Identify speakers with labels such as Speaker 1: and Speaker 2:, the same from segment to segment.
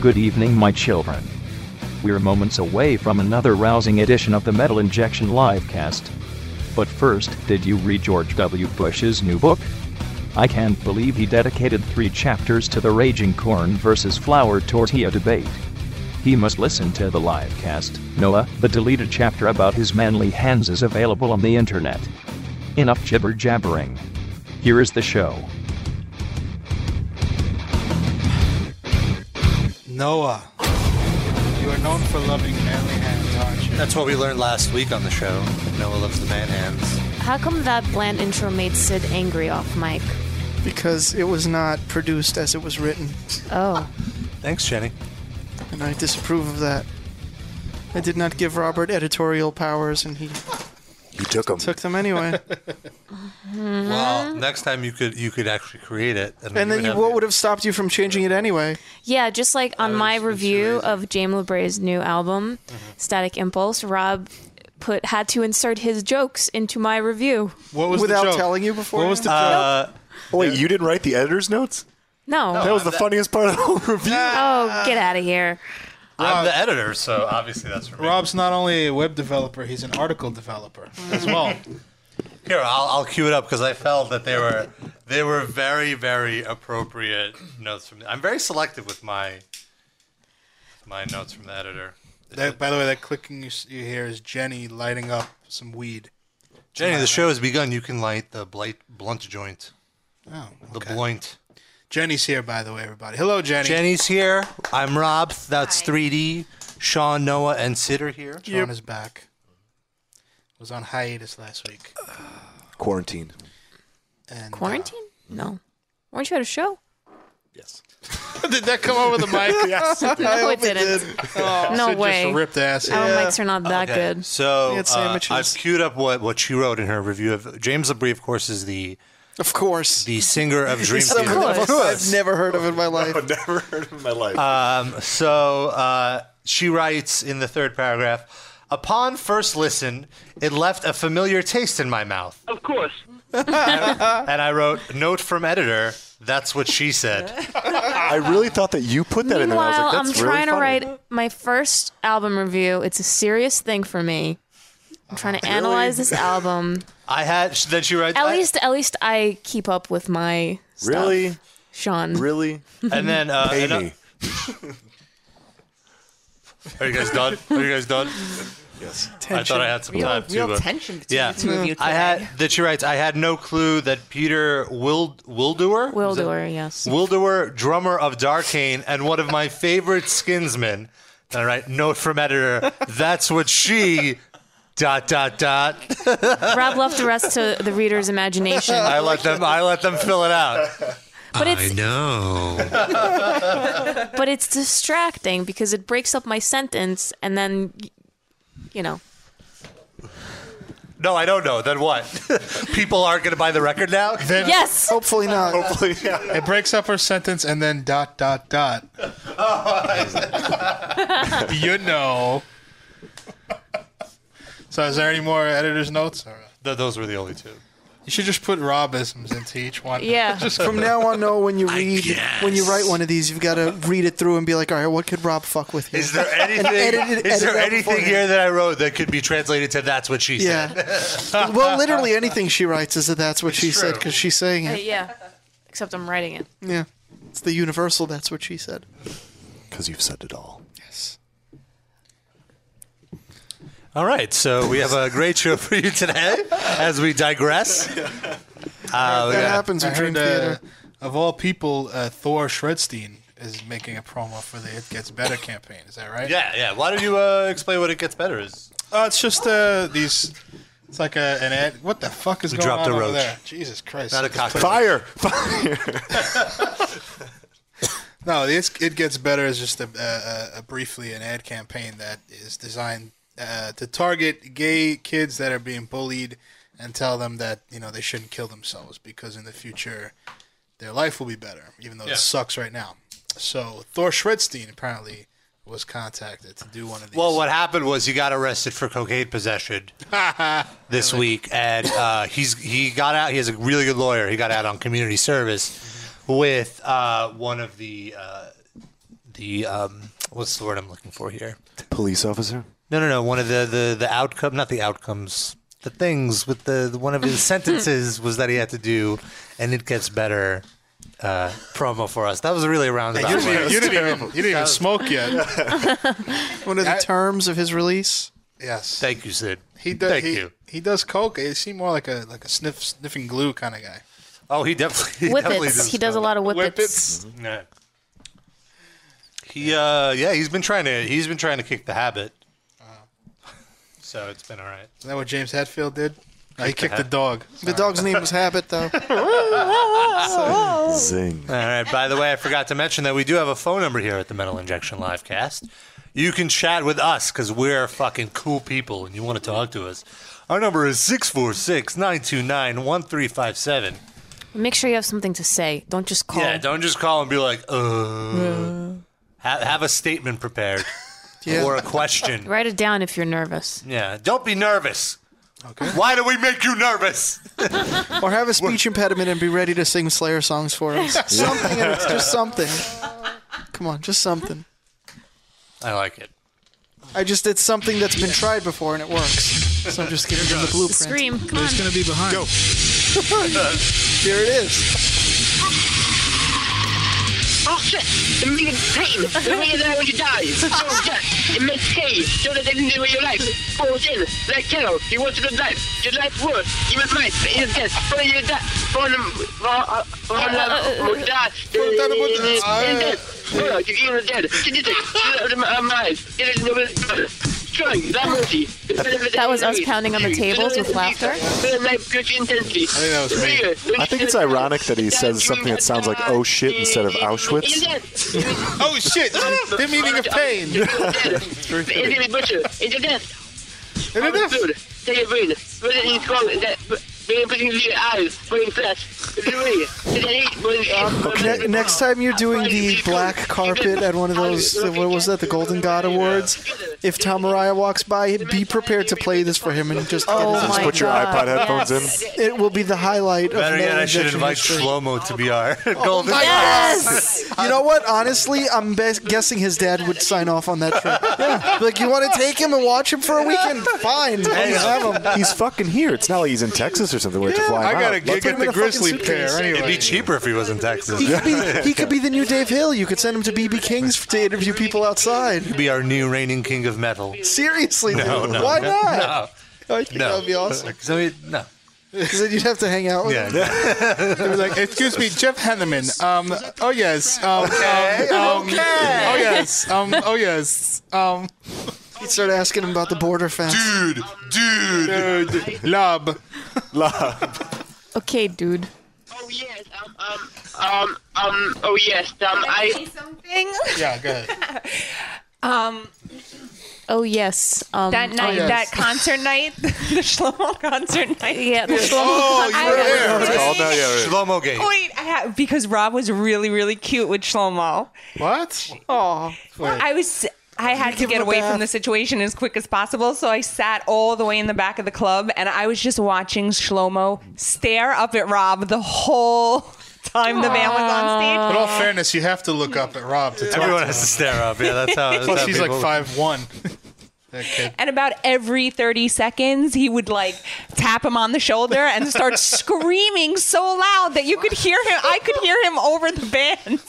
Speaker 1: Good evening, my children. We're moments away from another rousing edition of the Metal Injection Livecast. But first, did you read George W. Bush's new book? I can't believe he dedicated three chapters to the raging corn versus flour tortilla debate. He must listen to the livecast, Noah. The deleted chapter about his manly hands is available on the internet. Enough jibber jabbering. Here is the show.
Speaker 2: Noah. You are known for loving manly hands, aren't you?
Speaker 3: That's what we learned last week on the show. Noah loves the man hands.
Speaker 4: How come that bland intro made Sid angry off mic?
Speaker 2: Because it was not produced as it was written,
Speaker 4: Oh,
Speaker 3: Thanks, Jenny.
Speaker 2: and I disapprove of that. I did not give Robert editorial powers, and he
Speaker 5: You took them.
Speaker 2: took them anyway.
Speaker 3: Mm-hmm.
Speaker 5: Hmm.
Speaker 3: Well, next time you could you could actually create it,
Speaker 2: and
Speaker 3: we
Speaker 2: then you, what would have stopped you from changing it anyway?
Speaker 4: yeah. Just like on my
Speaker 3: it's- it's
Speaker 4: review
Speaker 3: amazing.
Speaker 4: of James LeBray's new album,
Speaker 6: Uh-huh.
Speaker 4: Static Impulse, Rob put had to insert his jokes into my review.
Speaker 6: What was
Speaker 2: Without
Speaker 6: the joke?
Speaker 2: telling you before?
Speaker 6: What was the joke?
Speaker 7: Uh,
Speaker 5: Oh, wait, you didn't write the editor's notes?
Speaker 4: No.
Speaker 5: That was the funniest part of the whole review.
Speaker 4: Oh, get out of here.
Speaker 3: I'm the editor, so obviously that's for me.
Speaker 6: Rob's not only a web developer, he's an article developer as well.
Speaker 3: Here, I'll, I'll cue it up because I felt that they were they were very very appropriate notes from. The, I'm very selective with my with my notes from the editor.
Speaker 6: that, by the way, that clicking you, s- you hear is Jenny lighting up some weed.
Speaker 3: Jenny, the show has begun. You can light the blight, blunt joint,
Speaker 6: Oh,
Speaker 3: the blunt.
Speaker 6: Jenny's here, by the way, everybody. Hello, Jenny.
Speaker 3: Jenny's here. I'm Rob. That's 3D. Sean, Noah, and Sid are here.
Speaker 6: Sean is back. Was on hiatus last week.
Speaker 5: Quarantine.
Speaker 6: And, uh,
Speaker 4: Quarantine? No. Weren't you at a show?
Speaker 5: Yes.
Speaker 6: did that come over the mic?
Speaker 5: Yes.
Speaker 8: Oh,
Speaker 4: No, it didn't. no
Speaker 6: Sid
Speaker 4: way.
Speaker 6: Just ripped ass.
Speaker 4: Our
Speaker 6: Yeah.
Speaker 4: mics are not that
Speaker 3: Okay,
Speaker 4: good.
Speaker 3: So
Speaker 2: We had
Speaker 3: uh,
Speaker 2: sandwiches.
Speaker 3: I've queued up what, what she wrote in her review of James Labrie. Of course, is the
Speaker 2: Of course.
Speaker 3: the singer of Dream
Speaker 2: Some
Speaker 3: Theater.
Speaker 4: course.
Speaker 2: level I've never heard of in my life.
Speaker 5: Never heard of in my life.
Speaker 3: Um, So uh, she writes in the third paragraph. Upon first listen, it left a familiar taste in my mouth. Of course. and I wrote, note from editor, that's what she said.
Speaker 5: I really thought that you put that in there. I was
Speaker 4: Meanwhile,
Speaker 5: like,
Speaker 4: I'm
Speaker 5: that's really
Speaker 4: trying
Speaker 5: funny.
Speaker 4: to write my first album review. It's a serious thing for me. I'm trying to analyze this album.
Speaker 3: I had, then she writes,
Speaker 4: At
Speaker 3: I-
Speaker 4: least, at least I keep up with my stuff.
Speaker 5: Really?
Speaker 4: Sean.
Speaker 5: Really?
Speaker 3: and then, uh,
Speaker 5: Pay
Speaker 3: ano-
Speaker 5: me.
Speaker 3: are you guys done? Are you guys done?
Speaker 5: Yes.
Speaker 3: I thought I had some time too.
Speaker 7: real
Speaker 3: but-
Speaker 7: tension between
Speaker 3: Yeah,
Speaker 7: the two of you today.
Speaker 3: I had that she writes. I had no clue that Peter Will Wildoer,
Speaker 4: Will Doer, yes.
Speaker 3: Wildoer, drummer of Darkane and one of my favorite Skinsmen. All right, note from editor. That's what she. Dot dot dot.
Speaker 4: Rob left the rest to the reader's imagination.
Speaker 3: I let them. I let them fill it out.
Speaker 4: But it's
Speaker 3: know.
Speaker 4: but it's distracting because it breaks up my sentence and then y- you know.
Speaker 3: No, I don't know. Then what? People aren't going to buy the record now. Then
Speaker 4: Yes.
Speaker 2: Hopefully not.
Speaker 5: Hopefully, yeah.
Speaker 6: It breaks up her sentence and then dot, dot, dot. you know. So, is there any more editor's notes? Or
Speaker 3: Th- those were the only two.
Speaker 6: you should just put Robisms into each one.
Speaker 4: Yeah.
Speaker 2: From now on, no, when you read, when you write one of these, you've got to read it through and be like, all right, what could Rob fuck with you?
Speaker 3: Is there
Speaker 2: And
Speaker 3: anything?
Speaker 2: edit it- edit
Speaker 3: is there
Speaker 2: it out
Speaker 3: anything
Speaker 2: beforehand.
Speaker 3: here that I wrote that could be translated to "That's what she said"?
Speaker 2: Yeah. well, literally anything she writes is that that's what she said 'cause said
Speaker 3: true.
Speaker 2: because she's saying it.
Speaker 4: Uh, yeah. Except I'm writing it.
Speaker 2: Yeah. It's the universal, that's what she said.
Speaker 5: Because you've said it all.
Speaker 3: All right, so we have a great show for you today as we digress. Uh, we
Speaker 2: That
Speaker 3: got-
Speaker 2: happens
Speaker 6: I
Speaker 2: with Dream
Speaker 6: heard, uh,
Speaker 2: Theater.
Speaker 6: of all people, uh, Thor Shredstein is making a promo for the It Gets Better campaign. Is that right?
Speaker 3: yeah, yeah. Why don't you uh, explain what it gets better is?
Speaker 6: Oh, it's just uh, these. It's like a, an ad. What the fuck is
Speaker 3: We
Speaker 6: going
Speaker 3: dropped
Speaker 6: on
Speaker 3: a
Speaker 6: over
Speaker 3: roach.
Speaker 6: there? Jesus Christ!
Speaker 3: Not a cocktail.
Speaker 5: Fire! Fire!
Speaker 6: No, it's, it gets better is just a, a, a briefly an ad campaign that is designed uh, to target gay kids that are being bullied and tell them that you know they shouldn't kill themselves because in the future their life will be better, even though
Speaker 3: Yeah.
Speaker 6: it sucks right now. So Thor Schredstein apparently was contacted to do one of these.
Speaker 3: Well, what happened was he got arrested for cocaine possession this week, and uh, he's he got out. He has a really good lawyer. He got out on community service with uh, one of the uh, the um, what's the word I'm looking for here?
Speaker 5: Police officer?
Speaker 3: No, no, no. One of the the the outcome, not the outcomes, the things with the, the- one of his sentences was that he had to do, and it gets better. Uh, promo for us. That was really a roundabout.
Speaker 6: You
Speaker 3: way.
Speaker 6: didn't, you didn't even, you didn't even smoke yet.
Speaker 2: One of the
Speaker 6: I-
Speaker 2: terms of his release.
Speaker 6: Yes,
Speaker 3: Thank you, Sid.
Speaker 6: he does.
Speaker 3: Thank
Speaker 6: he,
Speaker 3: you.
Speaker 6: he does coke. He seemed more like a like a sniff sniffing glue kind of guy.
Speaker 3: Oh, he definitely. He definitely
Speaker 4: Whippets. He does a lot of whippets.
Speaker 3: No. Mm-hmm. He uh yeah, he's been trying to he's been trying to kick the habit. So it's been all right.
Speaker 6: Is that what James Hatfield did? No, he kicked the
Speaker 3: hat.
Speaker 6: dog.
Speaker 2: The dog's name was Habit, though.
Speaker 7: Oh.
Speaker 5: Zing.
Speaker 3: All right. By the way, I forgot to mention that we do have a phone number here at the Metal Injection Livecast. You can chat with us because we're fucking cool people and you want to talk to us. Our number is 646 929 1357.
Speaker 4: Make sure you have something to say. Don't just call.
Speaker 3: Yeah, don't just call and be like, uh. Have, have a statement prepared or a question.
Speaker 4: Write it down if you're nervous.
Speaker 3: Yeah, don't be nervous. Why do we make you nervous?
Speaker 2: Or have a speech impediment and be ready to sing Slayer songs for us. something, else, just something. Come on, just something.
Speaker 3: I like it.
Speaker 2: I just did something that's been tried before and it works. So I'm just giving them the blueprint.
Speaker 4: Scream. Come on.
Speaker 7: It's going to be behind. Go.
Speaker 2: Here it is.
Speaker 9: Oh shit! It makes pain. The way that when you die. Oh shit! It makes pain. So that they didn't do your life. Oh shit! Like Carol, you wanted a life. Your life worth. Even mine. But it's death. For your death. For the. For uh, for the. For that. For
Speaker 6: that about the-
Speaker 9: that. For the. You are dead. Genetic. You are the mind. It is the. Strong. That mercy.
Speaker 4: That was us pounding on the tables with laughter.
Speaker 9: Life good intensely. I think
Speaker 6: that was me.
Speaker 5: I think it's ironic that he says something that sounds like "oh shit" instead of Auschwitz.
Speaker 6: Oh shit! the meaning of pain. It
Speaker 9: Have a
Speaker 6: is.
Speaker 9: food. Take a food. Put it in his throat. That, put put it in your eyes. Put it in flesh. Put it away. Put it in- put it in-
Speaker 2: Ne- next time you're doing the black carpet at one of those, what was that, the Golden God Awards? If Tom Mariah walks by, be prepared to play this for him and just.
Speaker 4: Oh
Speaker 5: Just
Speaker 4: my
Speaker 5: put your
Speaker 4: God,
Speaker 5: iPod headphones
Speaker 4: yes.
Speaker 5: in.
Speaker 2: It will be the highlight
Speaker 3: Better
Speaker 2: of
Speaker 3: yet,
Speaker 2: male
Speaker 3: I should
Speaker 2: injection
Speaker 3: invite
Speaker 2: history.
Speaker 3: Shlomo to be our
Speaker 2: Oh,
Speaker 3: golden.
Speaker 4: Yes.
Speaker 2: You know what? Honestly, I'm be- guessing his dad would sign off on that trip. Yeah. Like, you want to take him and watch him for a weekend? Fine. Please have him.
Speaker 5: He's fucking here. It's not like he's in Texas or something where yeah, to fly
Speaker 6: I
Speaker 5: him
Speaker 6: got
Speaker 5: out.
Speaker 6: a
Speaker 5: Let's
Speaker 6: gig
Speaker 5: put
Speaker 6: at
Speaker 5: him in
Speaker 6: the
Speaker 5: a fucking
Speaker 6: Grizzly
Speaker 5: suitcase.
Speaker 6: Pair
Speaker 3: It'd be
Speaker 6: anyway.
Speaker 3: cheaper if he was in Texas.
Speaker 2: He
Speaker 3: He'd
Speaker 2: could, be, he could be the new Dave Hill. You could send him to BB King's to interview people outside.
Speaker 3: be our new reigning king of metal.
Speaker 2: Seriously,
Speaker 3: No,
Speaker 2: dude.
Speaker 3: no,
Speaker 2: Why
Speaker 3: no,
Speaker 2: not? I think
Speaker 3: No,
Speaker 2: that would be awesome.
Speaker 3: 'Cause I mean, no.
Speaker 2: Because then you'd have to hang out with him.
Speaker 3: Yeah.
Speaker 6: They'd be like, excuse me, Jeff Hanneman. Um, oh yes. Um, okay. Um, okay. Oh yes. Um, oh yes. Um,
Speaker 2: You'd start asking him about the border fence.
Speaker 3: dude, dude.
Speaker 6: dude, lob.
Speaker 4: Okay, dude.
Speaker 9: Oh yes. Um. Um. Um. um, Oh yes. Um. I.
Speaker 10: something.
Speaker 6: Yeah, go ahead.
Speaker 10: Um,
Speaker 4: Oh yes. Um,
Speaker 10: that night,
Speaker 6: yes.
Speaker 10: that concert night, the Shlomo concert night.
Speaker 4: Yeah. the Shlomo
Speaker 10: I
Speaker 6: were
Speaker 10: was
Speaker 6: there.
Speaker 5: It's called now, yeah, right.
Speaker 3: Shlomo Gate.
Speaker 10: Wait, I ha- because Rob was really, really cute with Shlomo.
Speaker 6: What?
Speaker 10: Oh, I was. I had to
Speaker 2: give
Speaker 10: get
Speaker 2: him a
Speaker 10: away
Speaker 2: bath.
Speaker 10: from the situation as quick as possible, so I sat all the way in the back of the club, and I was just watching Shlomo stare up at Rob the whole time the band was on
Speaker 6: In
Speaker 10: stage.
Speaker 6: all fairness, you have to look up at Rob to talk.
Speaker 3: Everyone has to stare up. Yeah, that's how. That's
Speaker 6: Plus,
Speaker 3: how
Speaker 6: he's like
Speaker 3: people-
Speaker 6: five one. That kid.
Speaker 10: And about every 30 seconds, he would like tap him on the shoulder and start screaming so loud that you could hear him. I could hear him over the band.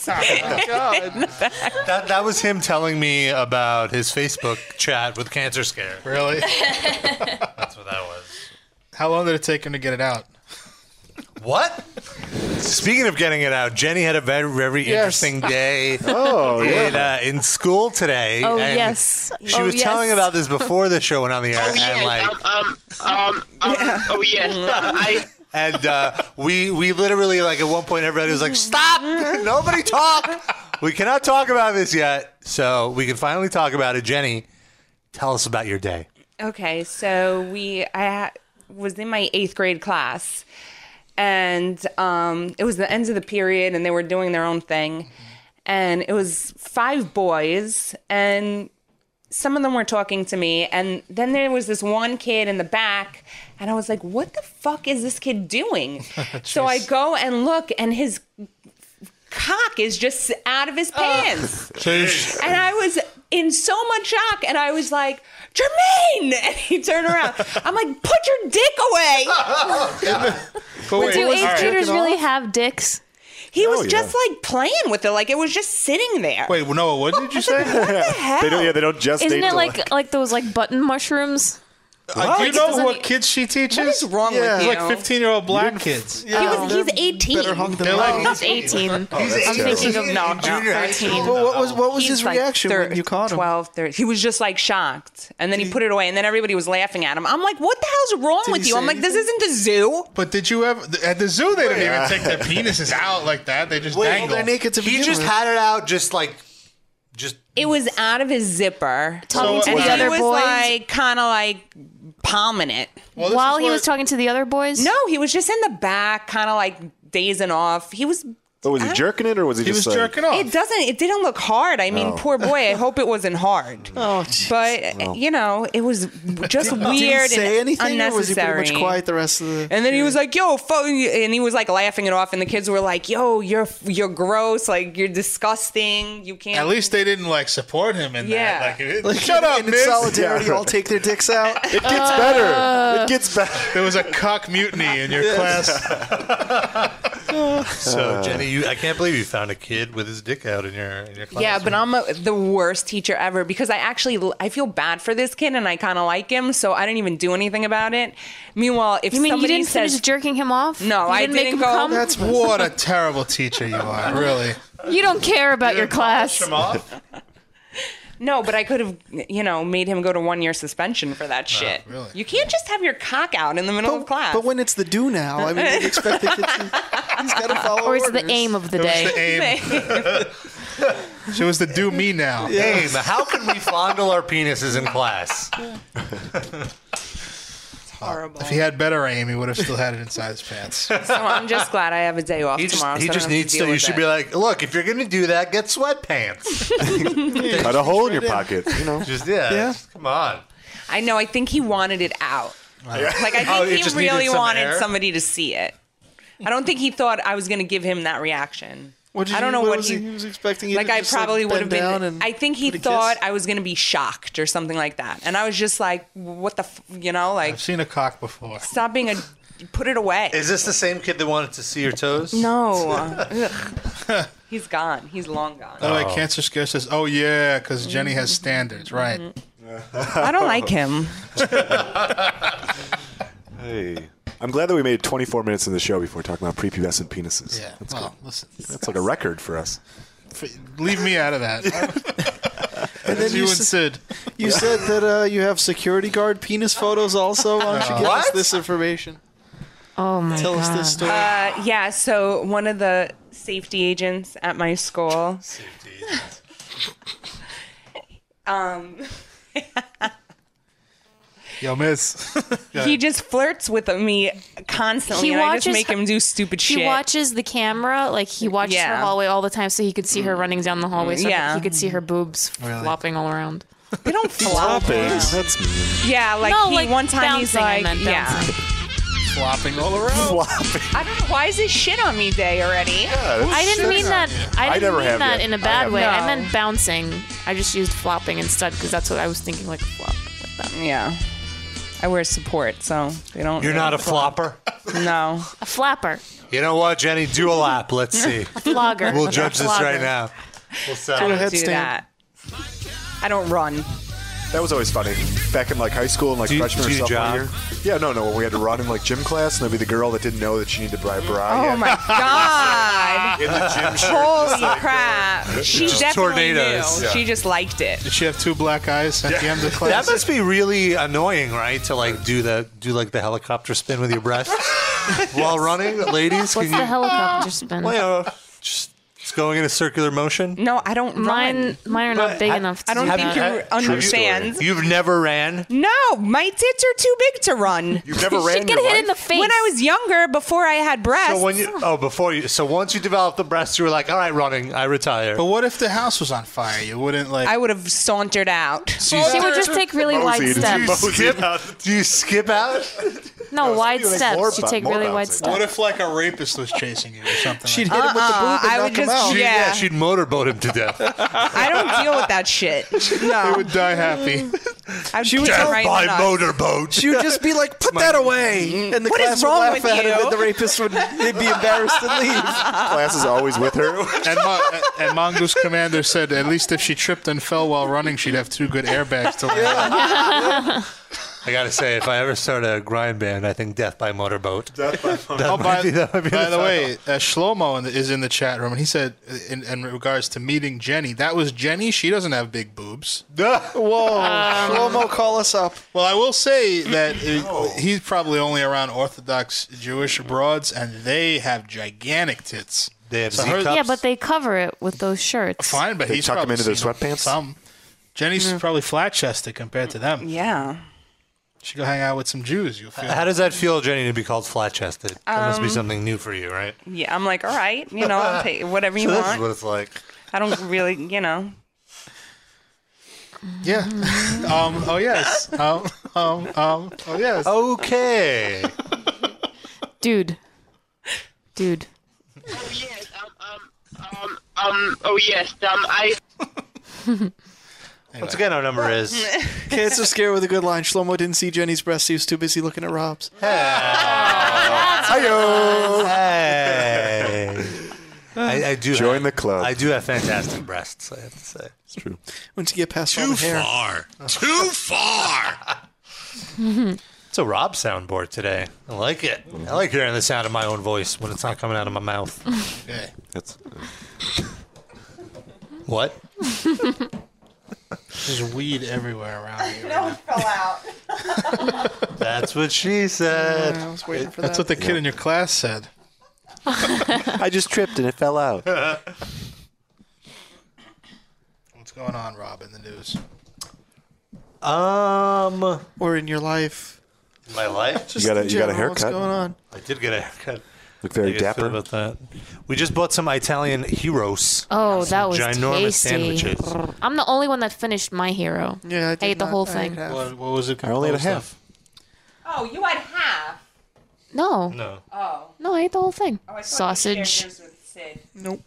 Speaker 3: That, that was him telling me about his Facebook chat with Cancer Scare.
Speaker 6: Really?
Speaker 3: That's what that was.
Speaker 6: How long did it take him to get it out?
Speaker 3: What? Speaking of getting it out, Jenny had a very, very interesting day
Speaker 5: Oh yeah.
Speaker 3: in, uh, in school today.
Speaker 4: Oh
Speaker 3: and
Speaker 4: yes.
Speaker 3: She was telling about this before the show went on the air,
Speaker 9: Oh
Speaker 3: and
Speaker 9: yes.
Speaker 3: like,
Speaker 9: Um. Um. Um. um Oh yes. Um, I.
Speaker 3: and uh, we we literally like at one point everybody was like, "Stop! Nobody talk! We cannot talk about this yet." So we can finally talk about it. Jenny, tell us about your day.
Speaker 10: Okay, so we I ha- was in my eighth grade class, and um, it was the end of the period, and they were doing their own thing, and it was five boys, and some of them were talking to me, and then there was this one kid in the back, and I was like, "What the fuck is this kid doing?" so I go and look, and his cock is just out of his pants.
Speaker 6: Jeez.
Speaker 10: And I was in so much shock, and I was like, Jermaine! And he turned around. I'm like, put your dick away.
Speaker 6: But wait,
Speaker 4: Do
Speaker 6: was he
Speaker 4: eighth graders
Speaker 6: jerking off?
Speaker 4: really have dicks?
Speaker 10: He was
Speaker 5: yeah.
Speaker 10: just like playing with it, like it was just sitting there.
Speaker 6: Wait, Noah, what did you say?
Speaker 10: Uh, what the hell?
Speaker 5: They don't. Yeah, they don't just.
Speaker 4: Isn't
Speaker 5: date
Speaker 4: it
Speaker 5: to
Speaker 4: like like those like button mushrooms?
Speaker 6: Uh, do you
Speaker 10: It
Speaker 6: know
Speaker 10: doesn't
Speaker 6: what
Speaker 10: e-
Speaker 6: kids she teaches?
Speaker 10: What is wrong
Speaker 6: yeah,
Speaker 10: with
Speaker 6: it's
Speaker 10: you?
Speaker 6: like 15 year old black kids.
Speaker 10: he was, he's 18.
Speaker 2: Better hug them
Speaker 6: They're
Speaker 2: up.
Speaker 6: like,
Speaker 4: He's 18.
Speaker 5: I'm
Speaker 10: thinking of- no, no,
Speaker 3: Junior high
Speaker 10: 13.
Speaker 3: school.
Speaker 2: Well, what was what was
Speaker 10: He's
Speaker 2: his
Speaker 10: like
Speaker 2: reaction
Speaker 10: thir-
Speaker 2: when you caught him?
Speaker 10: 12, 13. He was just like shocked. And then he put it away. And then everybody was laughing at him. I'm like, what the hell's wrong
Speaker 6: Did
Speaker 10: with
Speaker 6: he
Speaker 10: you? I'm
Speaker 6: say
Speaker 10: like, this isn't the zoo.
Speaker 6: but did you ever at the zoo? They didn't even take their penises out like that. They just
Speaker 3: Wait,
Speaker 6: dangle.
Speaker 2: they're naked to
Speaker 3: he
Speaker 2: begin
Speaker 3: just
Speaker 2: with.
Speaker 3: had it out, just like, just.
Speaker 10: It was out of his zipper.
Speaker 4: Talking
Speaker 6: So
Speaker 4: to
Speaker 6: was
Speaker 4: the
Speaker 10: And he
Speaker 4: other
Speaker 10: was
Speaker 4: boys
Speaker 10: like, kind of like palming it.
Speaker 6: Well, this
Speaker 4: while
Speaker 6: is
Speaker 4: he
Speaker 6: what-
Speaker 4: was talking to the other boys.
Speaker 10: No, he was just in the back, kind of like dazing off. He was.
Speaker 5: But Oh, was he jerking it or was he,
Speaker 6: He was
Speaker 5: just like,
Speaker 6: jerking off.
Speaker 10: It doesn't. It didn't look hard. I mean, poor boy. I hope it wasn't hard.
Speaker 2: Oh, jeez.
Speaker 10: But you know, it was just weird
Speaker 2: Did he say
Speaker 10: and
Speaker 2: anything, or
Speaker 10: unnecessary.
Speaker 2: was he pretty much quiet the rest of the?
Speaker 10: And then he was like, "Yo, fo-, and he was like laughing it off, and the kids were like, "Yo, you're you're gross, like you're disgusting, you can't."
Speaker 6: At least they didn't like support him in
Speaker 10: Yeah.
Speaker 6: that. Like, it- shut up,
Speaker 2: in
Speaker 6: miss.
Speaker 2: solidarity, all take their dicks out.
Speaker 5: It gets better. It gets better.
Speaker 6: There was a cock mutiny in your class.
Speaker 3: So Jenny, you, I can't believe you found a kid with his dick out in your in your class.
Speaker 10: yeah, but I'm a, the worst teacher ever because I actually I feel bad for this kid and I kind of like him, so I didn't even do anything about it. Meanwhile, if
Speaker 4: You mean you
Speaker 10: somebody
Speaker 4: didn't
Speaker 10: says,
Speaker 4: finish jerking him off?
Speaker 10: No,
Speaker 4: You
Speaker 10: I
Speaker 4: didn't make
Speaker 10: didn't
Speaker 4: him
Speaker 10: go-
Speaker 4: come?
Speaker 2: That's
Speaker 6: Oh, what a terrible teacher you are, really.
Speaker 4: You don't care about your class.
Speaker 6: off?
Speaker 10: no, but I could have you know made him go to one year suspension for that shit.
Speaker 6: really.
Speaker 10: You can't just have your cock out in the middle of
Speaker 2: but,
Speaker 10: class.
Speaker 2: but when it's the do now, I mean, they expect the kids to, he's got to follow
Speaker 4: Or it's
Speaker 2: orders.
Speaker 4: the aim of the
Speaker 6: It was
Speaker 4: day.
Speaker 6: the aim. She was the do me now.
Speaker 3: Aim, how can we fondle our penises in class?
Speaker 10: horrible.
Speaker 6: If he had better aim, he would have still had it inside his pants.
Speaker 10: so I'm just glad I have a day off
Speaker 3: He just,
Speaker 10: tomorrow.
Speaker 3: he
Speaker 10: so I
Speaker 3: just
Speaker 10: don't have
Speaker 3: needs
Speaker 10: deal
Speaker 3: to. You
Speaker 10: with
Speaker 3: should
Speaker 10: it.
Speaker 3: be like, look, if you're gonna do that, get sweatpants.
Speaker 5: Cut a hole in your pocket. You know.
Speaker 3: Just yeah,
Speaker 2: Yeah.
Speaker 3: just- come on.
Speaker 10: I know. I think he wanted it out. Like I think
Speaker 3: Oh, it
Speaker 10: he
Speaker 3: just needed
Speaker 10: really
Speaker 3: some
Speaker 10: wanted
Speaker 3: air?
Speaker 10: somebody to see it. I don't think he thought I was going to give him that reaction.
Speaker 2: What did
Speaker 10: I don't
Speaker 2: you-
Speaker 10: know
Speaker 2: what
Speaker 10: what
Speaker 2: was
Speaker 10: he,
Speaker 2: he- he was expecting you
Speaker 10: Like
Speaker 2: to
Speaker 10: I
Speaker 2: just, like,
Speaker 10: probably would have
Speaker 2: bend down
Speaker 10: been.
Speaker 2: and
Speaker 10: I think he
Speaker 2: put a kiss?
Speaker 10: thought I was going to be shocked or something like that, and I was just like, "What the, f-? you know, like
Speaker 6: I've seen a cock before.
Speaker 10: stop being a, put it away."
Speaker 3: Is this the same kid that wanted to see your toes?
Speaker 10: no, Ugh. he's gone. He's long gone.
Speaker 6: Oh, wait, Cancer Scare says, oh, yeah, because Jenny has standards, right?
Speaker 10: Mm-hmm. I don't like him.
Speaker 5: Hey. I'm glad that we made 24 minutes in the show before talking about prepubescent penises.
Speaker 6: Yeah.
Speaker 5: That's
Speaker 6: well,
Speaker 5: cool.
Speaker 6: listen,
Speaker 5: That's like a record for us.
Speaker 6: f- leave me out of that.
Speaker 2: And
Speaker 6: As
Speaker 2: then
Speaker 6: you
Speaker 2: you,
Speaker 6: and
Speaker 2: s-
Speaker 6: Sid.
Speaker 2: you said that uh, you have security guard penis photos also. Why don't you give us
Speaker 3: What?
Speaker 2: this information?
Speaker 4: Oh my
Speaker 2: Tell us
Speaker 4: god.
Speaker 2: this story.
Speaker 10: Uh, yeah. So one of the safety agents at my school Um,
Speaker 6: Yo, miss.
Speaker 10: He just flirts with me constantly.
Speaker 4: He
Speaker 10: and I
Speaker 4: watches
Speaker 10: just make
Speaker 4: her-
Speaker 10: him do stupid
Speaker 4: She
Speaker 10: shit.
Speaker 4: watches the camera, like he watches her
Speaker 10: Yeah. Mm,
Speaker 4: hallway all the time, so he could see
Speaker 6: Mm.
Speaker 4: her running down the hallway. So
Speaker 10: Yeah.
Speaker 4: he could see her boobs flopping all around.
Speaker 10: they don't flop.
Speaker 5: That's mean.
Speaker 10: Yeah, like
Speaker 4: No,
Speaker 10: he
Speaker 4: like
Speaker 10: one time he's
Speaker 4: bouncing, I
Speaker 10: like,
Speaker 4: meant
Speaker 10: yeah.
Speaker 4: bouncing.
Speaker 6: Flopping all around.
Speaker 10: I don't know why is this shit on me day already?
Speaker 4: I didn't mean that. I didn't
Speaker 5: never
Speaker 4: mean
Speaker 5: have
Speaker 4: that
Speaker 5: yet.
Speaker 4: in a
Speaker 5: I
Speaker 4: bad
Speaker 5: have
Speaker 4: way.
Speaker 10: not.
Speaker 4: I meant bouncing. I just used flopping instead because that's what I was thinking, like flop. Like that.
Speaker 10: Yeah. I wear support, so they don't.
Speaker 3: You're not a flopper.
Speaker 10: No.
Speaker 4: A flapper,
Speaker 3: You know what, Jenny? Do a lap. Let's see.
Speaker 4: flogger.
Speaker 3: We'll judge this
Speaker 4: Flogger.
Speaker 3: right now. We'll
Speaker 10: I
Speaker 3: settle.
Speaker 10: don't
Speaker 2: ahead,
Speaker 10: do
Speaker 2: Stan.
Speaker 10: that. I don't run.
Speaker 5: That was always funny. Back in like high school and like
Speaker 3: Do you-
Speaker 5: freshman or
Speaker 3: do you
Speaker 5: sophomore year.
Speaker 3: jog?
Speaker 5: Yeah, no, no. When we had to run in like gym class, and there'd be the girl that didn't know that she needed to buy a bra.
Speaker 10: Oh
Speaker 5: yeah,
Speaker 10: my god.
Speaker 5: In the gym shirt.
Speaker 10: Holy crap. She definitely
Speaker 3: tornadoes.
Speaker 10: knew.
Speaker 5: Yeah.
Speaker 10: She just liked it.
Speaker 6: Did she have two black eyes at the end of the
Speaker 3: That
Speaker 6: class?
Speaker 3: must be really annoying, right? To like do the do like the helicopter spin with your breath while running, ladies.
Speaker 4: What's
Speaker 3: can
Speaker 4: the
Speaker 3: you,
Speaker 4: helicopter spin?
Speaker 3: well, you know, just it's going in a circular motion.
Speaker 10: No, I don't run.
Speaker 4: Mine, mine are not big
Speaker 3: I-
Speaker 4: enough. To
Speaker 10: I don't
Speaker 4: do
Speaker 10: think
Speaker 4: that.
Speaker 10: you
Speaker 3: True
Speaker 10: understand.
Speaker 3: You've never ran.
Speaker 10: No, my tits are too big to run.
Speaker 5: You've never ran.
Speaker 4: She'd get
Speaker 5: your
Speaker 4: hit
Speaker 5: life?
Speaker 4: in the face.
Speaker 10: When I was younger, before I had breasts,
Speaker 3: So when you oh before you so once you developed the breasts, you were like, all right, running, I retire.
Speaker 6: But what if the house was on fire? You wouldn't, like,
Speaker 10: I would have sauntered out.
Speaker 4: she would just take really wide
Speaker 5: Moseyed.
Speaker 4: steps.
Speaker 3: skip, do you skip out?
Speaker 4: No, wide
Speaker 5: you make
Speaker 4: steps.
Speaker 5: more
Speaker 4: you
Speaker 5: bu-
Speaker 4: take
Speaker 5: more
Speaker 4: really wide
Speaker 5: bouncing.
Speaker 4: steps.
Speaker 6: What if like a rapist was chasing you or something?
Speaker 2: She'd
Speaker 6: like
Speaker 2: hit him with the
Speaker 10: Uh-uh,
Speaker 2: boot and
Speaker 10: I
Speaker 2: knock
Speaker 10: would
Speaker 2: him
Speaker 10: just-
Speaker 2: out.
Speaker 3: She'd- yeah.
Speaker 10: Yeah.
Speaker 3: she'd motorboat him to death.
Speaker 10: I don't deal with that shit.
Speaker 6: that?
Speaker 10: No,
Speaker 6: He would die happy.
Speaker 10: I'd
Speaker 2: She was
Speaker 10: kick
Speaker 2: dead
Speaker 10: him
Speaker 3: death
Speaker 10: right in the
Speaker 3: by
Speaker 10: nuts.
Speaker 3: motorboat.
Speaker 2: She would just be like, "Put that
Speaker 5: Mm-hmm.
Speaker 2: away," and the
Speaker 10: What is
Speaker 2: class would
Speaker 10: wrong
Speaker 2: laugh
Speaker 10: with
Speaker 2: at him,
Speaker 10: you?
Speaker 2: and the rapist would he'd be embarrassed to leave.
Speaker 5: Class is always with her.
Speaker 6: and, Mo- and Mongoose Commander said, at least if she tripped and fell while running, she'd have two good airbags to land. on.
Speaker 3: I gotta say, if I ever start a grind band, I think Death by Motorboat.
Speaker 6: Oh, by,
Speaker 3: that might be
Speaker 6: by
Speaker 3: the
Speaker 6: the way, uh, Shlomo in the, is in the chat room, and he said, uh, in, in regards to meeting Jenny, that was Jenny. She doesn't have big boobs. Um,
Speaker 2: Whoa, Shlomo, call us up.
Speaker 6: Well, I will say that uh, he's probably only around Orthodox Jewish broads, and they have gigantic tits.
Speaker 3: They have
Speaker 6: So
Speaker 3: Z
Speaker 6: her-
Speaker 3: cups.
Speaker 4: Yeah, but they cover it with those shirts.
Speaker 6: Fine, but
Speaker 5: They
Speaker 6: he's
Speaker 5: tuck 'em
Speaker 6: probably
Speaker 5: into their
Speaker 6: seen
Speaker 5: sweatpants?
Speaker 6: Some. Jenny's
Speaker 2: Hmm.
Speaker 6: probably flat chested compared to them.
Speaker 10: Yeah.
Speaker 6: She go hang out with some Jews. You'll feel.
Speaker 3: How does that feel, Jenny, to be called flat chested? That must
Speaker 10: Um,
Speaker 3: be something new for you, right?
Speaker 10: Yeah, I'm like, all right, you know, I'll take whatever you
Speaker 3: So this is what
Speaker 10: want.
Speaker 3: it's like.
Speaker 10: I don't really, you know.
Speaker 6: Yeah.
Speaker 10: Mm-hmm.
Speaker 6: um, oh yes. Um, um, um, oh yes.
Speaker 3: Okay.
Speaker 4: Dude. Dude.
Speaker 9: Oh yes, um, um, um, um, oh yes, um, I.
Speaker 3: Once again, our number is.
Speaker 2: Cancer scare with a good line. Shlomo didn't see Jenny's breast. He was too busy looking at Rob's.
Speaker 5: Hiyo.
Speaker 3: Hey. I, I do
Speaker 5: Join
Speaker 3: have-
Speaker 5: the club.
Speaker 3: I do have fantastic breasts. I have to say.
Speaker 5: It's true.
Speaker 2: Once you get past all the hair,
Speaker 7: far. Too far.
Speaker 3: It's a Rob soundboard today. I like it. I like hearing the sound of my own voice when it's not coming out of my mouth.
Speaker 6: Okay.
Speaker 5: That's
Speaker 3: What?
Speaker 6: There's weed everywhere around here.
Speaker 3: That's what she said.
Speaker 2: I was waiting for
Speaker 6: That's
Speaker 2: that.
Speaker 6: what the kid in your class said.
Speaker 5: I just tripped and it fell out.
Speaker 6: What's going on, Rob, in the news?
Speaker 3: Um,
Speaker 2: or in your life.
Speaker 3: my life.
Speaker 5: You got a
Speaker 2: In
Speaker 5: you got a
Speaker 2: general, What's going
Speaker 5: haircut.
Speaker 2: on?
Speaker 3: I did get a haircut.
Speaker 5: Look very
Speaker 3: I guess
Speaker 5: dapper.
Speaker 3: About that. We just bought some Italian heroes.
Speaker 4: Oh, that was
Speaker 3: ginormous
Speaker 4: tasty.
Speaker 3: sandwiches.
Speaker 4: I'm the only one that finished my hero.
Speaker 2: Yeah, I, did
Speaker 4: ate the
Speaker 2: not-
Speaker 4: whole
Speaker 2: I
Speaker 4: thing.
Speaker 2: ate half.
Speaker 6: What, what was it?
Speaker 5: I only had a
Speaker 6: composed
Speaker 5: half.
Speaker 6: of?
Speaker 10: Oh, you had half.
Speaker 4: No, no,
Speaker 3: No.
Speaker 10: Oh.
Speaker 4: I ate the whole thing.
Speaker 10: oh I thought you shared
Speaker 4: Sausage.
Speaker 10: yours with Sid.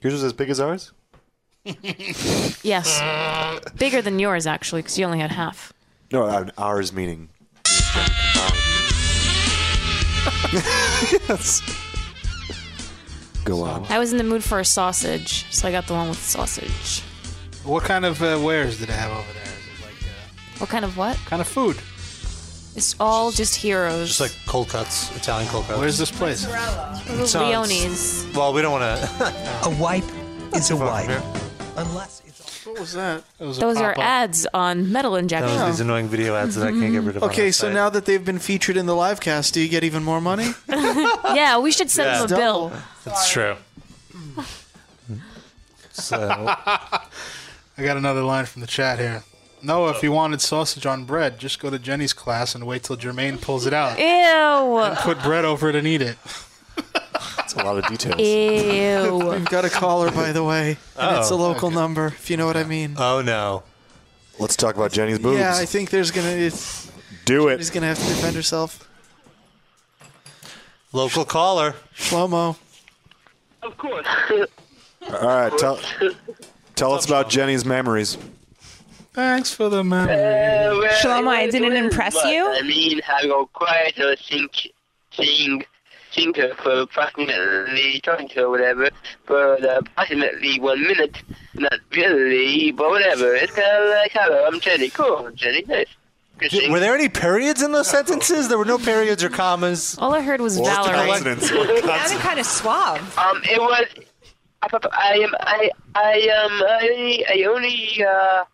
Speaker 5: Yours was as big as ours.
Speaker 4: Yes. Bigger than yours, actually, because you only had half.
Speaker 5: No, uh, ours meaning. yes. Go on.
Speaker 4: I was in the mood for a sausage, so I got the one with sausage.
Speaker 6: What kind of uh, wares did I have over there? Is it like uh,
Speaker 4: What kind of what?
Speaker 6: kind of food?
Speaker 4: It's all just heroes.
Speaker 3: Just like cold cuts, Italian cold cuts.
Speaker 6: Where's this place?
Speaker 3: sounds-
Speaker 4: Leone's.
Speaker 3: Well, we don't want to.
Speaker 7: A wipe is a wipe. Unless it's.
Speaker 2: What was that?
Speaker 4: Those are ads on metal
Speaker 3: Those
Speaker 4: injection.
Speaker 3: are these annoying video ads that I can't get rid of. on
Speaker 2: Okay,
Speaker 3: our
Speaker 2: so
Speaker 3: site.
Speaker 2: now that they've been featured in the live cast, do you get even more money?
Speaker 4: Yeah, we should send
Speaker 3: Yeah.
Speaker 4: them a bill.
Speaker 3: that's true. So
Speaker 6: I got another line from the chat here. Noah, if you wanted sausage on bread, just go to Jenny's class and wait till Jermaine pulls it out.
Speaker 4: Ew.
Speaker 6: Put bread over it and eat it.
Speaker 5: That's a lot of details.
Speaker 4: Ew.
Speaker 2: We've got a caller, by the way. And
Speaker 5: Oh,
Speaker 2: it's a local number, if you know what I mean.
Speaker 3: oh no.
Speaker 5: Let's talk about Jenny's boobs.
Speaker 2: Yeah, I think there's gonna it's
Speaker 5: Do
Speaker 2: she's
Speaker 5: it.
Speaker 2: gonna have to defend herself.
Speaker 3: Local caller.
Speaker 2: Shlomo.
Speaker 9: Of course.
Speaker 5: All right, tell tell us about Jenny's memories.
Speaker 6: Thanks for the memory.
Speaker 10: Shlomo, I didn't impress you?
Speaker 9: I mean, I go quite a think, think, thinker for approximately 20 or whatever, for approximately one minute. Not really, but whatever. It's kind of like, hello, I'm Jenny. Cool, Jenny. Nice. Good thing.
Speaker 3: Were there any periods in those sentences? There were no periods or commas.
Speaker 4: All I heard was Valerie.
Speaker 5: Consonants.
Speaker 10: Sounded kind of suave.
Speaker 9: Um, it was. I, I am. I. I um. I. I only. Uh.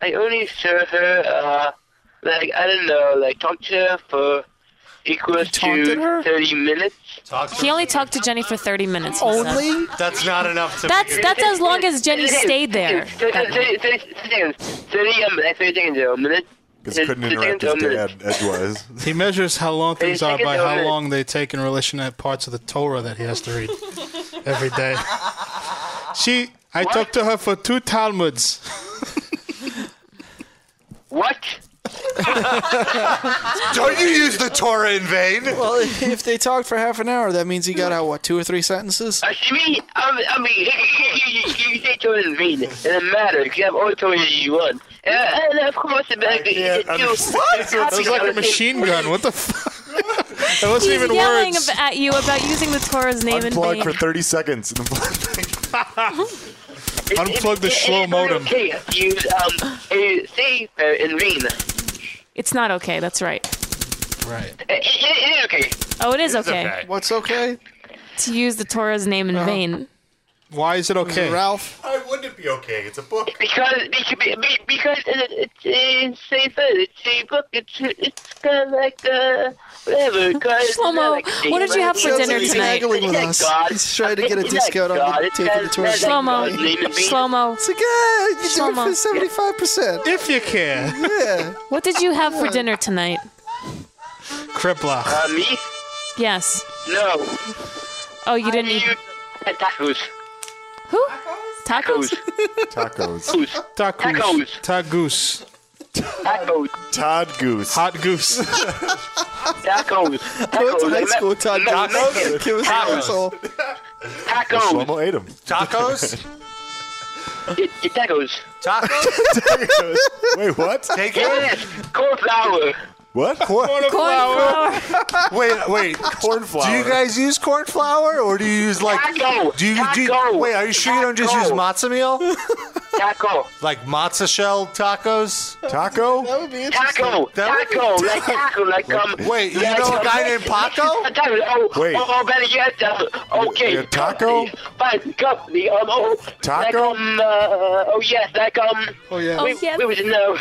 Speaker 9: I only saw her. Uh. Like I don't know. Like talked to her for equals to
Speaker 2: taunted her?
Speaker 9: thirty minutes.
Speaker 4: He only talked to Jenny for 30 minutes. he said.
Speaker 2: Only?
Speaker 3: That's not enough to.
Speaker 4: That's
Speaker 3: figure-
Speaker 4: that's as long as Jenny
Speaker 9: 30 seconds,
Speaker 4: stayed there.
Speaker 9: Thirty thirty- thirty seconds. Thirty. Um. like, Thirty seconds or a minute.
Speaker 5: Because couldn't interrupt his dad edgewise.
Speaker 6: He measures how long things are by how
Speaker 9: Second
Speaker 6: long they take in relation to parts of the Torah that he has to read every day. She, I talked to her for two Talmuds.
Speaker 9: What?
Speaker 3: Don't you use the Torah in vain?
Speaker 2: Well, if they talked for half an hour, that means he got out what two or three sentences.
Speaker 9: Uh, see me? I'm, I mean, you, you, you say Torah in vain. It doesn't matter. You can have all Torah you want. Uh, and of course, the back is
Speaker 6: What? That was like a machine gun. What the fuck? that wasn't
Speaker 4: He's
Speaker 6: even
Speaker 4: yelling
Speaker 6: words.
Speaker 4: ab- at you about using the Torah's name in
Speaker 5: Unplug
Speaker 4: vain.
Speaker 5: for 30 seconds.
Speaker 6: Unplug the slow modem.
Speaker 9: Okay, you um, you say uh, in vain. Uh,
Speaker 4: It's not okay. That's right.
Speaker 6: Right.
Speaker 9: it, it, it, okay.
Speaker 4: Oh, it is okay,
Speaker 2: What's okay? Uh-huh.
Speaker 4: to use the Torah's name in vain.
Speaker 6: Why is it okay?
Speaker 2: Ralph.
Speaker 3: Why wouldn't it be okay? It's a book.
Speaker 9: Because because because it, it, it's safer. It's a book. It's it's kind of like uh whatever. Because it's not
Speaker 4: Shlomo,
Speaker 9: like a
Speaker 4: what did you have for
Speaker 9: It's
Speaker 2: Sounds
Speaker 4: dinner
Speaker 2: like he's
Speaker 4: tonight.
Speaker 2: haggling with
Speaker 9: like
Speaker 2: us.
Speaker 9: God.
Speaker 2: He's trying to get a
Speaker 9: It's like
Speaker 2: discount on
Speaker 9: God.
Speaker 2: the
Speaker 9: It's
Speaker 2: taking the
Speaker 9: like
Speaker 2: Torah's
Speaker 9: God.
Speaker 2: name.
Speaker 4: Shlomo,
Speaker 9: God's name in vain.
Speaker 4: Shlomo,
Speaker 2: It's like, ah, you do it
Speaker 4: Shlomo.
Speaker 2: for seventy-five percent.
Speaker 6: If you can.
Speaker 2: Yeah.
Speaker 4: what did you have for dinner tonight?
Speaker 6: Kriplock.
Speaker 9: Uh, me?
Speaker 4: Yes.
Speaker 9: No.
Speaker 4: Oh, you didn't eat
Speaker 9: You had tacos.
Speaker 4: who? Tacos.
Speaker 9: Tacos.
Speaker 5: Tacos.
Speaker 9: Tacos.
Speaker 6: Tacoose. Tagoose.
Speaker 9: Tacos.
Speaker 5: Todd Goose.
Speaker 6: Hot goose.
Speaker 9: Tacos.
Speaker 2: I went to
Speaker 9: Tacos.
Speaker 2: high school with Todd
Speaker 9: Tacos.
Speaker 2: Goose. Give us an
Speaker 3: Tacos.
Speaker 2: asshole.
Speaker 9: Tacos.
Speaker 5: Shlomo ate 'em.
Speaker 3: Tacos?
Speaker 9: It- it Tacos.
Speaker 3: Tacos?
Speaker 5: Wait, what?
Speaker 3: Take it?
Speaker 9: Yes. Cauliflower.
Speaker 5: What?
Speaker 4: Cornflower.
Speaker 3: Wait, wait.
Speaker 5: Corn flour.
Speaker 3: Do you guys use corn flour or do you use like
Speaker 9: Taco.
Speaker 3: Do you, do you
Speaker 9: Taco.
Speaker 3: wait? Are you sure you don't just use
Speaker 9: Taco.
Speaker 3: matzo meal?
Speaker 9: Taco.
Speaker 3: Like matzo shell tacos?
Speaker 5: Taco?
Speaker 2: would be
Speaker 9: Taco.
Speaker 3: That
Speaker 9: Taco. Like taco. Like um.
Speaker 3: Wait, you
Speaker 9: like,
Speaker 3: know a
Speaker 9: um,
Speaker 3: guy named Paco?
Speaker 9: a taco. Oh,
Speaker 5: Wait.
Speaker 9: Oh, oh, better yet. Uh, okay.
Speaker 5: Your taco?
Speaker 9: But company. Um. Oh. Like,
Speaker 5: Taco?
Speaker 9: um. Uh, oh yes. Like um.
Speaker 2: Oh yeah.
Speaker 4: Oh,
Speaker 9: Wait,
Speaker 4: yeah.
Speaker 9: wait, wait, no.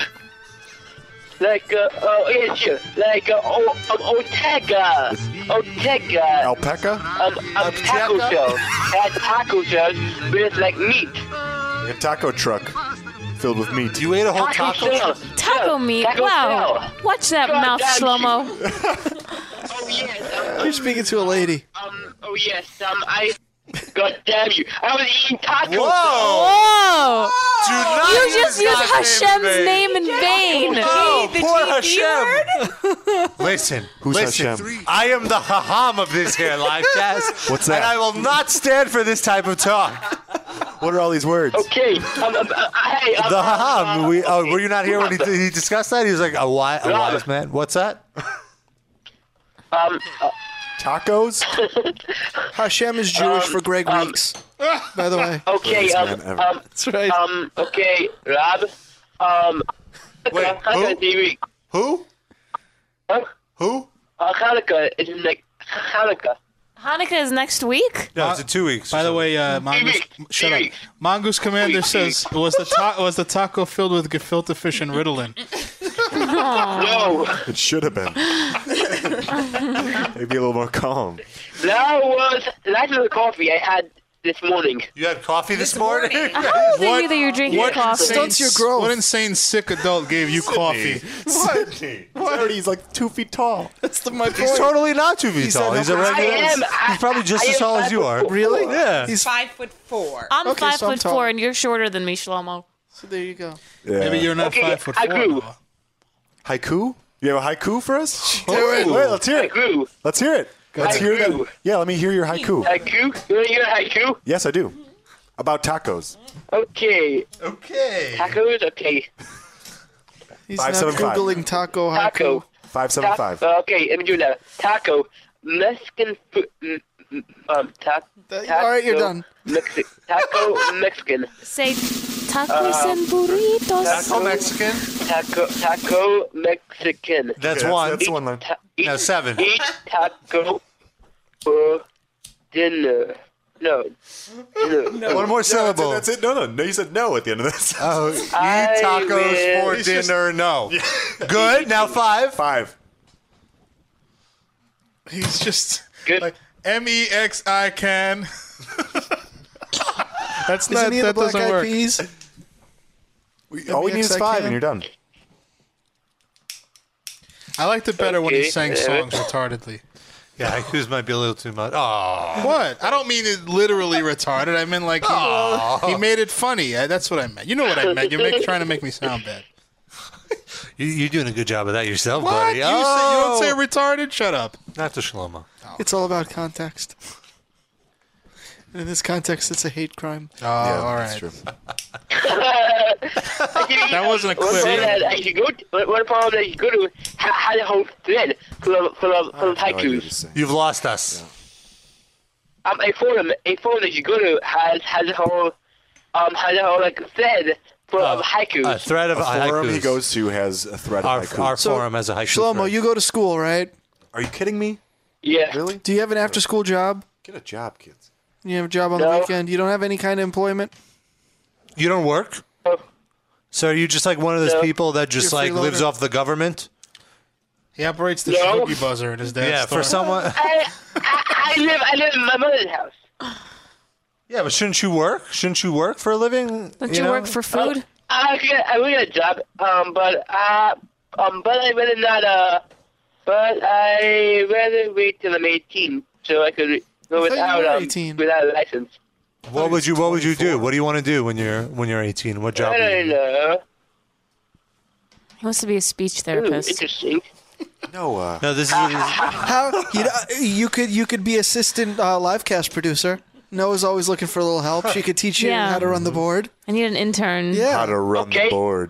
Speaker 9: Like, uh, oh, yeah, sure. Like, uh, oh, um, Ortega. Ortega.
Speaker 5: Alpaca?
Speaker 9: Um, um, taco
Speaker 3: Ortega?
Speaker 9: shells. Had taco shells with, like, meat.
Speaker 5: A taco truck filled with meat.
Speaker 3: You ate a whole
Speaker 9: Taco
Speaker 3: taco?
Speaker 9: shells.
Speaker 4: Taco
Speaker 9: Shells.
Speaker 4: meat.
Speaker 9: Taco
Speaker 4: Wow.
Speaker 9: shell.
Speaker 4: Watch that
Speaker 9: God
Speaker 4: mouth,
Speaker 9: damn
Speaker 4: Shlomo.
Speaker 9: Oh, yes.
Speaker 2: You're speaking to a lady.
Speaker 9: Um, um, oh, yes. Um, I... God damn you. I was eating taco
Speaker 3: Whoa!
Speaker 4: Whoa!
Speaker 3: Do not
Speaker 4: You just used
Speaker 3: God's
Speaker 4: Hashem's name in vain.
Speaker 3: Oh,
Speaker 10: The
Speaker 3: poor
Speaker 10: GP
Speaker 3: Hashem. listen,
Speaker 5: Who's
Speaker 3: listen.
Speaker 5: Hashem?
Speaker 3: I am the haham of this here live cast.
Speaker 5: What's that?
Speaker 3: And I will not stand for this type of talk.
Speaker 5: What are all these words?
Speaker 9: Okay. Um, um, uh, hey, um,
Speaker 3: The haham. We, oh,
Speaker 9: okay.
Speaker 3: were you not here when he, he discussed that? He was like a, wi- a
Speaker 9: Yeah.
Speaker 3: wise man. What's that?
Speaker 9: Um, uh,
Speaker 5: Tacos?
Speaker 2: Hashem is Jewish
Speaker 9: Um,
Speaker 2: for Greg
Speaker 9: um,
Speaker 2: Weeks. By the way,
Speaker 9: okay,
Speaker 5: Greatest
Speaker 9: um,
Speaker 5: man ever.
Speaker 9: um,
Speaker 2: that's right.
Speaker 9: um, okay, Rob, um,
Speaker 3: Wait,
Speaker 9: Hanukkah
Speaker 3: who?
Speaker 9: is every week.
Speaker 3: Who?
Speaker 9: Huh?
Speaker 3: Who?
Speaker 9: Uh, Hanukkah is in like Hanukkah.
Speaker 4: Hanukkah is next week.
Speaker 3: No, it's in two weeks.
Speaker 6: By the way, uh, Mongoose,
Speaker 9: Eric,
Speaker 6: shut up.
Speaker 9: Eric.
Speaker 6: Mongoose Commander
Speaker 9: Eric,
Speaker 6: says, "Was the ta- was the taco filled with gefilte fish and Ritalin?"
Speaker 9: No,
Speaker 5: It should have been. It'd be a little more calm.
Speaker 9: that was that was the coffee I had this morning.
Speaker 3: you had coffee this, morning?
Speaker 4: I don't think
Speaker 6: What-
Speaker 4: either you're drinking coffee.
Speaker 2: Stunts your growth.
Speaker 6: What insane sick adult gave you coffee?
Speaker 5: Sydney. Already, he's like two feet tall.
Speaker 2: That's the, my
Speaker 3: He's
Speaker 2: point.
Speaker 3: totally not two feet tall. He's a
Speaker 2: I
Speaker 3: regular.
Speaker 9: am-
Speaker 3: he's probably just
Speaker 9: I-
Speaker 3: as
Speaker 9: I
Speaker 3: tall
Speaker 9: am
Speaker 3: as you are.
Speaker 2: Really?
Speaker 3: Yeah.
Speaker 2: He's
Speaker 10: Five foot four.
Speaker 4: I'm
Speaker 2: Okay,
Speaker 4: five
Speaker 2: so I'm
Speaker 4: foot
Speaker 2: tall.
Speaker 4: four, and you're shorter than me, Shlomo.
Speaker 2: so there you go.
Speaker 5: Yeah.
Speaker 6: Maybe you're not
Speaker 9: Okay,
Speaker 6: five foot
Speaker 9: I
Speaker 6: four.
Speaker 9: grew.
Speaker 6: though.
Speaker 5: haiku? You have a haiku for us?
Speaker 9: Oh.
Speaker 3: it.
Speaker 5: Wait, let's hear
Speaker 9: I
Speaker 5: it.
Speaker 9: grew.
Speaker 5: Let's hear it. Let's hear
Speaker 9: Haiku.
Speaker 5: that. Yeah, let me hear your haiku.
Speaker 9: I grew. You know I grew.
Speaker 5: Yes, I do. About tacos.
Speaker 9: Okay,
Speaker 3: Okay.
Speaker 9: tacos. Okay,
Speaker 2: He's
Speaker 5: Five,
Speaker 2: not
Speaker 5: seven, five.
Speaker 2: googling taco haiku.
Speaker 9: taco. Ta-
Speaker 5: 575.
Speaker 9: uh, okay, let me do it now. Taco, Mexican food. mm, mm, Um, ta-
Speaker 2: That-
Speaker 9: taco.
Speaker 2: all right, you're done.
Speaker 9: Mexi- taco Mexican. Uh,
Speaker 4: Say tacos and burritos.
Speaker 3: Taco Mexican.
Speaker 9: Taco taco Mexican.
Speaker 3: That's
Speaker 5: Okay,
Speaker 3: one.
Speaker 5: That's the one line.
Speaker 9: Ta- eat,
Speaker 3: No, seven.
Speaker 9: Eat taco for dinner. No. dinner.
Speaker 3: One more syllable.
Speaker 5: That's it. No, no, no. You said no at the end of this.
Speaker 3: Oh,
Speaker 9: I
Speaker 3: eat tacos
Speaker 9: will-
Speaker 3: for
Speaker 9: He's
Speaker 5: just-
Speaker 3: dinner. No. Good. Now five.
Speaker 5: Five.
Speaker 6: He's just
Speaker 9: Good.
Speaker 6: like M E X I can. That's
Speaker 2: Isn't
Speaker 6: not
Speaker 2: he in the
Speaker 6: that
Speaker 2: black
Speaker 6: doesn't
Speaker 2: eyed
Speaker 6: work.
Speaker 2: peas? E
Speaker 5: We, all we need is
Speaker 2: MXIK.
Speaker 5: five, and you're done.
Speaker 6: I liked it better when he
Speaker 9: Okay,
Speaker 6: sang
Speaker 9: Eric.
Speaker 6: songs retardedly.
Speaker 3: Yeah, haikus might be a little too much. Oh.
Speaker 6: What? I don't mean it literally retarded. I mean like he, he made it funny. I, that's what I meant. You know what I meant. You're make, trying to make me sound bad.
Speaker 3: You, you're doing a good job of that yourself,
Speaker 6: What?
Speaker 3: buddy.
Speaker 6: You say- you don't say
Speaker 3: retarded? Shut up. Not to Shlomo.
Speaker 2: It's all about context. And in this context, it's a hate crime.
Speaker 6: Oh, all right.
Speaker 9: that
Speaker 6: wasn't a clip.
Speaker 9: What about that is good? What what about that is good? How how the whole thread full of full of full of haikus?
Speaker 3: You've lost us.
Speaker 9: Um, a forum, a forum that you go to has has a whole um has a whole like thread full of haikus.
Speaker 3: A thread of
Speaker 5: a forum
Speaker 3: haikus.
Speaker 5: he goes to has a thread
Speaker 3: Our-
Speaker 5: of haiku.
Speaker 3: our So, forum has a
Speaker 2: Shlomo, you go to school, right?
Speaker 5: Are you kidding me?
Speaker 9: Yeah.
Speaker 5: Really?
Speaker 2: Do you have an after-school job?
Speaker 5: Get a job, kids.
Speaker 2: You have a job on the weekend. You don't have any kind of employment.
Speaker 3: You don't work?
Speaker 9: Oh.
Speaker 3: So are you just like one of those people that just
Speaker 2: You're a
Speaker 3: like lives
Speaker 2: freeloader.
Speaker 3: off the government?
Speaker 6: He operates the
Speaker 9: No.
Speaker 6: Shinogi buzzer in his dad's
Speaker 3: Yeah,
Speaker 6: store.
Speaker 3: for someone.
Speaker 9: I, I I live I live in my mother's house.
Speaker 3: Yeah, but shouldn't you work? Shouldn't you work for a living? know?
Speaker 9: Uh, I get I will get a job. Um, but I um, but I rather not. Uh, but I rather wait till I'm 18 so I could go
Speaker 2: I thought you
Speaker 9: without
Speaker 2: were
Speaker 9: um,
Speaker 2: 18.
Speaker 9: without a license.
Speaker 3: Uh, What would you What would you do? What do you want to do when you're when you're 18? What job?
Speaker 9: I
Speaker 3: would you-
Speaker 9: don't know.
Speaker 4: He wants to be a speech
Speaker 9: Ooh,
Speaker 4: therapist.
Speaker 9: interesting.
Speaker 5: No, uh,
Speaker 3: no, this is.
Speaker 2: How you, know, you could you could be assistant uh, live cast producer. Noah's always looking for a little help. She could teach you
Speaker 4: Yeah.
Speaker 2: how to run the
Speaker 6: Mm-hmm.
Speaker 2: board.
Speaker 4: I need an intern.
Speaker 2: Yeah.
Speaker 5: how to run
Speaker 9: Okay.
Speaker 5: the board.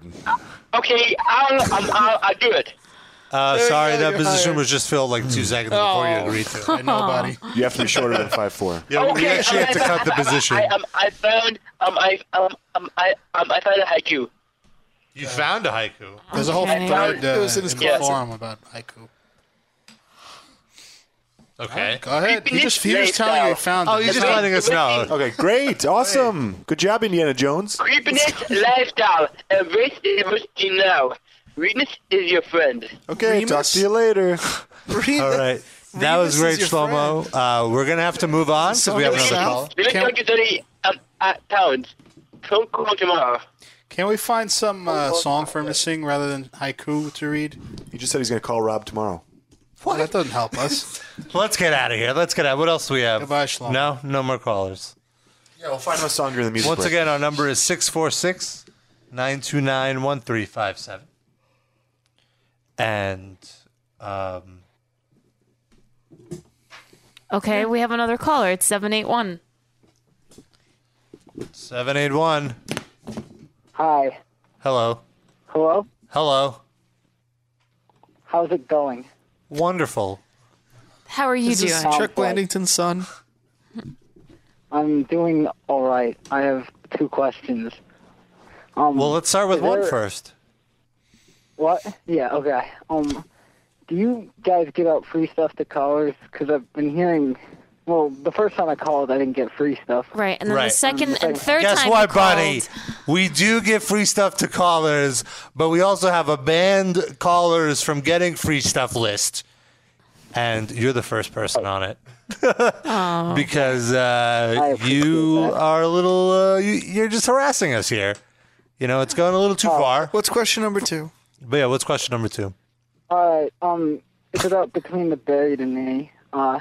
Speaker 9: Okay, I'll um, I'll, I'll do it.
Speaker 3: Uh, sorry,
Speaker 2: go,
Speaker 3: that
Speaker 2: you're
Speaker 3: position
Speaker 2: hired.
Speaker 3: was just filled like two seconds before you agreed to. it.
Speaker 6: Nobody.
Speaker 5: You have to be shorter than five four.
Speaker 3: Yeah, we
Speaker 9: okay, um,
Speaker 3: actually have to cut the
Speaker 9: I,
Speaker 3: position.
Speaker 9: I, um, I found um I um, um I um I found a haiku.
Speaker 3: You found a haiku.
Speaker 6: There's a whole
Speaker 4: Okay.
Speaker 6: thread uh,
Speaker 2: It was in his
Speaker 6: the
Speaker 9: closet.
Speaker 6: forum about haiku.
Speaker 3: Okay.
Speaker 6: Go ahead. He just, he was
Speaker 9: Nice
Speaker 6: telling you
Speaker 9: style.
Speaker 6: he found
Speaker 3: Oh,
Speaker 6: it.
Speaker 3: you're just letting us know.
Speaker 5: Okay, great, awesome, good job, Indiana Jones.
Speaker 9: Creepiness lifestyle. Embrace it what you know. Readiness is your friend.
Speaker 5: Okay, talk to you later.
Speaker 3: All right. That was great,
Speaker 2: Remus is your
Speaker 3: Shlomo. Uh, we're gonna have to move on because we have another
Speaker 2: South?
Speaker 3: call.
Speaker 9: Limit
Speaker 6: Can-
Speaker 9: Can- to 30 um, uh, pounds. Don't call tomorrow.
Speaker 6: Can we find
Speaker 3: Oh,
Speaker 6: some uh, song for him to sing rather than haiku to read?
Speaker 5: He just said he's gonna call Rob tomorrow.
Speaker 6: What? That doesn't help us.
Speaker 3: Let's get out of here. Let's get out. What else do we have?
Speaker 6: Goodbye, Shlomo.
Speaker 3: No, no more callers.
Speaker 5: Yeah, we'll find him a song during the music.
Speaker 3: Once
Speaker 5: break.
Speaker 3: again, our number is 646 929 1357. And um,
Speaker 4: Okay, we have another caller. It's 781.
Speaker 3: 781.
Speaker 11: Hi.
Speaker 3: Hello.
Speaker 11: Hello?
Speaker 3: Hello.
Speaker 11: How's it going?
Speaker 3: Wonderful.
Speaker 4: How are you
Speaker 2: This is
Speaker 4: doing?
Speaker 11: Sounds
Speaker 2: Chuck
Speaker 11: like-
Speaker 2: Blandington's son.
Speaker 11: I'm doing all right. I have two questions. Um,
Speaker 3: Well, let's start with one
Speaker 11: There-
Speaker 3: first.
Speaker 11: what? Yeah, okay. Um, do you guys give out free stuff to callers? Because I've been hearing, well, the first time I called, I didn't get free stuff.
Speaker 4: Right, and then
Speaker 3: Right.
Speaker 4: the second and third
Speaker 3: Guess
Speaker 4: time
Speaker 3: what,
Speaker 4: you called,
Speaker 3: buddy? We do give free stuff to callers, but we also have a banned callers from getting free stuff list. And you're the first person on it
Speaker 4: Oh.
Speaker 3: because
Speaker 11: I
Speaker 3: uh,
Speaker 11: appreciate
Speaker 3: you
Speaker 11: that.
Speaker 3: are a little, uh, you, you're just harassing us here. You know, it's going a little too
Speaker 11: Oh.
Speaker 3: far.
Speaker 2: What's question number two?
Speaker 3: But yeah, what's question number two?
Speaker 11: All right. Um, it's about Between the Buried and Me. Uh,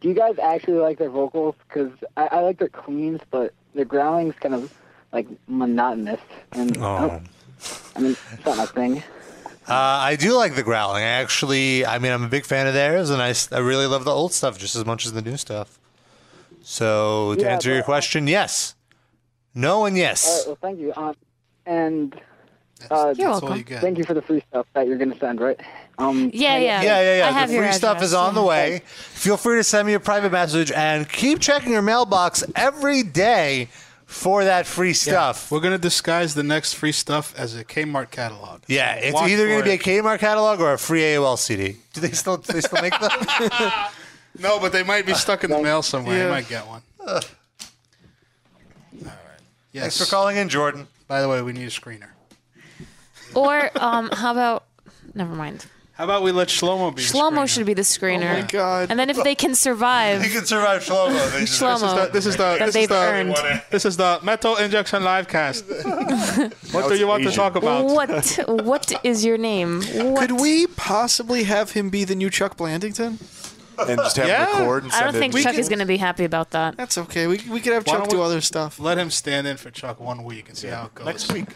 Speaker 11: do you guys actually like their vocals? Because I, I like their cleans, but their growling's kind of, like, monotonous. And,
Speaker 3: Oh.
Speaker 11: I mean, it's not my thing.
Speaker 3: Uh, I do like the growling. I actually, I mean, I'm a big fan of theirs, and I, s- I really love the old stuff just as much as the new stuff. So to
Speaker 11: Yeah,
Speaker 3: answer your
Speaker 11: but- uh,
Speaker 3: question, yes, no, and
Speaker 11: All
Speaker 3: yes.
Speaker 11: right. Well, thank you. Um, and uh,
Speaker 4: You're
Speaker 6: That's all
Speaker 4: welcome.
Speaker 6: you get.
Speaker 11: thank you for the free stuff that you're going to send, right? Um,
Speaker 4: Yeah, yeah.
Speaker 3: yeah, yeah, yeah.
Speaker 4: I have
Speaker 3: the
Speaker 4: your
Speaker 3: free stuff
Speaker 4: address.
Speaker 3: is on the
Speaker 4: Yeah.
Speaker 3: way. Feel free to send me a private message and keep checking your mailbox every day for that free stuff.
Speaker 6: We're gonna disguise the next free stuff as a Kmart catalog.
Speaker 3: Yeah, it's
Speaker 6: Watch
Speaker 3: either going
Speaker 6: for
Speaker 3: to be a
Speaker 6: it.
Speaker 3: Kmart catalog or a free AOL CD. Do they still do they still make them?
Speaker 6: no, but they might be stuck in the mail somewhere.
Speaker 2: Yeah.
Speaker 6: You might get one. All right. Yes.
Speaker 3: Thanks for calling in, Jordan.
Speaker 6: By the way, we need a screener.
Speaker 4: Or um, how about. Never mind.
Speaker 6: How about we let Shlomo be?
Speaker 4: Shlomo should be the screener.
Speaker 2: Oh my God.
Speaker 4: And then if they can
Speaker 3: You
Speaker 4: survive,
Speaker 3: can survive Shlomo. They just-
Speaker 4: Shlomo,
Speaker 6: This is the
Speaker 4: that
Speaker 6: this
Speaker 4: they've
Speaker 6: is the
Speaker 4: earned.
Speaker 6: this is the metal injection live cast. what do
Speaker 5: it's
Speaker 6: you want to
Speaker 5: Asian.
Speaker 6: talk about?
Speaker 4: What what is your name? What?
Speaker 2: Could we possibly have him be the new Chuck Blandington?
Speaker 5: and just have
Speaker 6: Yeah.
Speaker 5: him record and
Speaker 4: I
Speaker 5: send
Speaker 4: don't
Speaker 5: it.
Speaker 4: think
Speaker 5: We
Speaker 4: Chuck
Speaker 5: can-
Speaker 4: is going to be happy about that.
Speaker 2: That's okay. We, we could have
Speaker 6: Why
Speaker 2: Chuck
Speaker 6: don't
Speaker 2: do
Speaker 6: we-
Speaker 2: other stuff.
Speaker 6: Let him stand in for Chuck one week and see how it goes.
Speaker 5: next week.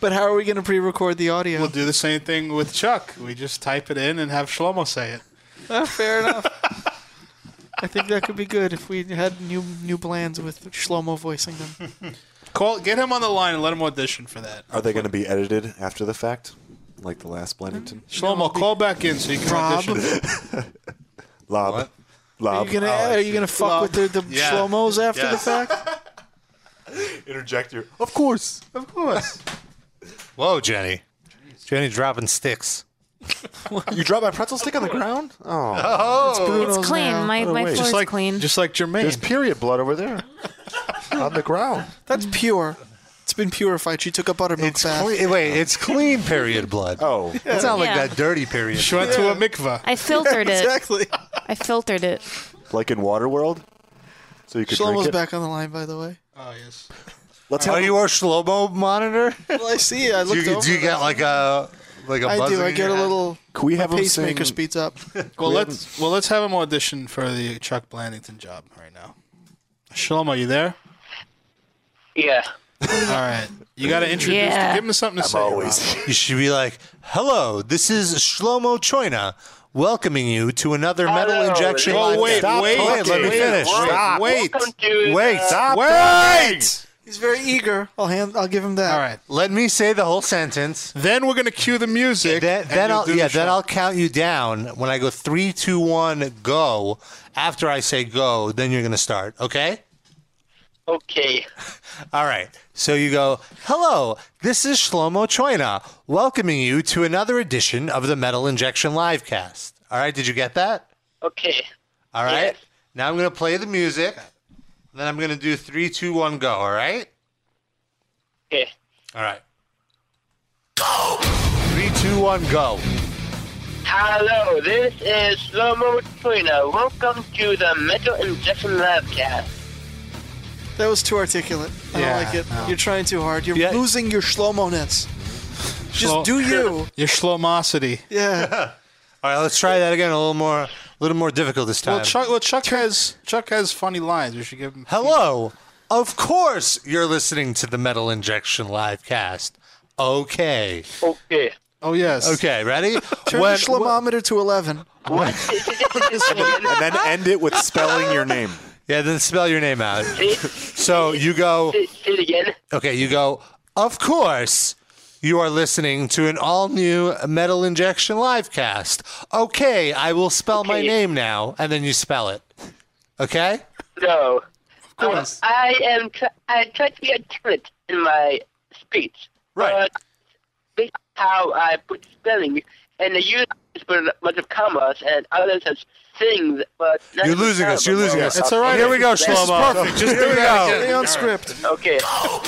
Speaker 2: But how are we going to pre-record the audio?
Speaker 6: We'll do the same thing with Chuck. We just type it in and have Shlomo say it.
Speaker 2: Ah, fair enough. I think that could be good if we had new new plans with Shlomo voicing them.
Speaker 6: Call, get him on the line and let him audition for that.
Speaker 5: Are they going to be edited after the fact, like the last Blendington?
Speaker 6: Shlomo, call back in so you can
Speaker 2: Rob?
Speaker 6: audition.
Speaker 5: Lob,
Speaker 2: Are
Speaker 5: lob.
Speaker 2: you gonna are you gonna fuck with the, the
Speaker 5: Yeah.
Speaker 2: Shlomos after
Speaker 5: Yes.
Speaker 2: the fact?
Speaker 5: interject your? Of course,
Speaker 6: of course.
Speaker 3: Whoa, Jenny. Jenny dropping sticks.
Speaker 5: you drop my pretzel stick on the ground? Oh,
Speaker 3: Oh,
Speaker 4: It's clean. My, my floor is clean.
Speaker 6: Oh, just like Jermaine.
Speaker 5: There's period blood over there on the ground.
Speaker 2: That's pure. It's been purified. She took a buttermilk bath.
Speaker 3: Clean- Oh. wait, it's clean period blood.
Speaker 5: Oh,
Speaker 3: It's not like
Speaker 4: Yeah.
Speaker 3: that dirty period.
Speaker 6: She went to a mikvah.
Speaker 4: I filtered it.
Speaker 2: exactly.
Speaker 4: I filtered it.
Speaker 5: like in Waterworld, so you could drink
Speaker 2: Shlomo's
Speaker 5: it.
Speaker 2: back on the line, by the way.
Speaker 6: Oh yes.
Speaker 5: Let's
Speaker 3: Are
Speaker 5: have
Speaker 3: you our Shlomo monitor?
Speaker 2: Well, I see. it. I
Speaker 3: Do
Speaker 2: looked
Speaker 3: you,
Speaker 2: over.
Speaker 3: do you get like a like a
Speaker 2: I
Speaker 3: buzzing
Speaker 2: do. I
Speaker 3: in
Speaker 2: get
Speaker 3: your
Speaker 2: a
Speaker 3: head?
Speaker 2: little.
Speaker 5: Can we
Speaker 2: my
Speaker 5: have him
Speaker 2: pacemaker
Speaker 5: sing-
Speaker 2: speeds up.
Speaker 6: Well,
Speaker 5: We
Speaker 6: let's well let's have him audition for the Chuck Blandington job right now. Shlomo, you there?
Speaker 9: Yeah.
Speaker 6: All right. You got to introduce.
Speaker 4: Yeah.
Speaker 6: Give him something to say.
Speaker 5: always.
Speaker 6: Rob.
Speaker 3: You should be like, "Hello, this is Shlomo Choina, welcoming you to another metal
Speaker 9: Hello,
Speaker 3: injection."
Speaker 9: this
Speaker 6: Oh,
Speaker 3: live
Speaker 6: wait,
Speaker 3: Stop
Speaker 6: wait,
Speaker 3: talking. let me
Speaker 6: wait,
Speaker 3: finish.
Speaker 6: wait,
Speaker 3: Stop.
Speaker 6: Wait.
Speaker 9: Welcome to
Speaker 3: Wait,
Speaker 9: the-
Speaker 3: stop.
Speaker 6: Wait.
Speaker 2: He's very eager. I'll hand. I'll give him that.
Speaker 6: All right.
Speaker 3: Let me say the whole sentence.
Speaker 6: Then we're gonna cue the music.
Speaker 3: Then,
Speaker 6: and
Speaker 3: then
Speaker 6: you'll
Speaker 3: I'll
Speaker 6: do the
Speaker 3: yeah. Then
Speaker 6: show.
Speaker 3: I'll count you down. When I go three, two, one, go. After I say go, then you're gonna start. Okay.
Speaker 9: Okay.
Speaker 3: All right. So you go, hello, this is Shlomo Choina, welcoming you to another edition of the Metal Injection Livecast. All right. Did you get that?
Speaker 9: Okay.
Speaker 3: All right.
Speaker 9: Yes.
Speaker 3: Now I'm going to play the music. Then I'm going to do three, two, one, go. All right.
Speaker 9: Okay.
Speaker 3: All right. Go. Three, two, one, go.
Speaker 9: Hello, this is Slomo Twina. Welcome to the Metal Injection Labcast.
Speaker 2: That was too articulate. I
Speaker 6: Yeah,
Speaker 2: don't like it. You're trying too hard. You're
Speaker 3: Yeah.
Speaker 2: losing your Shlomo-ness.
Speaker 6: Shlo-
Speaker 2: Just do you.
Speaker 6: your Shlomosity.
Speaker 2: Yeah.
Speaker 3: All right. Let's try that again. A little more, a little more difficult this time.
Speaker 6: Well, Chuck. Well, Chuck has Chuck has funny lines. We should give him.
Speaker 3: Hello. Of course, you're listening to the Metal Injection Livecast. Okay.
Speaker 9: Okay.
Speaker 6: Oh yes.
Speaker 3: Okay. Ready?
Speaker 2: Turn
Speaker 3: When-
Speaker 2: the Shlomometer to 11.
Speaker 5: and then end it with spelling your name.
Speaker 3: yeah. Then spell your name out.
Speaker 9: Say
Speaker 3: So you go.
Speaker 9: say- say it again.
Speaker 3: Okay, you go, of course. You are listening to an all new Metal Injection live cast. Okay, I will spell my
Speaker 9: Okay.
Speaker 3: name now, and then you spell it. Okay?
Speaker 9: No. Of course. Um, I am. Tr- I try to be articulate in my speech.
Speaker 3: Right.
Speaker 9: But based on how I put spelling and the use for bunch of commas and other such things, but not
Speaker 3: You're losing us. You're losing us.
Speaker 9: It's all right.
Speaker 3: Here we go, Shlomo. Just here we
Speaker 2: Stay
Speaker 3: go.
Speaker 2: on script.
Speaker 9: Okay.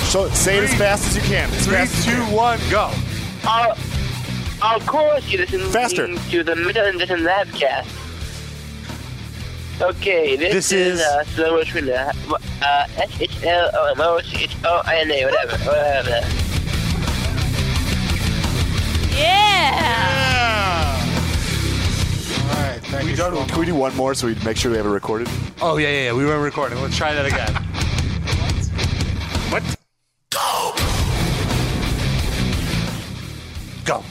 Speaker 5: So say it as fast as you can. As
Speaker 3: Three,
Speaker 5: fast as you
Speaker 3: two, one, go.
Speaker 9: Uh, of course, you listen
Speaker 5: Faster.
Speaker 9: to the Middle and Distant Labcast. Okay, this,
Speaker 3: This is-
Speaker 9: uh, Slow Motion, uh, uh, S-H-L-O-M-O-C-H-O-I-N-A, whatever, whatever.
Speaker 4: Yeah.
Speaker 6: All right. Thank you,
Speaker 5: can. Can
Speaker 6: Shlomo.
Speaker 5: we do one more so we make sure we have it recorded?
Speaker 3: Oh, yeah, yeah, yeah. We weren't recording. Let's try that again. what? Go. Go.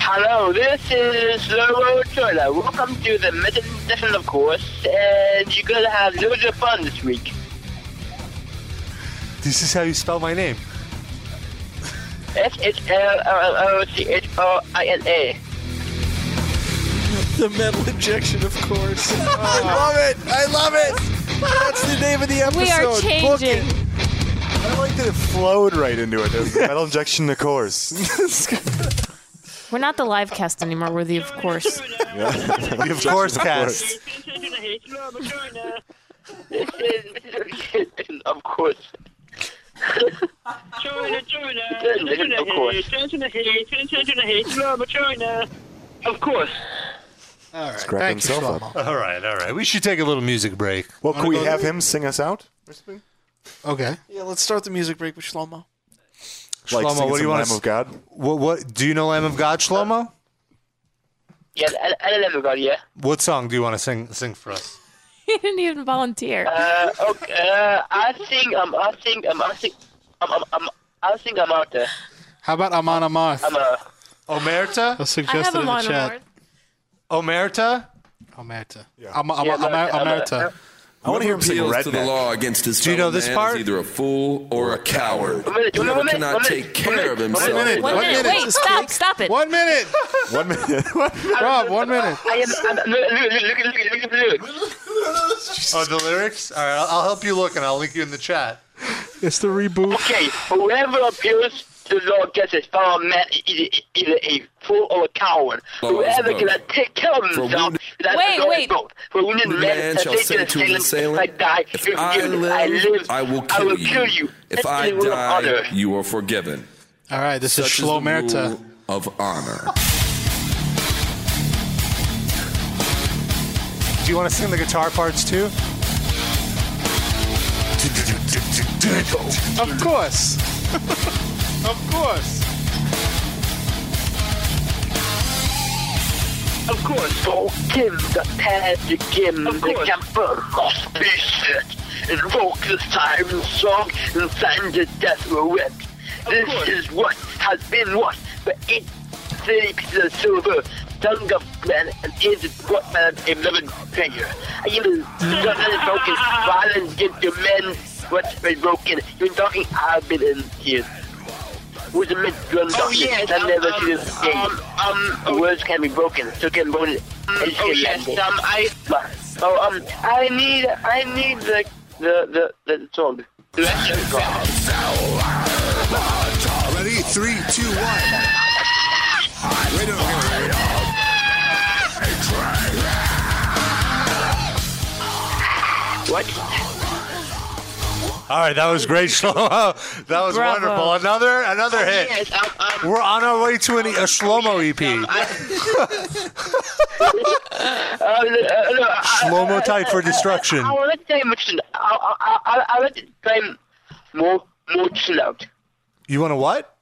Speaker 9: Hello, this is Slow Turner. Welcome to the Middle and Distant, of course, and you're gonna have loads of fun this week.
Speaker 3: This is how you spell my name.
Speaker 9: S-H-L-O-M-O-C-H-O-I-N-A.
Speaker 2: The metal injection, of course. I love it. I love it. That's the name of the episode.
Speaker 4: We are
Speaker 2: Book it.
Speaker 4: changing.
Speaker 5: I like that it flowed right into it. It was metal injection, of course.
Speaker 4: We're not the live cast anymore. We're the of course.
Speaker 5: Yeah.
Speaker 3: Of course, cast.
Speaker 9: This is Middle and Distant, of course. Of course. Of course.
Speaker 6: All right.
Speaker 5: Scrap
Speaker 6: Thank you,
Speaker 5: himself
Speaker 6: Shlomo.
Speaker 3: All right, all right. We should take a little music break.
Speaker 5: Well, can we have him sing us out?
Speaker 6: Okay.
Speaker 2: Yeah, let's start the music break with Shlomo.
Speaker 5: Like
Speaker 3: Shlomo, what do
Speaker 5: sing some
Speaker 3: you want
Speaker 5: Lamb of God?
Speaker 3: What, what do you know, Lamb of God, Shlomo?
Speaker 9: Yeah, I, I never got yeah.
Speaker 3: What song do you want to sing sing for us?
Speaker 4: he didn't even volunteer.
Speaker 9: Uh, okay, uh, I think, um, I think, um, I think, um, um, um, I think I'm out there.
Speaker 6: How about Amon Amarth?
Speaker 9: I'm uh, a.
Speaker 3: Omerta?
Speaker 6: I'll suggest it in the chat.
Speaker 3: Omerta?
Speaker 6: Omerta. Am- am- am-
Speaker 9: uh,
Speaker 6: Omerta.
Speaker 12: I want to hear him sing to the
Speaker 6: redneck.
Speaker 12: law against his
Speaker 6: Do you know
Speaker 12: fellow
Speaker 6: this
Speaker 12: man
Speaker 6: part?
Speaker 12: is either a fool or a coward.
Speaker 9: One minute,
Speaker 12: Whoever
Speaker 9: one minute,
Speaker 12: cannot
Speaker 9: one minute,
Speaker 12: take care of himself.
Speaker 4: One minute. Wait, stop, stop it.
Speaker 6: One minute.
Speaker 12: One minute.
Speaker 6: Rob, one minute.
Speaker 9: I am. I'm, look, look, look, look, look, look at the lyrics.
Speaker 3: Oh, the lyrics? All right, I'll, I'll help you look and I'll link you in the chat.
Speaker 6: It's the reboot.
Speaker 9: Okay, whoever appeals to the law gets his fellow man either, either a fool or a coward.
Speaker 12: Law is
Speaker 9: Whoever
Speaker 12: both.
Speaker 9: cannot take care of
Speaker 12: For
Speaker 9: himself, that's
Speaker 4: Wait,
Speaker 9: the law is
Speaker 4: wait.
Speaker 9: both. For wounded
Speaker 12: Wounded
Speaker 9: men,
Speaker 12: man
Speaker 9: and
Speaker 12: shall
Speaker 9: they
Speaker 12: say to his assailant,
Speaker 9: I die.
Speaker 12: If
Speaker 9: you
Speaker 12: I
Speaker 9: give it. I
Speaker 12: live,
Speaker 9: live.
Speaker 12: I will
Speaker 9: I
Speaker 12: kill
Speaker 9: will
Speaker 12: you.
Speaker 9: kill you.
Speaker 12: If I
Speaker 9: That's the rule of honor.
Speaker 12: die, you are forgiven.
Speaker 6: All right, this
Speaker 12: Such
Speaker 6: is
Speaker 12: the
Speaker 6: Shlomerta.
Speaker 12: rule of honor.
Speaker 3: Do you want to sing the guitar parts too?
Speaker 6: Of course. of course.
Speaker 9: Of course. Forgive the past again, the camper lost pieces. Invoke the siren song and find the death will whip. This is what has been what for eight thirty pieces of silver, tongue of man, and is it what man a living figure. I even done and broken, violent into men, what's been broken. You're talking I've been in here. Was a mid gun
Speaker 8: Oh,
Speaker 9: doctor
Speaker 8: yes,
Speaker 9: that never
Speaker 8: um,
Speaker 9: see this
Speaker 8: um,
Speaker 9: day. Um, Mm, words can be broken, so can broken.
Speaker 8: oh, yes, um,
Speaker 9: I. Oh, um, I need, I need the, the, the, the song.
Speaker 8: Ready? Three, two, one. Wait a minute.
Speaker 9: What?
Speaker 3: All right, that was great, Shlomo. That was
Speaker 9: Bravo.
Speaker 3: wonderful. Another another hit.
Speaker 9: Yes, um, um,
Speaker 3: We're on our way to an, a Shlomo EP.
Speaker 9: Um,
Speaker 3: Shlomo type for destruction.
Speaker 9: uh, I will let them listen. I'll, I'll, I'll, I'll let them more, more chill out.
Speaker 3: You want to what?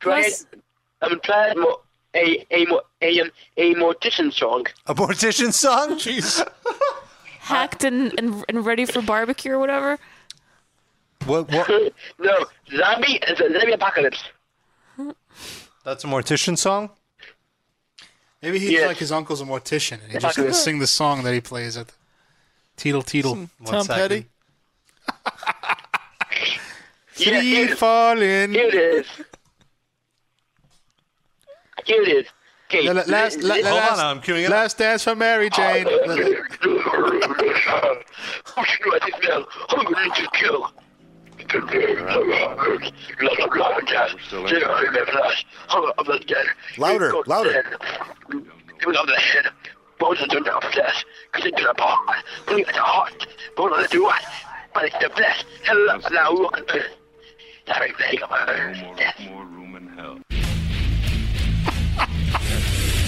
Speaker 9: Try, I'm trying more, a, a more, a, um, a mortician song.
Speaker 3: A mortician song? Jeez.
Speaker 4: Hacked and, and, and ready for barbecue or whatever.
Speaker 3: What? What?
Speaker 9: no, zombie, it's a zombie apocalypse.
Speaker 3: That's a mortician song.
Speaker 6: Maybe he's
Speaker 3: Yes.
Speaker 6: like his uncle's a mortician, and he
Speaker 3: If
Speaker 6: just
Speaker 3: I could-
Speaker 6: gonna sing the song that he plays at the Teetle Teetle.
Speaker 3: One Tom second. Petty?
Speaker 9: Yeah,
Speaker 6: Free falling.
Speaker 9: Here it is. Here it is. Okay. Oh,
Speaker 6: La- la- last, la- la- last, Last dance for Mary Jane.
Speaker 9: Hungry to kill. Louder, louder. Give of the head, bones of the flesh, cause into the bone, bring it to the heart, bone of the what? But it's the flesh, hello, now look at earth. Sorry, thank you, earth. Death.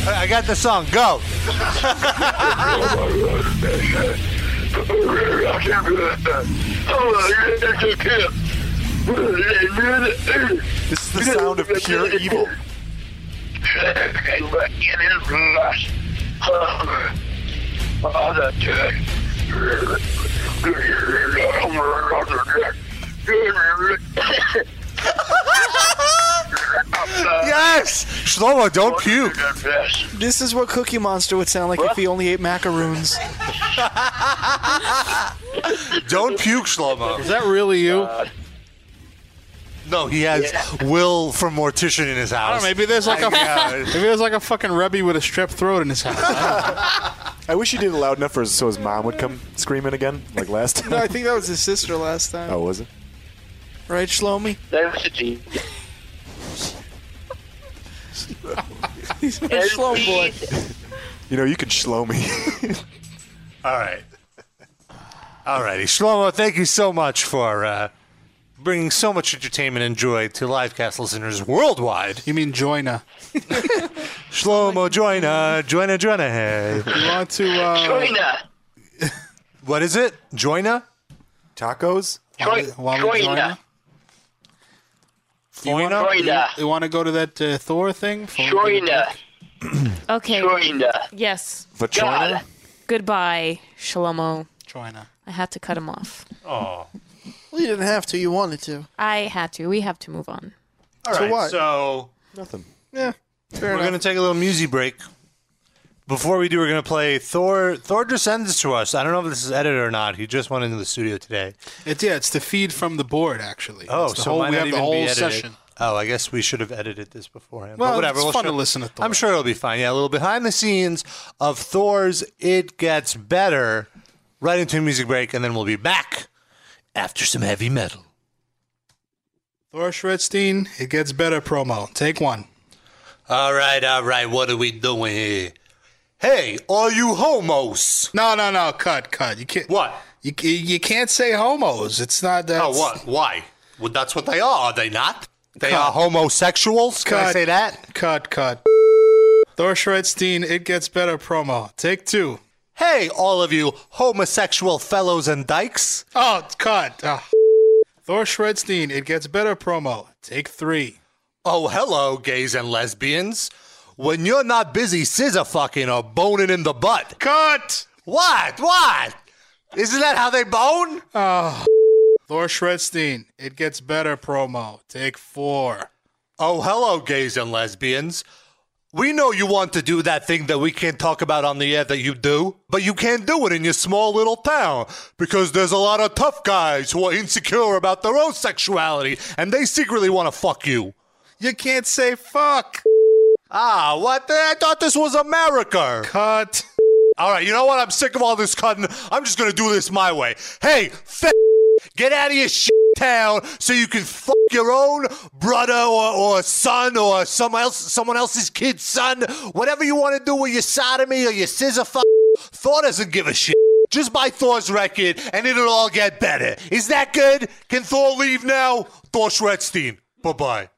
Speaker 3: I I got the song. Go.
Speaker 9: This
Speaker 5: is the sound of pure evil.
Speaker 3: yes, Shlomo, don't puke.
Speaker 2: This is what Cookie Monster would sound like if he only ate macaroons.
Speaker 3: Don't puke, Shlomo. Is
Speaker 6: that really you?
Speaker 3: no, he has Will from Mortician in his house.
Speaker 6: I don't know, maybe there's like a
Speaker 3: Yeah.
Speaker 6: maybe there's like a fucking rebbe with a strep throat in his house.
Speaker 5: I wish he did it loud enough for his, so his mom would come screaming again, like last time.
Speaker 2: no, I think that was his sister last time.
Speaker 5: oh, was it?
Speaker 2: Right, Shlomi?
Speaker 9: Diversity.
Speaker 2: He's my Shlomi boy.
Speaker 5: You know, you can shlow me.
Speaker 3: All right. All righty. Shlomo, thank you so much for uh, bringing so much entertainment and joy to Livecast listeners worldwide.
Speaker 6: You mean Joyna?
Speaker 3: Shlomo, Joyna, Joyna, Joyna,
Speaker 6: You
Speaker 3: hey.
Speaker 6: want to? Uh,
Speaker 9: Joyna.
Speaker 3: What is it? Joyna?
Speaker 5: Tacos?
Speaker 9: Joyna.
Speaker 6: You wanna-
Speaker 9: Joyna.
Speaker 6: You want to go to that uh, Thor thing?
Speaker 9: Joyna.
Speaker 4: Okay.
Speaker 9: Joyna.
Speaker 4: Yes.
Speaker 6: Vagina?
Speaker 4: Goodbye, Shlomo.
Speaker 6: Joyna.
Speaker 4: I had to cut him off.
Speaker 3: Oh.
Speaker 2: Well, you didn't have to. You wanted to.
Speaker 4: I had to. We have to move on.
Speaker 3: All
Speaker 2: So
Speaker 3: right,
Speaker 2: what?
Speaker 3: so
Speaker 5: Nothing.
Speaker 2: Yeah.
Speaker 3: we're
Speaker 2: enough.
Speaker 3: gonna take a little music break. Before we do, we're gonna play Thor. Thor just sends this to us. I don't know if this is edited or not. He just went into the studio today.
Speaker 6: It's yeah, it's the feed from the board actually.
Speaker 3: Oh,
Speaker 6: It's the
Speaker 3: so
Speaker 6: whole,
Speaker 3: might
Speaker 6: we
Speaker 3: not
Speaker 6: have the
Speaker 3: even
Speaker 6: whole
Speaker 3: be edited.
Speaker 6: session.
Speaker 3: Oh, I guess we should have edited this beforehand.
Speaker 6: Well,
Speaker 3: but whatever.
Speaker 6: it's fun
Speaker 3: show-
Speaker 6: to listen to Thor.
Speaker 3: I'm sure it'll be fine. Yeah, a little behind the scenes of Thor's "It Gets Better." Right into a music break, and then we'll be back after some heavy metal.
Speaker 6: Thor Schredstein, it gets better promo. Take one.
Speaker 3: All right, all right. What are we doing here? Hey, are you homos?
Speaker 6: No, no, no. Cut, cut. You can't.
Speaker 3: What?
Speaker 6: You c- you can't say homos. It's not that.
Speaker 3: Oh, what? Why? Well, that's what they are. Are they not? They
Speaker 6: Cut.
Speaker 3: are homosexuals. Can I
Speaker 6: Cut.
Speaker 3: say that?
Speaker 6: Cut, cut. Thor Schredstein, it gets better promo. Take two.
Speaker 3: Hey, all of you homosexual fellows and dykes.
Speaker 6: Oh, it's cut. Ah. Thor Schredstein, it gets better promo. Take three.
Speaker 3: Oh, hello, gays and lesbians. When you're not busy scissor fucking or boning in the butt.
Speaker 6: Cut!
Speaker 3: What? What? Isn't that how they bone?
Speaker 6: Oh. Thor Schredstein, it gets better promo. Take four.
Speaker 3: Oh, hello, gays and lesbians. We know you want to do that thing that we can't talk about on the air that you do, but you can't do it in your small little town because there's a lot of tough guys who are insecure about their own sexuality and they secretly want to fuck you.
Speaker 6: You can't say fuck.
Speaker 3: Ah, what? the- I thought this was America.
Speaker 6: Cut.
Speaker 3: All right, you know what? I'm sick of all this cutting. I'm just gonna do this my way. Hey, f- get out of your shit town so you can fuck your own brother or, or son or some else, someone else's kid's son. Whatever you want to do with your sodomy or your scissor fuck, Thor doesn't give a shit. Just buy Thor's record and it'll all get better. Is that good? Can Thor leave now? Thor Schredstein. Bye bye.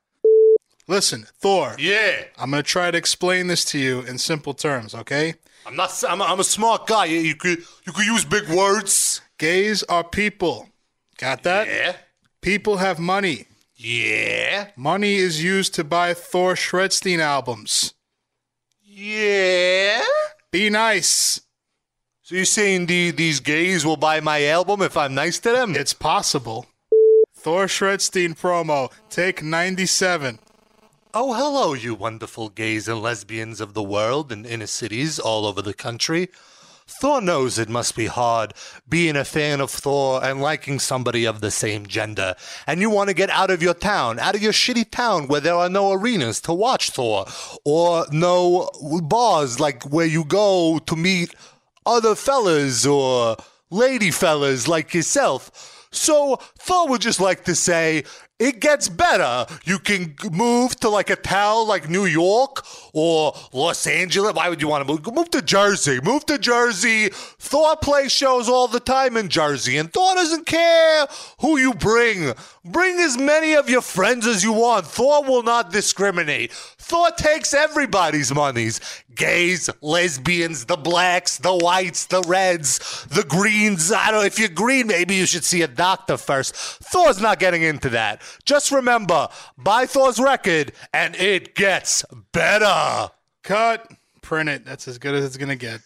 Speaker 6: Listen, Thor.
Speaker 3: Yeah.
Speaker 6: I'm going to try to explain this to you in simple terms, okay?
Speaker 3: I'm not. s- I'm a, I'm a smart guy. You, you could you could use big words.
Speaker 6: Gays are people. Got that?
Speaker 3: Yeah.
Speaker 6: People have money.
Speaker 3: Yeah.
Speaker 6: Money is used to buy Thor Schredstein albums.
Speaker 3: Yeah.
Speaker 6: Be nice.
Speaker 3: So you're saying the, these gays will buy my album if I'm nice to them?
Speaker 6: It's possible. Thor Schredstein promo. Take 97.
Speaker 3: Oh, hello, you wonderful gays and lesbians of the world and inner cities all over the country. Thor knows it must be hard being a fan of Thor and liking somebody of the same gender. And you want to get out of your town, out of your shitty town where there are no arenas to watch Thor or no bars like where you go to meet other fellas or lady fellas like yourself. So Thor would just like to say, it gets better. You can g- move to like a town like New York or Los Angeles. Why would you want to move? Move to Jersey. Move to Jersey. Thor plays shows all the time in Jersey, and Thor doesn't care who you bring. Bring as many of your friends as you want. Thor will not discriminate. Thor takes everybody's monies gays, lesbians, the blacks, the whites, the reds, the greens. I don't know. If you're green, maybe you should see a doctor first. Thor's not getting into that. Just remember buy Thor's record and it gets better.
Speaker 6: Cut. Print it. That's as good as it's going to get.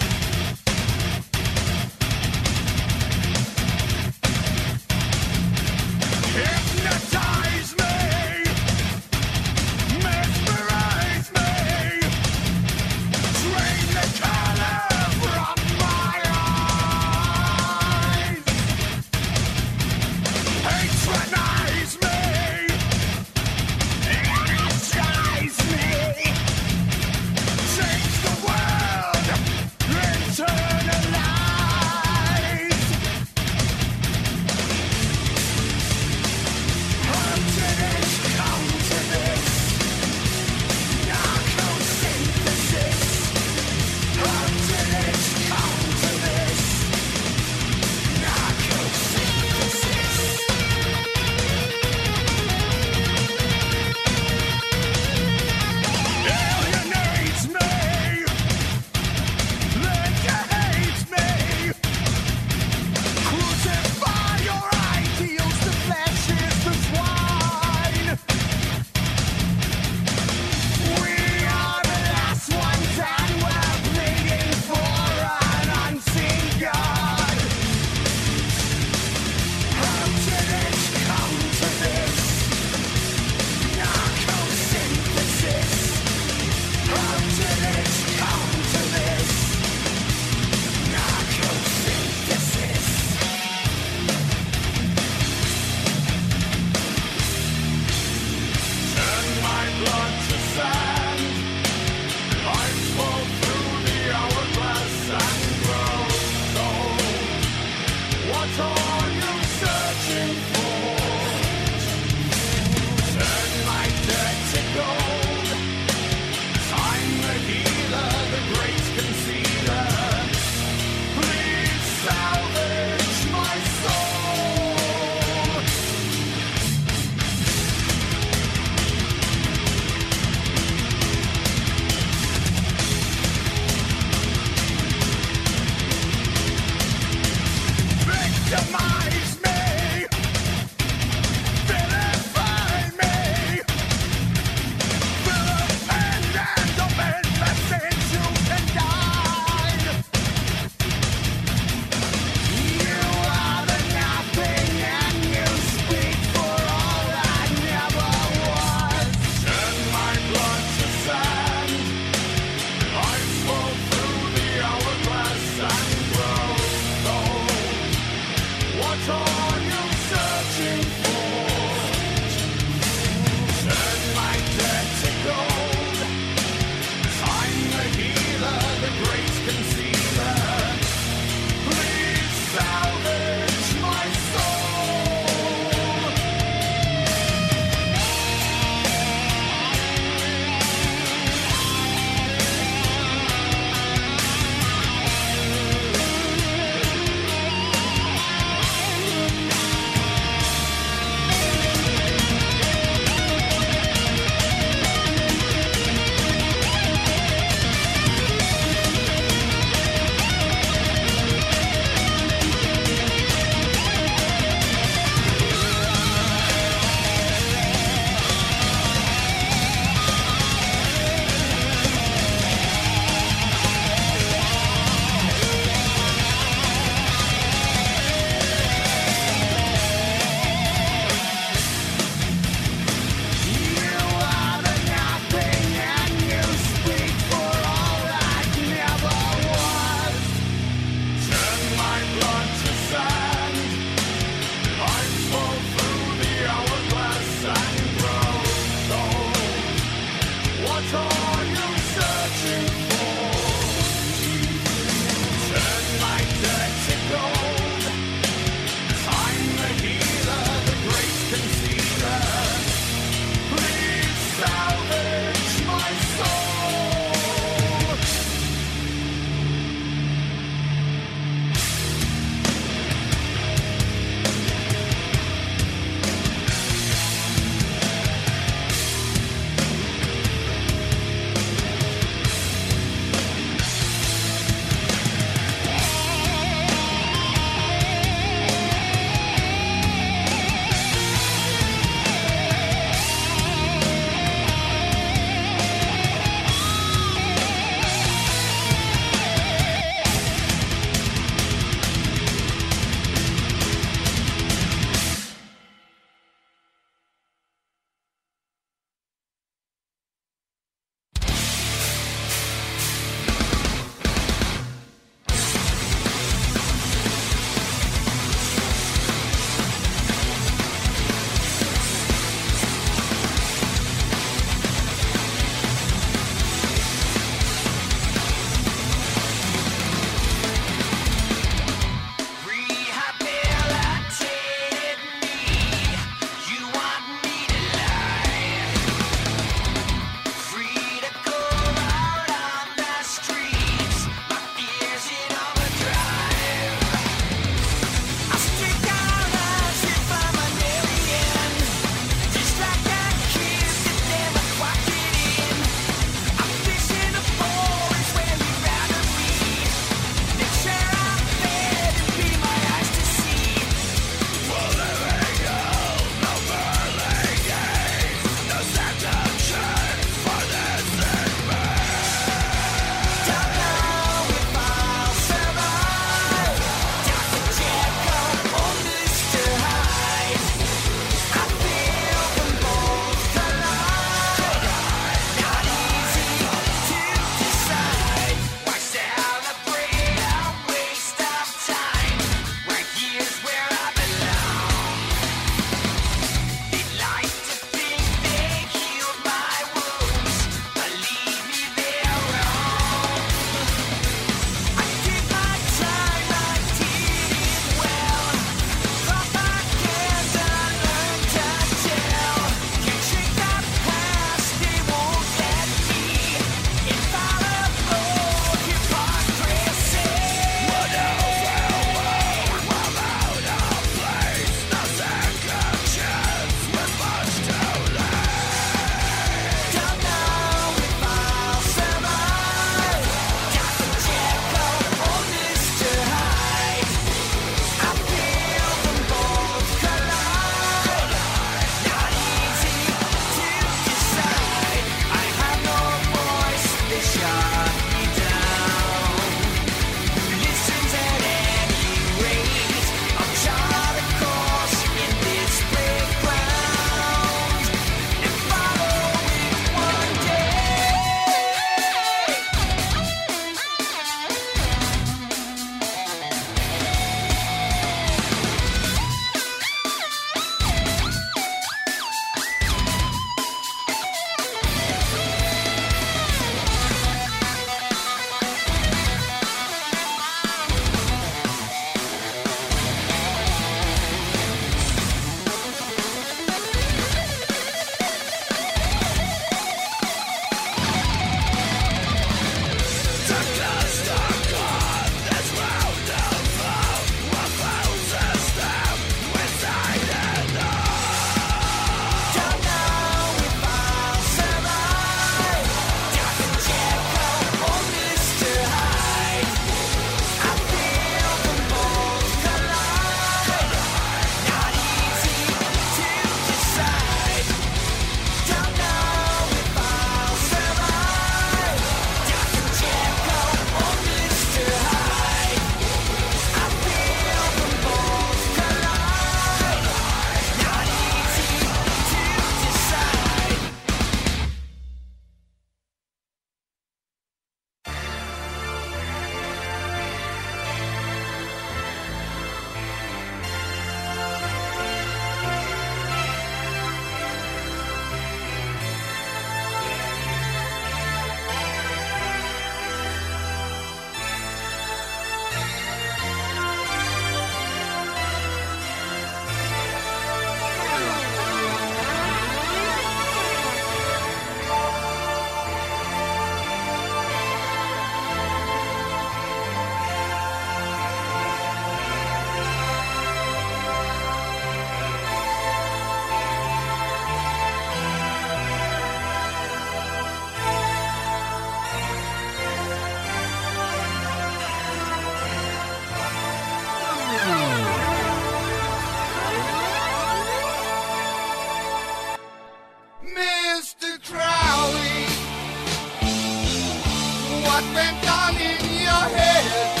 Speaker 8: what went on in your head.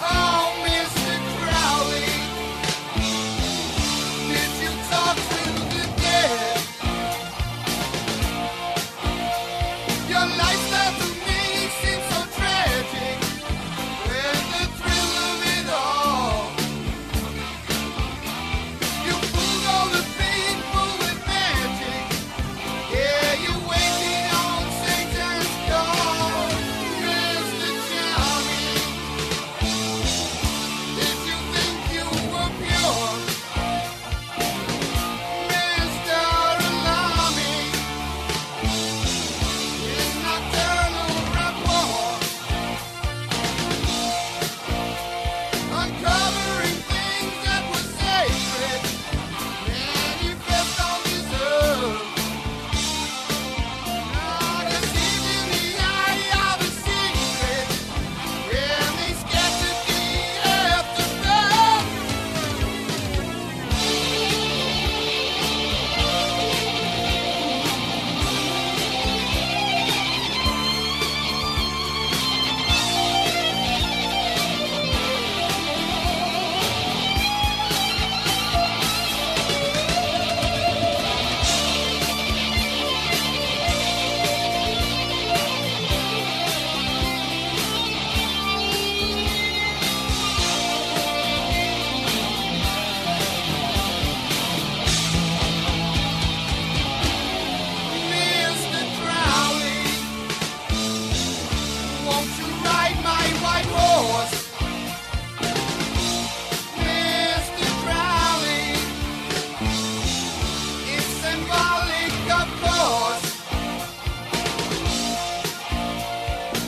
Speaker 8: Oh, Mr. Crowley, did you talk to the dead? Your lifestyle to me seems so tragic. Where's the thrill of it all? You fooled all the people with magic. Yeah, you waited on Satan's call. Mr. Charlie, did you think you were pure? Mr. Alarming, his nocturnal rapport. Uncovering things that were sacred, manifest on this earth.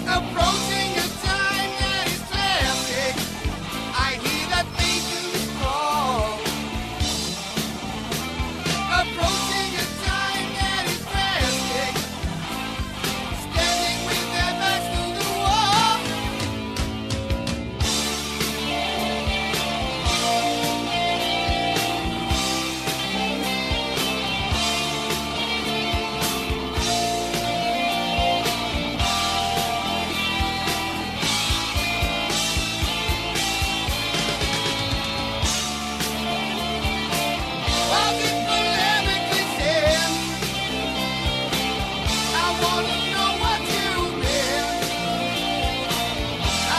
Speaker 8: Approaching a time that is classic. I hear that maidens call. Approaching a time that is drastic. Standing with their backs to the wall. Walking polemically thin. I wanna know what you've been.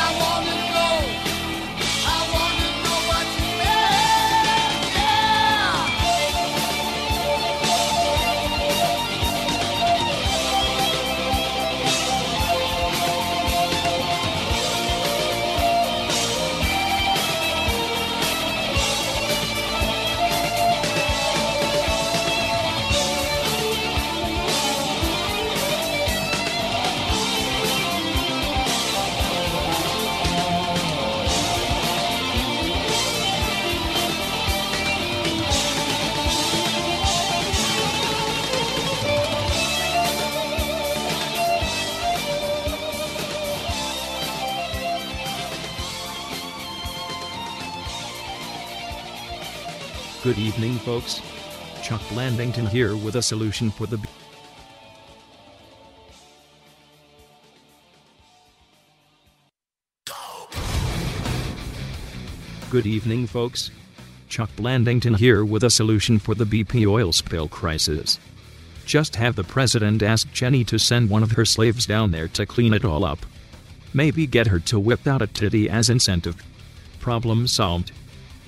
Speaker 8: I wanna know. I wanna know what you meant. Yeah.
Speaker 1: Good evening, folks. Chuck Landington here with a solution for the. Good evening, folks. Chuck Landington here with a solution for the BP oil spill crisis. Just have the president ask Jenny to send one of her slaves down there to clean it all up. Maybe get her to whip out a titty as incentive. Problem solved.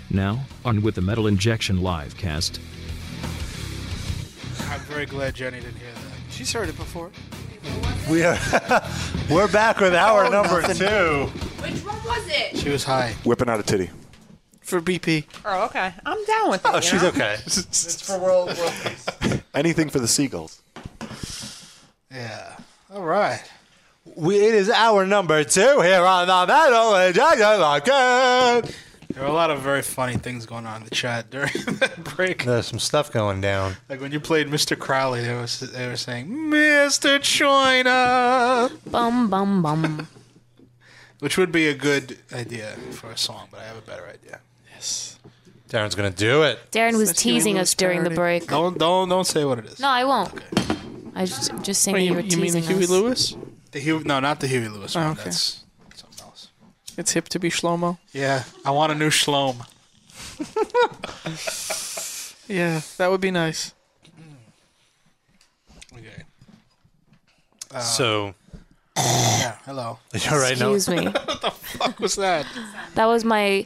Speaker 1: Now, on with the Metal Injection live cast.
Speaker 6: I'm very glad Jenny didn't hear that.
Speaker 2: She's heard it before.
Speaker 3: We are we're back with hour
Speaker 2: Oh,
Speaker 3: number
Speaker 2: nothing.
Speaker 3: two.
Speaker 10: Which one was it?
Speaker 6: She was high.
Speaker 5: Whipping out a titty.
Speaker 2: For BP.
Speaker 10: Oh, okay. I'm down with it.
Speaker 5: Oh,
Speaker 10: you
Speaker 5: she's
Speaker 10: know?
Speaker 5: okay.
Speaker 6: it's for world, world peace.
Speaker 5: Anything for the seagulls.
Speaker 6: Yeah. All right.
Speaker 3: We, it is hour number two here on the Metal Injection Podcast.
Speaker 6: There are a lot of very funny things going on in the chat during that break.
Speaker 3: There's some stuff going down.
Speaker 6: Like when you played Mr. Crowley, they was they were saying Mr. China.
Speaker 4: Bum bum bum.
Speaker 6: Which would be a good idea for a song, but I have a better idea. Yes.
Speaker 3: Darren's gonna do it.
Speaker 4: Darren was teasing us during the break.
Speaker 6: Don't don't don't say what it is.
Speaker 4: No, I won't. I just just saying
Speaker 6: Wait,
Speaker 4: you,
Speaker 6: you-
Speaker 4: were
Speaker 6: you mean the
Speaker 4: teasing
Speaker 6: Huey
Speaker 4: us.
Speaker 6: Lewis? The Huey, no, not the Huey Lewis
Speaker 4: Oh,
Speaker 6: one.
Speaker 4: okay.
Speaker 6: That's
Speaker 2: It's hip to be Shlomo.
Speaker 6: yeah. I want a new Shlomo.
Speaker 2: Yeah, that would be nice.
Speaker 6: Uh,
Speaker 3: so
Speaker 6: yeah. Hello.
Speaker 3: You're right now.
Speaker 4: Excuse me.
Speaker 6: what the fuck was that?
Speaker 4: That was my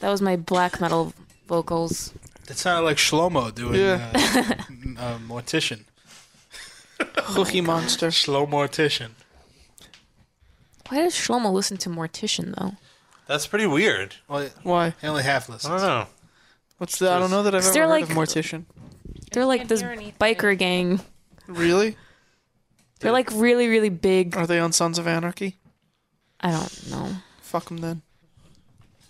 Speaker 4: that was my black metal vocals.
Speaker 6: That sounded like Shlomo doing
Speaker 4: Yeah.
Speaker 6: uh, m- uh, mortician.
Speaker 2: Cookie monster.
Speaker 6: Slow mortician.
Speaker 4: Why does Shlomo listen to Mortician though?
Speaker 3: That's pretty weird.
Speaker 2: Why?
Speaker 6: Only half listens.
Speaker 3: I don't know.
Speaker 2: What's the? I don't know that I've
Speaker 4: Is
Speaker 2: ever
Speaker 4: there
Speaker 2: heard
Speaker 4: like-
Speaker 2: of Mortician.
Speaker 4: They're like this biker gang.
Speaker 2: Really?
Speaker 4: They're like really, really big.
Speaker 2: Are they on Sons of Anarchy?
Speaker 4: I don't know.
Speaker 2: Fuck them then.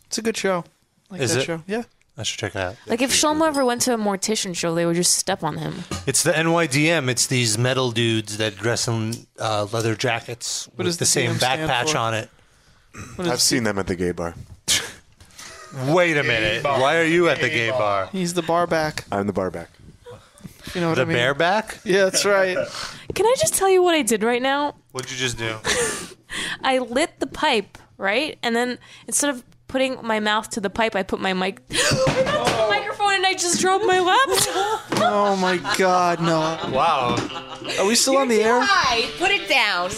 Speaker 2: It's a good show. Like
Speaker 3: Is
Speaker 2: that
Speaker 3: it?
Speaker 2: show. Yeah.
Speaker 3: I should check it out.
Speaker 4: Like if Shlomo ever went to a Mortician show, they would just step on him.
Speaker 3: It's the NYDM. It's these metal dudes that dress in uh, leather jackets with
Speaker 4: does
Speaker 3: the
Speaker 4: the
Speaker 3: same
Speaker 4: DM
Speaker 3: back
Speaker 4: stand
Speaker 3: patch
Speaker 4: for?
Speaker 3: on it.
Speaker 2: What is
Speaker 5: I've seen them at the gay bar.
Speaker 3: Wait a minute. Why are you at the gay bar?
Speaker 2: He's the bar back.
Speaker 5: I'm the bar back.
Speaker 2: You know what
Speaker 3: the
Speaker 2: I mean?
Speaker 3: bareback?
Speaker 2: Yeah, that's right.
Speaker 4: Can I just tell you what I did right now?
Speaker 3: What'd you just do?
Speaker 4: I lit the pipe, right? And then instead of putting my mouth to the pipe, I put my mic the microphone and I just drove my laptop.
Speaker 2: Oh my God, no.
Speaker 3: Wow.
Speaker 2: Are we still on the air?
Speaker 10: Hi, put it down.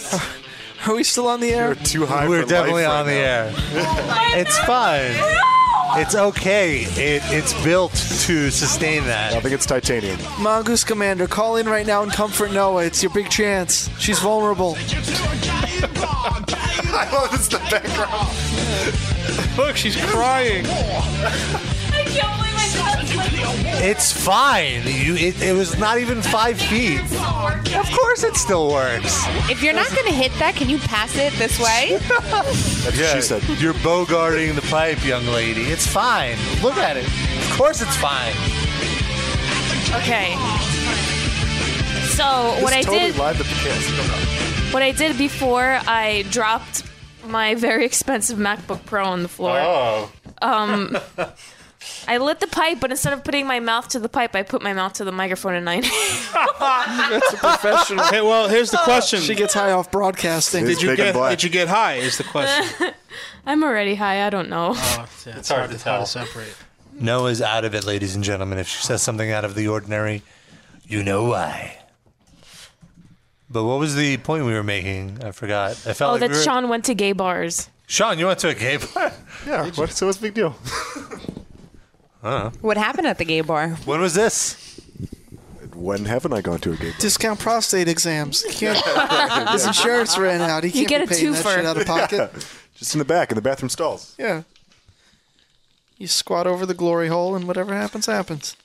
Speaker 2: Are we still on the air? Oh You're
Speaker 5: too high.
Speaker 3: We're definitely on the air. it's fine. It's okay. It, it's built to sustain that. I
Speaker 5: think it's titanium.
Speaker 2: Mongoose Commander, call in right now and comfort Noah. It's your big chance. She's vulnerable.
Speaker 5: I
Speaker 3: Oh,
Speaker 5: love this the background.
Speaker 2: Look, she's crying.
Speaker 3: It's fine. You, it, it was not even five feet. Of course, it still works.
Speaker 10: If you're not gonna hit that, can you pass it this way?
Speaker 3: That's yeah, she said. You're bogarting the pipe, young lady. It's fine. Look at it. Of course, it's fine.
Speaker 4: Okay. So what I
Speaker 5: totally
Speaker 4: did
Speaker 5: live the podcast.
Speaker 4: What I did before I dropped my very expensive MacBook Pro on the floor.
Speaker 5: Oh.
Speaker 4: Um, I lit the pipe, but instead of putting my mouth to the pipe, I put my mouth to the microphone and I.
Speaker 2: That's a professional.
Speaker 6: Hey, well, here's the question.
Speaker 2: She gets high off broadcasting.
Speaker 6: Did you get did you get high? Is the question.
Speaker 4: I'm already high. I don't know.
Speaker 3: Oh.
Speaker 6: it's,
Speaker 3: hard to tell.
Speaker 6: separate.
Speaker 3: Noah's out of it, ladies and gentlemen. If she says something out of the ordinary, you know why. But what was the point we were making? I forgot. I felt
Speaker 4: oh,
Speaker 3: like
Speaker 4: that
Speaker 3: we were-
Speaker 4: Sean went to gay bars.
Speaker 3: Sean, you went to a gay bar.
Speaker 5: Yeah. Ah, What, so what's the big deal?
Speaker 3: Huh?
Speaker 10: What happened at the gay bar?
Speaker 3: When was this?
Speaker 5: When haven't I gone to a gay bar?
Speaker 2: Discount prostate exams. He can't, his insurance ran out. He can't
Speaker 4: You
Speaker 2: be
Speaker 4: get a
Speaker 2: paying that
Speaker 4: twofer.
Speaker 2: shit out of pocket.
Speaker 5: Yeah. Just in the back, in the bathroom stalls.
Speaker 2: Yeah. You squat over the glory hole, and whatever happens, happens.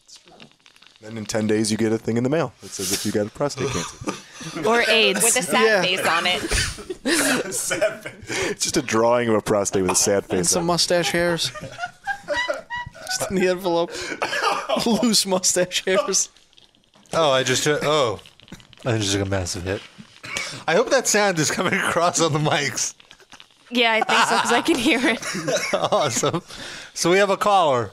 Speaker 5: Then in 10 days, you get a thing in the mail that says if you got a prostate cancer.
Speaker 4: Or AIDS.
Speaker 10: With a sad
Speaker 2: Yeah.
Speaker 10: face on it.
Speaker 5: It's just a drawing of a prostate with a sad
Speaker 2: And
Speaker 5: face.
Speaker 2: some
Speaker 5: on
Speaker 2: mustache hairs. Just in the envelope. Loose mustache hairs.
Speaker 3: Oh, I just took. Oh, I just took a massive hit. I hope that sound is coming across on the mics.
Speaker 4: Yeah, I think so because I can hear it.
Speaker 3: awesome. So we have a caller.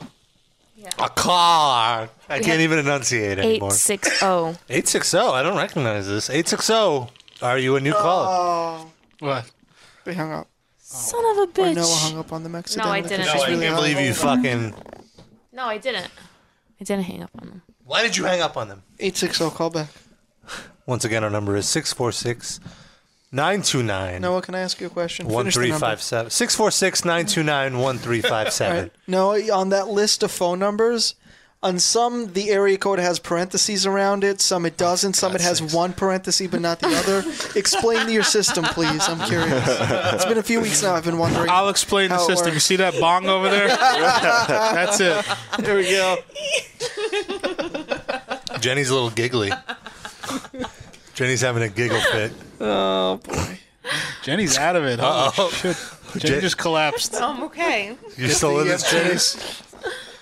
Speaker 3: A car. I
Speaker 4: We
Speaker 3: can't
Speaker 4: have
Speaker 3: even enunciate
Speaker 4: Eight
Speaker 3: anymore.
Speaker 4: six oh. zero.
Speaker 3: 860. I don't recognize this. 860. Are you a new caller?
Speaker 2: Oh,
Speaker 3: What?
Speaker 2: they hung up.
Speaker 4: Son of a
Speaker 2: Or
Speaker 4: bitch.
Speaker 2: Noah hung up on them accidentally.
Speaker 4: I didn't.
Speaker 2: She's
Speaker 4: No, I
Speaker 2: really
Speaker 3: I can't
Speaker 2: hung
Speaker 3: believe you
Speaker 2: up.
Speaker 3: fucking.
Speaker 4: No, I didn't. I didn't hang up on them.
Speaker 3: Why did you hang up on them?
Speaker 2: 860 oh, call back.
Speaker 3: Once again, our number is 646 929
Speaker 2: Noah, can I ask you a question? Finish the number.
Speaker 3: 1357. 646 929 1357.
Speaker 2: No, on that list of phone numbers, on some the area code has parentheses around it, some it doesn't, some it has one parenthesis but not the other. Explain to your system, please. I'm curious. It's been a few weeks now. I've been wondering.
Speaker 6: I'll explain the
Speaker 2: how it
Speaker 6: system. You
Speaker 2: works.
Speaker 6: see that bong over there? That's it.
Speaker 2: There we go.
Speaker 3: Jenny's a little giggly. Jenny's having a giggle fit.
Speaker 2: Oh boy.
Speaker 6: Jenny's out of it. Holy
Speaker 3: Uh-oh.
Speaker 6: shit. Jenny
Speaker 3: Jen-
Speaker 6: just collapsed.
Speaker 10: Um, okay.
Speaker 3: You still with us, Jenny?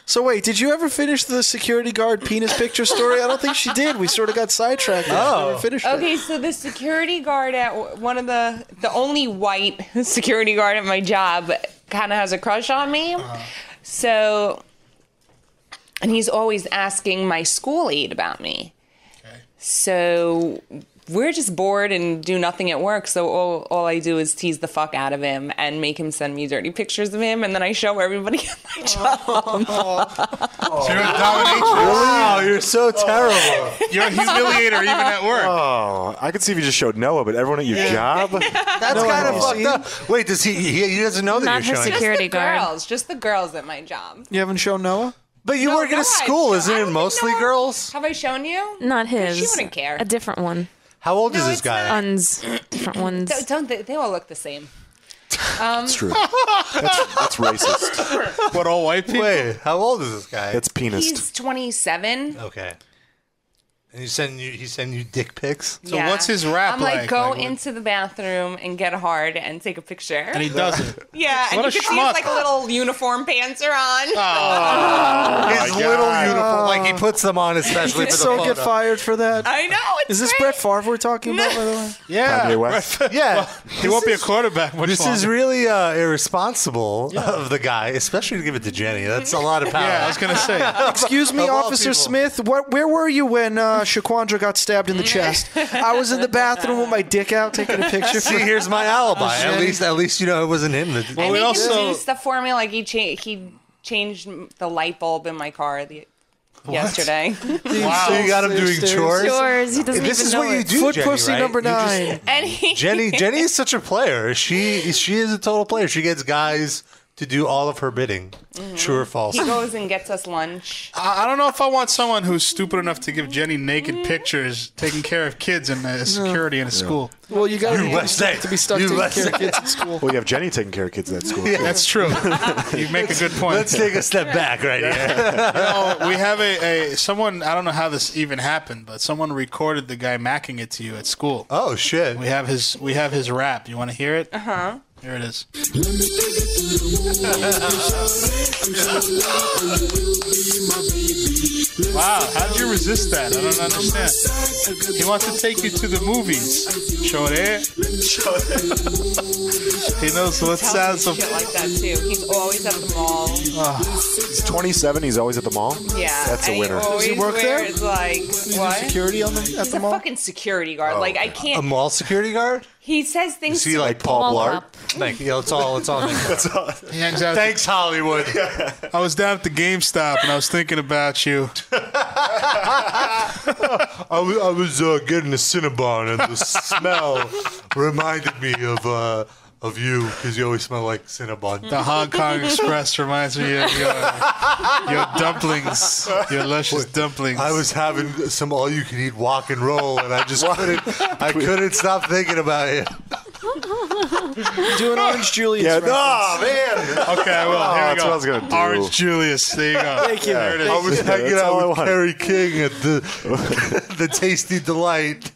Speaker 2: So wait, did you ever finish the security guard penis picture story? I don't think she did. We sort of got sidetracked. Oh, never finished it.
Speaker 10: Okay, so the security guard at w- one of the the only white security guard at my job kind of has a crush on me.
Speaker 5: Uh-huh.
Speaker 10: So and he's always asking my school aide about me. So we're just bored and do nothing at work. So all, all I do is tease the fuck out of him and make him send me dirty pictures of him. And then I show everybody at my
Speaker 5: Oh.
Speaker 10: job.
Speaker 3: You're a dominatrix. Wow, Oh, you're so terrible.
Speaker 6: You're a humiliator even at work.
Speaker 5: Oh, I could see if you just showed Noah, but everyone at your job.
Speaker 3: That's kind of fucked up. Wait, does he, he? He doesn't know that
Speaker 5: Not
Speaker 3: you're
Speaker 5: her
Speaker 3: showing.
Speaker 5: security
Speaker 10: just the girls, just the girls at my job.
Speaker 2: You haven't shown Noah?
Speaker 3: But you work at a school, isn't it mostly girls?
Speaker 10: Have I shown you?
Speaker 4: Not
Speaker 10: She
Speaker 4: his.
Speaker 10: wouldn't care.
Speaker 4: A different one.
Speaker 3: How old is this
Speaker 4: Uns. Different ones.
Speaker 10: Don't, don't they, they all look the same. Um,
Speaker 5: It's true. That's, that's racist.
Speaker 3: What all white people? Wait, how old is this guy?
Speaker 5: That's penis.
Speaker 10: He's 27.
Speaker 3: Okay. And you send you he send you dick pics.
Speaker 10: Yeah. I'm like, go into the bathroom and get hard and take a picture.
Speaker 3: And he doesn't.
Speaker 10: Yeah, and
Speaker 3: What
Speaker 10: you
Speaker 3: a
Speaker 10: can see
Speaker 3: schmuck.
Speaker 10: his like little uniform pants are on.
Speaker 3: his little uniform, Oh like he puts them on especially
Speaker 2: Did
Speaker 3: for the
Speaker 2: so
Speaker 3: photo.
Speaker 2: get fired for that?
Speaker 10: I know.
Speaker 2: Is this Brett Favre we're talking about? By the way,
Speaker 3: Yeah, yeah.
Speaker 6: he won't be a quarterback much
Speaker 3: This is
Speaker 6: longer.
Speaker 3: really uh, irresponsible of the guy, especially to give it to Jenny. That's a lot of power.
Speaker 6: Yeah, I was gonna say.
Speaker 2: Excuse me,
Speaker 3: Of all
Speaker 2: Officer
Speaker 3: people.
Speaker 2: Smith. What? Where were you when uh, Shaquandra got stabbed in the chest?
Speaker 6: Mm-hmm.
Speaker 2: I was in the bathroom with my dick out, taking a picture.
Speaker 3: See, here's my alibi. at least, at least you know it wasn't him. That,
Speaker 10: and he can do stuff for me. Like he cha- he changed m- the light bulb in my car the,
Speaker 3: What?
Speaker 10: yesterday.
Speaker 3: Wow. So you got him doing chores?
Speaker 10: Chores, he doesn't
Speaker 3: this
Speaker 10: even
Speaker 3: is
Speaker 10: know
Speaker 3: what you
Speaker 10: it.
Speaker 3: do,
Speaker 10: Foot
Speaker 3: Jenny,
Speaker 10: pussy
Speaker 3: right?
Speaker 10: number
Speaker 3: You just-
Speaker 10: nine. And he-
Speaker 3: Jenny, Jenny is such a player. She she is a total player. She gets guys to do all of her bidding.
Speaker 10: Mm-hmm.
Speaker 3: True or false?
Speaker 10: he goes and gets us lunch.
Speaker 6: I I don't know if I want someone who's stupid enough to give Jenny
Speaker 2: Mm-hmm.
Speaker 6: naked pictures taking care of kids in the security in a school.
Speaker 2: Well, you got
Speaker 6: USA.
Speaker 2: to be stuck taking care of kids at school.
Speaker 5: Well, you have Jenny taking care of kids at school.
Speaker 6: Yeah, that's true. You make a good point.
Speaker 5: Let's take a step
Speaker 3: back right
Speaker 6: You know, we have a, a someone. I don't know how this even happened, but someone recorded the guy macking it to you at school.
Speaker 3: Oh shit!
Speaker 6: We have his. We have his rap. You want to hear it?
Speaker 10: Uh huh.
Speaker 6: Here it is. Wow, how would you resist that? I don't understand. He wants to take you to the movies. Show there. he knows what sounds of.
Speaker 10: Shit like that too. He's always at the mall.
Speaker 5: He's 27. He's always at the mall.
Speaker 10: Yeah,
Speaker 5: that's a
Speaker 10: and
Speaker 5: winner.
Speaker 10: He always wears, Like what?
Speaker 2: security on the at
Speaker 10: He's a fucking security guard. like I
Speaker 3: A
Speaker 10: can't.
Speaker 3: mall security guard?
Speaker 10: he says things.
Speaker 3: Is he
Speaker 10: to-
Speaker 3: like Paul Blart? Like, you know, it's all it's all. That's all.
Speaker 6: He hangs out.
Speaker 3: Thanks, Hollywood.
Speaker 6: I was down at the GameStop and I was thinking about you.
Speaker 3: I wa- I was uh, getting a Cinnabon, and the smell reminded me of uh, of you because you always smell like Cinnabon.
Speaker 6: The Hong Kong Express reminds me of your, your dumplings, your luscious dumplings.
Speaker 3: I was having some all-you-can-eat walk and roll, and I just couldn't. I couldn't stop thinking about it.
Speaker 2: Do an Orange Julius.
Speaker 3: Yeah,
Speaker 2: reference.
Speaker 3: nah, man.
Speaker 6: Okay, I will. Here
Speaker 3: Oh,
Speaker 6: we
Speaker 3: that's
Speaker 6: go.
Speaker 3: what I was gonna do.
Speaker 6: Orange Julius. There you go.
Speaker 3: Thank you.
Speaker 6: There it is.
Speaker 3: I was hanging out with Kerry King at the the Tasty Delight.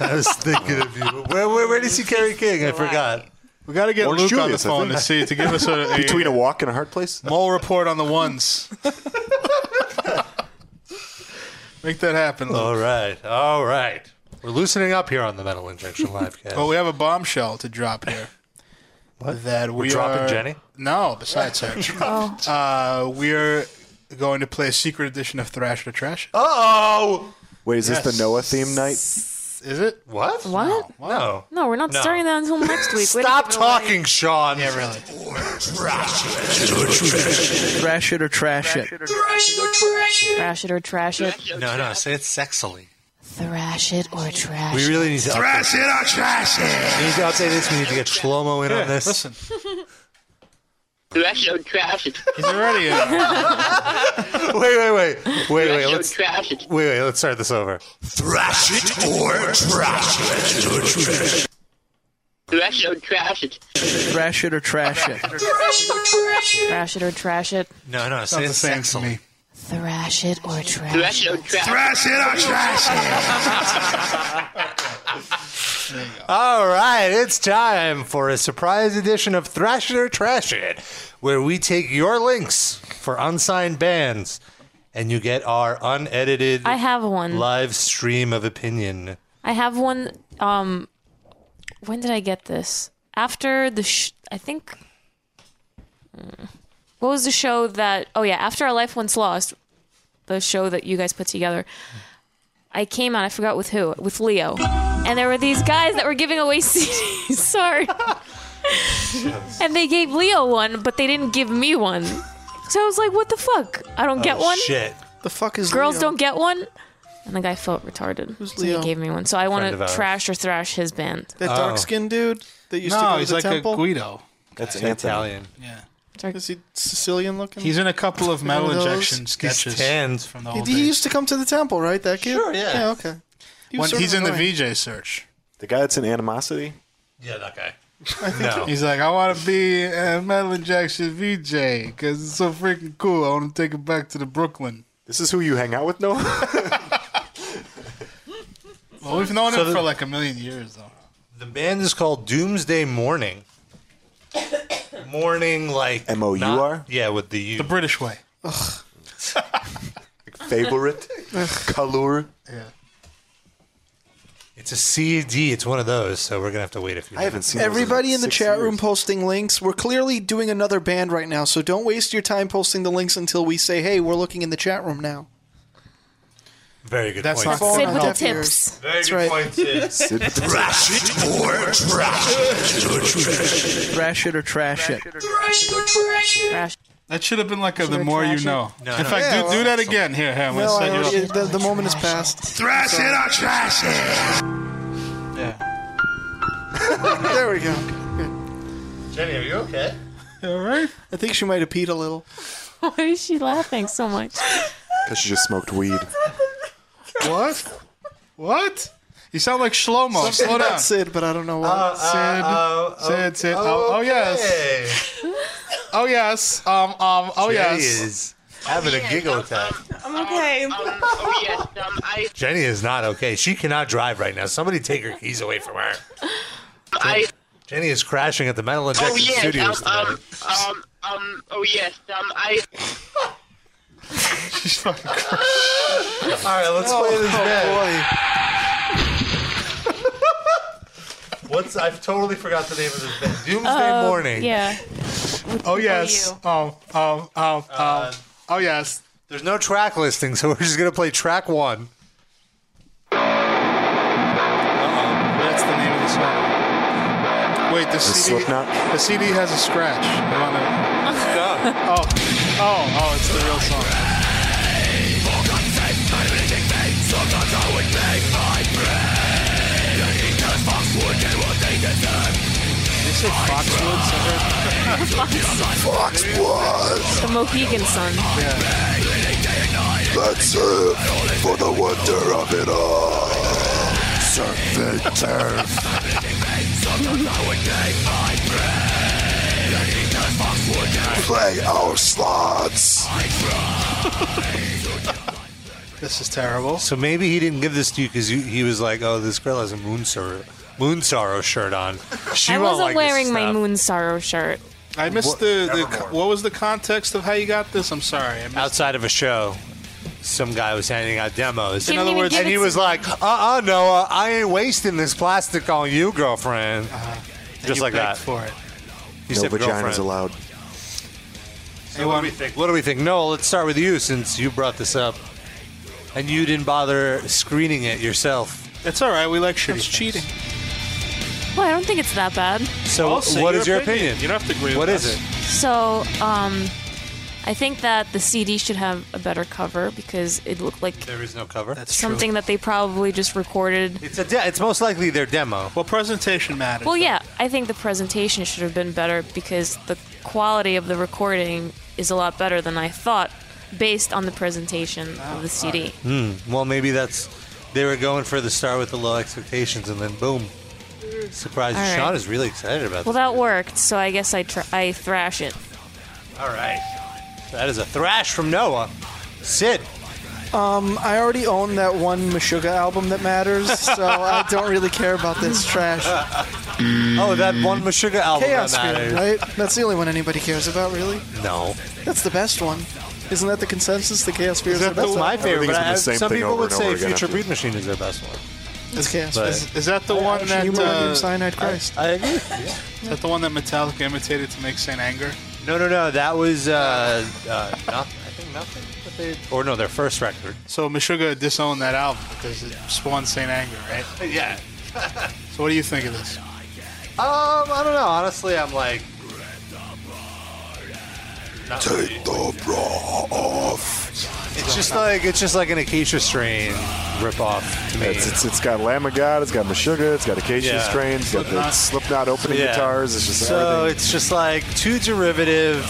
Speaker 3: I was thinking of you. Where where, where did you see Kerry King? I forgot.
Speaker 6: We got to get
Speaker 5: Orange
Speaker 6: Luke
Speaker 5: Julius, I
Speaker 6: on the phone
Speaker 5: think.
Speaker 6: to see to give us a, a
Speaker 5: Between a walk and a hard place.
Speaker 6: mole report on the ones. Make that happen. Luke.
Speaker 3: All right, all right. We're loosening up here on the Metal Injection live cast.
Speaker 6: Well, we have a bombshell to drop here. What? That
Speaker 3: We're
Speaker 6: we
Speaker 3: dropping
Speaker 6: are-
Speaker 3: Jenny?
Speaker 6: No, besides her.
Speaker 3: Oh.
Speaker 6: uh, we're going to play a secret edition of Thrash to Trash.
Speaker 3: Oh,
Speaker 5: Wait, is this
Speaker 6: Yes.
Speaker 5: the Noah theme night?
Speaker 6: Is it?
Speaker 3: What?
Speaker 4: What?
Speaker 6: No.
Speaker 4: No, we're not
Speaker 5: No.
Speaker 4: starting that until next week. Wait a
Speaker 3: Stop
Speaker 4: minute.
Speaker 3: talking, Sean. Yeah,
Speaker 6: really.
Speaker 2: Thrash it or trash it.
Speaker 4: Thrash it or trash it.
Speaker 3: No, no, say it sexily.
Speaker 4: Thrash it or trash
Speaker 3: We
Speaker 4: it.
Speaker 3: really need to
Speaker 4: Thrash
Speaker 3: update it or trash it. We need to update this. We need to get Shlomo in on this. Listen,
Speaker 9: Thrash it, trash it.
Speaker 6: He's already
Speaker 3: wait, wait, wait, wait, wait.
Speaker 9: Thrash it,
Speaker 3: Let's
Speaker 9: trash it.
Speaker 3: wait, wait. Let's start this over.
Speaker 8: Thrash it or trash it.
Speaker 9: Thrash it, trash it.
Speaker 2: Thrash it or trash it.
Speaker 9: Thrash it, trash it.
Speaker 4: Thrash it or trash it.
Speaker 3: No, no, say it sexily.
Speaker 4: Thrash it or trash
Speaker 9: Thrash
Speaker 4: it.
Speaker 9: it, trash it.
Speaker 8: Thrash it or
Speaker 3: All right, it's time for a surprise edition of Thrash It or Trash It, where we take your links for unsigned bands and you get our unedited
Speaker 4: I have one.
Speaker 3: live stream of opinion.
Speaker 4: I have one. Um, when did I get this? After the, sh- I think. Mm. What was the show that? Oh yeah, after our life once lost, the show that you guys put together. I came out. I forgot with who. With Leo, and and there were these guys that were giving away CDs. Sorry. and they gave Leo one, but they didn't give me one. So I was like, what the fuck? I don't get one.
Speaker 2: The fuck is
Speaker 4: Girls
Speaker 2: Leo?
Speaker 4: don't get one. And the guy felt retarded. so
Speaker 2: Leo?
Speaker 4: he gave me one. So I want
Speaker 2: Friend
Speaker 4: to
Speaker 2: of ours.
Speaker 4: trash or thrash his band.
Speaker 3: Oh.
Speaker 2: That dark skinned dude that used to
Speaker 6: No,
Speaker 2: go to
Speaker 6: he's
Speaker 2: the
Speaker 6: like a
Speaker 2: temple?
Speaker 6: Guido.
Speaker 5: That's
Speaker 6: Anthony.
Speaker 3: Italian.
Speaker 6: Yeah.
Speaker 2: Is he Sicilian looking?
Speaker 6: He's in a couple of
Speaker 2: Like one
Speaker 6: metal
Speaker 2: those?
Speaker 6: injection sketches
Speaker 3: tanned.
Speaker 6: from the
Speaker 2: He,
Speaker 6: old
Speaker 2: he used to come to the temple, right? That kid. Sure.
Speaker 3: Yeah.
Speaker 2: okay. He
Speaker 6: When
Speaker 2: was sort
Speaker 6: he's
Speaker 2: of
Speaker 6: in the
Speaker 2: annoying.
Speaker 6: VJ search.
Speaker 5: The guy that's in Animosity?
Speaker 3: Yeah, that guy.
Speaker 6: No. He's like, I want to be a metal injection VJ because it's so freaking cool. I want to take it back to the Brooklyn.
Speaker 5: This is who you hang out with, Noah?
Speaker 6: Well, we've known
Speaker 3: So
Speaker 6: him
Speaker 3: the-
Speaker 6: for like a million years, though.
Speaker 3: The band is called Doomsday Morning. Morning, like M O U R. Yeah, with the U. The
Speaker 6: British way.
Speaker 5: Favorite? Color?
Speaker 6: Yeah.
Speaker 3: It's a CD. It's one of those, so we're gonna have to wait a few. I
Speaker 5: haven't seen
Speaker 2: Everybody in the chat room posting links. We're clearly doing another band right now, so don't waste your time posting the links until we say, "Hey, we're looking in the chat room now."
Speaker 3: Very good
Speaker 2: That's
Speaker 3: point.
Speaker 2: not Sid gonna with help. the tips.
Speaker 3: Very
Speaker 2: That's
Speaker 3: good
Speaker 2: right.
Speaker 3: point, Sid.
Speaker 2: Sid with the tips.
Speaker 3: Thrash it or trash it.
Speaker 2: Thrash it or trash it.
Speaker 6: That should have been like a the
Speaker 2: we
Speaker 6: more you
Speaker 2: trash it?
Speaker 6: know.
Speaker 2: No,
Speaker 6: In
Speaker 2: no, no.
Speaker 6: fact, do,
Speaker 2: Yeah,
Speaker 6: do
Speaker 2: well-
Speaker 6: that again. Here, here. I'm
Speaker 2: No, I
Speaker 6: going to set you
Speaker 2: already-
Speaker 6: up.
Speaker 2: the, the moment is past.
Speaker 6: Thrash it or trash
Speaker 2: it.
Speaker 6: Yeah.
Speaker 2: there we go.
Speaker 3: Jenny, are you okay?
Speaker 2: All right. I think she might have peed a little.
Speaker 4: Why is she laughing so much?
Speaker 5: Because she just smoked weed.
Speaker 6: What? What? You sound like Shlomo. Slow down.
Speaker 2: Sid, but I don't know what.
Speaker 6: Sid, Sid, Sid. Uh, Oh, oh, yes. oh yes. Um. Um. Oh
Speaker 3: Jenny
Speaker 6: yes.
Speaker 3: is having a giggle attack.
Speaker 10: I'm okay.
Speaker 9: oh yes, um, I,
Speaker 3: Jenny is not okay. She cannot drive right now. Somebody take her keys away from her.
Speaker 9: I,
Speaker 3: Jenny is crashing at the Metal Injection
Speaker 9: oh yes, um,
Speaker 3: Studios.
Speaker 9: um,
Speaker 3: tonight.
Speaker 9: um, um, oh yes, um, I.
Speaker 6: She's fucking.
Speaker 3: All right, let's
Speaker 9: Oh,
Speaker 3: play this
Speaker 9: oh,
Speaker 3: band. What's I've totally forgot the name of this band. Doomsday
Speaker 2: Uh,
Speaker 6: Oh,
Speaker 3: Morning.
Speaker 6: yeah. Oh yes. Um. Um. Um. Um. Oh yes.
Speaker 3: Uh, There's no track listing, so we're just gonna play track one.
Speaker 6: That's the name of the song. Wait, the, CD. The CD has a scratch. uh, You wanna- oh. Oh. Oh. It's the real song. They say Foxwoods.
Speaker 4: The Mohegan Sun.
Speaker 8: That's it for the wonder of it all. Surf and turf. Play our slots.
Speaker 6: This is terrible.
Speaker 3: So maybe he didn't give this to you because he was like, "Oh, this girl has a moon sorrow, moon sorrow shirt on. She
Speaker 4: I
Speaker 3: won't
Speaker 4: wasn't
Speaker 3: like
Speaker 4: wearing
Speaker 3: this
Speaker 4: my
Speaker 3: stuff."
Speaker 4: Moon Sorrow shirt.
Speaker 6: I missed
Speaker 3: What-
Speaker 6: the, the
Speaker 3: Evermore.
Speaker 6: what was the context of how you got this? I'm sorry. I missed
Speaker 3: Outside of a show, some guy was handing out demos.
Speaker 6: Didn't In other even words- give
Speaker 3: and
Speaker 6: it
Speaker 3: he
Speaker 6: to
Speaker 3: was
Speaker 6: me.
Speaker 3: like, "Uh, uh Noah, I ain't wasting this plastic on you, girlfriend."
Speaker 6: Uh-huh.
Speaker 3: Just like that.
Speaker 6: For it.
Speaker 3: You
Speaker 5: no
Speaker 3: said
Speaker 5: vaginas
Speaker 3: girlfriend.
Speaker 5: allowed.
Speaker 3: So what do we think? What do we think? Noel, let's start with you since you brought this up, and you didn't bother screening it yourself.
Speaker 6: It's all right. We like shitty. It's cheating.
Speaker 4: Well, I don't think it's that bad.
Speaker 3: So, what is your opinion?
Speaker 6: You don't have to agree.
Speaker 3: What
Speaker 6: with
Speaker 3: is
Speaker 6: us.
Speaker 3: it?
Speaker 4: So, um, I think that the CD should have a better cover because it looked like
Speaker 3: There is no cover. That's
Speaker 4: something that they probably just recorded.
Speaker 3: It's a. De- it's most likely their demo.
Speaker 6: Well, presentation matters.
Speaker 4: Well, yeah, I think the presentation should have been better because the quality of the recording is a lot better than I thought based on the presentation of the CD.
Speaker 3: Hmm. Well, maybe that's they were going for the star with the low expectations, and then boom, surprise!
Speaker 4: All right.
Speaker 3: Sean is really excited about
Speaker 4: Well, that worked, so I guess I tr- I thrash it.
Speaker 3: this. All right, that is a thrash from Noah. Sid,
Speaker 2: Um, I already own that one Meshuggah album that matters, so I don't really care about this trash.
Speaker 3: oh, that one Meshuggah album
Speaker 2: Mm-hmm. Chaos
Speaker 3: that
Speaker 2: Theory,
Speaker 3: matters.
Speaker 2: right? That's the only one anybody cares about, really.
Speaker 3: No,
Speaker 2: That's the best one. Isn't that the consensus? The Chaos Fear is, the best
Speaker 3: that's my
Speaker 2: one?
Speaker 3: favorite. But I,
Speaker 5: the same
Speaker 3: some
Speaker 5: thing
Speaker 3: people
Speaker 5: over
Speaker 3: would
Speaker 5: and over
Speaker 3: say
Speaker 5: again
Speaker 3: Future
Speaker 5: after.
Speaker 3: Breed Machine is their best one.
Speaker 2: It's Chaos
Speaker 3: But-
Speaker 6: Is, is that the one that?
Speaker 2: You
Speaker 6: uh,
Speaker 2: murdered Cyanide Christ.
Speaker 3: I agree.
Speaker 6: Is that the one that Metallica imitated to make Saint anger?
Speaker 3: No, no, no. That was uh, uh, not, I think nothing. But they, or no, their first record.
Speaker 6: So Meshuggah disowned that album because it spawned Saint anger, right?
Speaker 3: Yeah.
Speaker 6: So what do you think of this?
Speaker 3: Um, I don't know. Honestly, I'm like. Not really.
Speaker 8: the bra off.
Speaker 3: It's just like it's just like an Acacia Strain ripoff to me.
Speaker 5: It's, it's, it's got Lamb of God, it's got Meshuggah, it's got Acacia
Speaker 3: Yeah.
Speaker 5: Strains, it's got the
Speaker 3: Slipknot.
Speaker 5: Slipknot opening
Speaker 3: Yeah.
Speaker 5: guitars. It's just
Speaker 3: so
Speaker 5: everything.
Speaker 3: it's just like too derivative.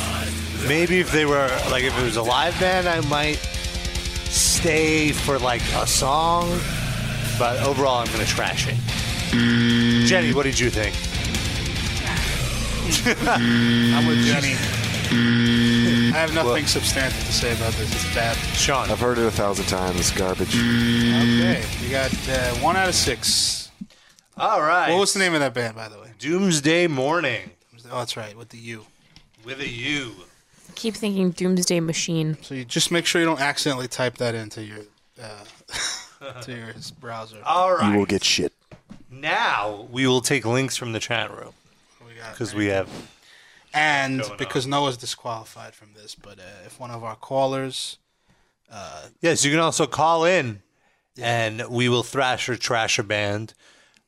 Speaker 3: Maybe if they were like if it was a live band, I might stay for like a song. But overall, I'm gonna trash it.
Speaker 5: Mm.
Speaker 3: Jenny, what did you think? Mm.
Speaker 6: I'm with Jenny. I have nothing substantive to say about this. It's bad.
Speaker 3: Sean.
Speaker 5: I've heard it a thousand times. It's garbage.
Speaker 6: Okay, we got uh, one out of six.
Speaker 3: All right.
Speaker 6: What was the name of that band, by the way?
Speaker 3: Doomsday Morning
Speaker 6: Oh, that's right, with the U.
Speaker 3: with a U.
Speaker 4: I keep thinking Doomsday Machine.
Speaker 6: So you just make sure you don't accidentally type that into your uh, to your browser.
Speaker 3: All right.
Speaker 5: You will get shit.
Speaker 3: Now we will take links from the chat room because we have.
Speaker 6: And because Noah's disqualified from this, but uh, if one of our callers, uh,
Speaker 3: Yes, you can also call in and we will thrash or trash a band.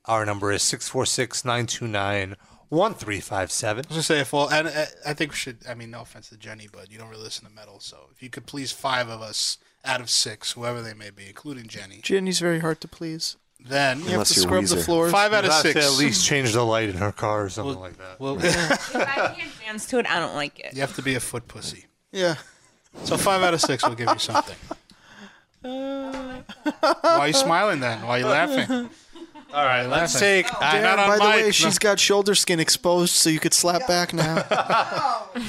Speaker 3: Our number is 646 929 1357.
Speaker 6: I was gonna say if all, and uh, I think we should. I mean, no offense to Jenny, but you don't really listen to metal, so if you could please five of us out of six, whoever they may be, including Jenny,
Speaker 2: Jenny's very hard to please.
Speaker 6: then
Speaker 2: You have to scrub the floors.
Speaker 6: Five out of
Speaker 3: We'll have to
Speaker 6: six.
Speaker 3: at least change the light in her car or something like that.
Speaker 6: well,
Speaker 10: I can't dance to it. I don't like it.
Speaker 6: you have to be a foot pussy.
Speaker 2: Yeah.
Speaker 6: So five out of six will give you something. Why are you smiling then? Why are you laughing?
Speaker 3: All right,
Speaker 6: let's
Speaker 3: take-
Speaker 6: I'm not
Speaker 2: Darren,
Speaker 6: on
Speaker 2: by the
Speaker 6: mic.
Speaker 2: way,
Speaker 6: No.
Speaker 2: she's got shoulder skin exposed, so you could slap back now.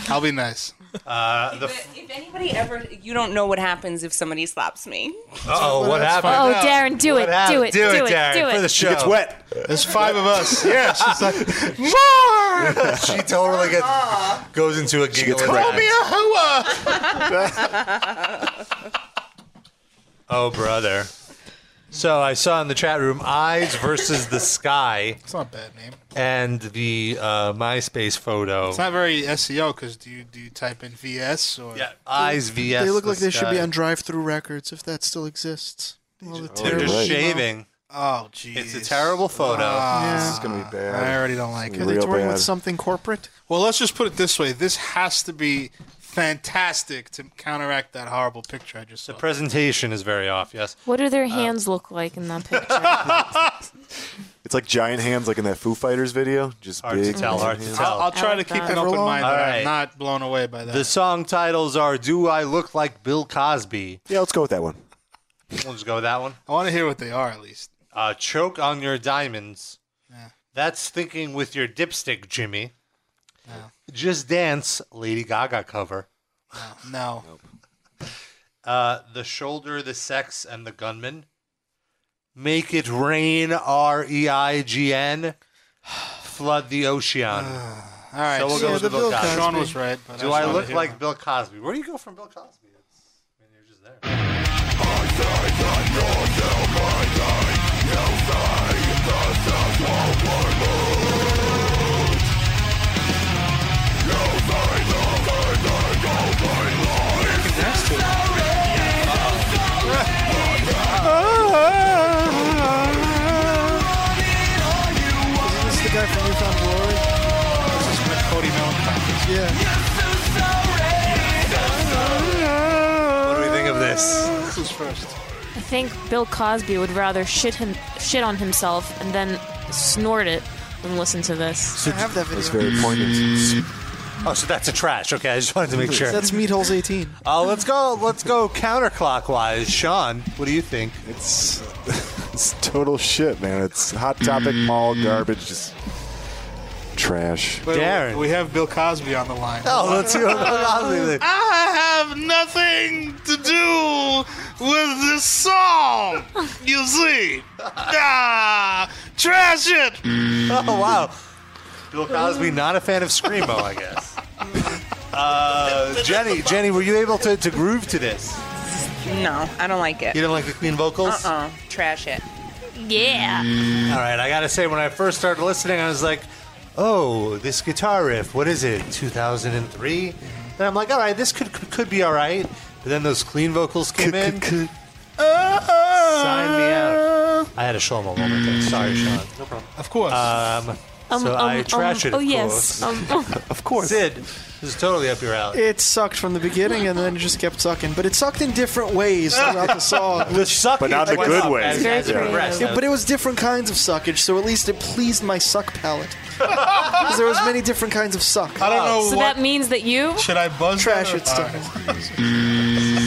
Speaker 6: I'll be nice.
Speaker 3: Uh, the
Speaker 10: If anybody ever, you don't know what happens if somebody slaps me.
Speaker 3: oh, what
Speaker 10: Let's
Speaker 3: happened?
Speaker 10: find Oh, out. Darren, do it,
Speaker 3: happened?
Speaker 10: do it,
Speaker 3: do it,
Speaker 10: do it,
Speaker 3: Darren,
Speaker 10: do it.
Speaker 3: for the
Speaker 10: She
Speaker 3: show.
Speaker 10: gets
Speaker 6: wet. There's five of us. Yeah, she's like,
Speaker 3: more. she totally gets goes into a
Speaker 8: She
Speaker 3: giggle.
Speaker 8: gets
Speaker 3: attack.
Speaker 8: pregnant.
Speaker 3: Oh, brother. So I saw in the chat room Eyes versus the Sky. It's
Speaker 6: not a bad name.
Speaker 3: And the uh, MySpace photo.
Speaker 6: It's not very SEO because do you do you type in VS or yeah,
Speaker 3: eyes VS
Speaker 2: They look like they should be
Speaker 3: guy.
Speaker 2: on drive-through records if that still exists. All the
Speaker 5: Oh,
Speaker 3: They're
Speaker 2: terrible
Speaker 3: just
Speaker 2: email.
Speaker 3: shaving.
Speaker 6: Oh, jeez.
Speaker 3: It's a terrible photo.
Speaker 6: Ah. This is gonna
Speaker 5: be bad.
Speaker 6: I already don't like
Speaker 2: Are
Speaker 6: it.
Speaker 2: they touring with something corporate?
Speaker 6: Well, let's just put it this way: this has to be fantastic to counteract that horrible picture I just saw.
Speaker 3: The presentation is very off, yes.
Speaker 4: What do
Speaker 3: Uh.
Speaker 4: their hands look like in that picture?
Speaker 5: It's like giant hands, like in that Foo Fighters video. Just
Speaker 3: Hard to
Speaker 5: big.
Speaker 3: tell, hard to
Speaker 5: hands.
Speaker 3: tell.
Speaker 6: I'll, I'll try
Speaker 3: I
Speaker 6: to
Speaker 3: like
Speaker 6: keep
Speaker 3: that.
Speaker 6: an open
Speaker 3: Everlong?
Speaker 6: mind.
Speaker 3: All
Speaker 6: but
Speaker 3: right.
Speaker 6: I'm not blown away by that.
Speaker 3: The song titles are Do I Look Like Bill Cosby?
Speaker 5: Yeah, let's go with that one.
Speaker 3: We'll just go with that one.
Speaker 6: I want to hear what they are at least.
Speaker 3: Uh, Choke on Your Diamonds. That's Thinking with Your Dipstick, Jimmy. Just Dance, Lady Gaga cover.
Speaker 6: No.
Speaker 3: Uh, the Shoulder, The Sex, and The Gunman. Make It Rain, R E I G N. Flood the Ocean.
Speaker 6: All right.
Speaker 3: So we'll go
Speaker 6: yeah,
Speaker 3: with
Speaker 6: the
Speaker 3: Bill,
Speaker 6: Bill
Speaker 3: Cosby.
Speaker 6: Cosby. Sean was right, but I
Speaker 3: Do
Speaker 6: just
Speaker 3: I
Speaker 6: wanted to
Speaker 3: look
Speaker 6: hear
Speaker 3: like
Speaker 6: him.
Speaker 3: Bill Cosby? Where do you go from Bill Cosby?
Speaker 2: Is this the guy from Newfound Glory?
Speaker 6: This is with Cody Mellencamp.
Speaker 2: Yeah.
Speaker 3: What do we think of this?
Speaker 6: Who's first?
Speaker 4: I think Bill Cosby would rather shit him shit on himself and then snort it than listen to this.
Speaker 2: I have that video.
Speaker 5: poignant.
Speaker 3: Oh, so that's a trash. Okay, I just wanted to make sure.
Speaker 2: That's Meat Holes 18.
Speaker 3: Uh, let's go. Let's go counterclockwise. Sean, what do you think?
Speaker 5: It's it's total shit, man. It's hot topic mall garbage, just trash.
Speaker 6: Wait, Darren. We have Bill Cosby on the line.
Speaker 5: Oh, let's see what Bill Cosby thinks.
Speaker 6: I have nothing to do with this song. You see, ah, trash it.
Speaker 3: Oh wow, Bill Cosby not a fan of screamo, I guess. Uh, Jenny, Jenny, were you able to, to groove to this?
Speaker 10: No, I don't like it.
Speaker 3: You don't like the clean vocals?
Speaker 10: Uh-uh. Trash it.
Speaker 4: Yeah.
Speaker 3: Mm. All right, I gotta say, when I first started listening, I was like, "Oh, this guitar riff. What is it? 2003?" And I'm like, "All right, this could could, could be all right." But then those clean vocals came in. Sign me out. Ah. I had a Shlomo moment there. Sorry, Sean. No problem.
Speaker 6: Of course.
Speaker 3: Um,
Speaker 2: Um,
Speaker 3: so I
Speaker 2: um,
Speaker 3: trash
Speaker 2: um,
Speaker 3: it, of
Speaker 2: oh, yes.
Speaker 3: course.
Speaker 2: Um, um.
Speaker 3: of course. Sid, this is totally up your alley.
Speaker 2: It sucked from the beginning, and then it just kept sucking. But it sucked in different ways throughout the song.
Speaker 3: The suck
Speaker 5: But not the
Speaker 3: went
Speaker 5: good
Speaker 3: up
Speaker 5: ways.
Speaker 3: as-
Speaker 5: Very
Speaker 3: as it
Speaker 5: creative.
Speaker 3: progressed.
Speaker 2: Yeah, but it was different kinds of suckage, so at least it pleased my suck palate. Because there was many different kinds of suck.
Speaker 6: I don't know
Speaker 4: So
Speaker 6: what.
Speaker 4: that means that you.
Speaker 6: should I buzz
Speaker 2: Trash
Speaker 6: that or-
Speaker 2: it stuff.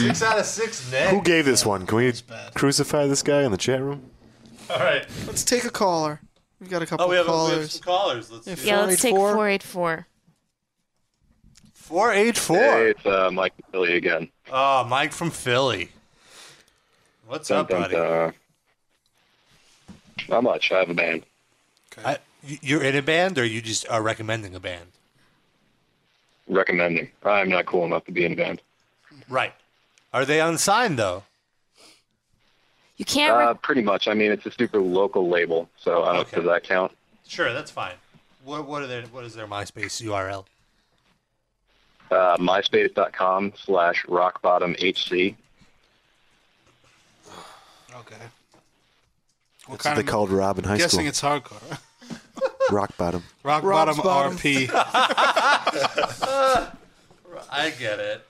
Speaker 3: Six out of six, Ned.
Speaker 5: Who gave this one? Can we crucify this guy in the chat room?
Speaker 3: All right.
Speaker 2: Let's take a caller. We've got a couple
Speaker 3: Oh, we have,
Speaker 2: of callers.
Speaker 3: we have some callers. Let's do
Speaker 4: Yeah, let's take
Speaker 2: 484.
Speaker 4: 484.
Speaker 3: 484.
Speaker 13: Hey, it's uh, Mike and Philly again.
Speaker 3: Oh, Mike from Philly. What's up,
Speaker 13: Dun, dun,
Speaker 3: buddy?
Speaker 13: dun. uh, Not much. I have a band.
Speaker 3: I, you- you're in a band, or you just are recommending a band?
Speaker 13: Recommending. I'm not cool enough to be in a band.
Speaker 3: Right. Are they unsigned though?
Speaker 4: You can't.
Speaker 13: uh, pretty much. I mean, it's a super local label, so uh, does that count?
Speaker 3: Sure, that's fine. What what are their what is their MySpace URL?
Speaker 13: Uh, MySpace.com slash rockbottomhc.
Speaker 5: That's what they called Rob in high
Speaker 6: guessing
Speaker 5: school.
Speaker 6: it's hardcore.
Speaker 5: Rock bottom.
Speaker 6: Rock
Speaker 5: Rob's
Speaker 6: bottom,
Speaker 5: bottom.
Speaker 6: RP.
Speaker 3: I get it.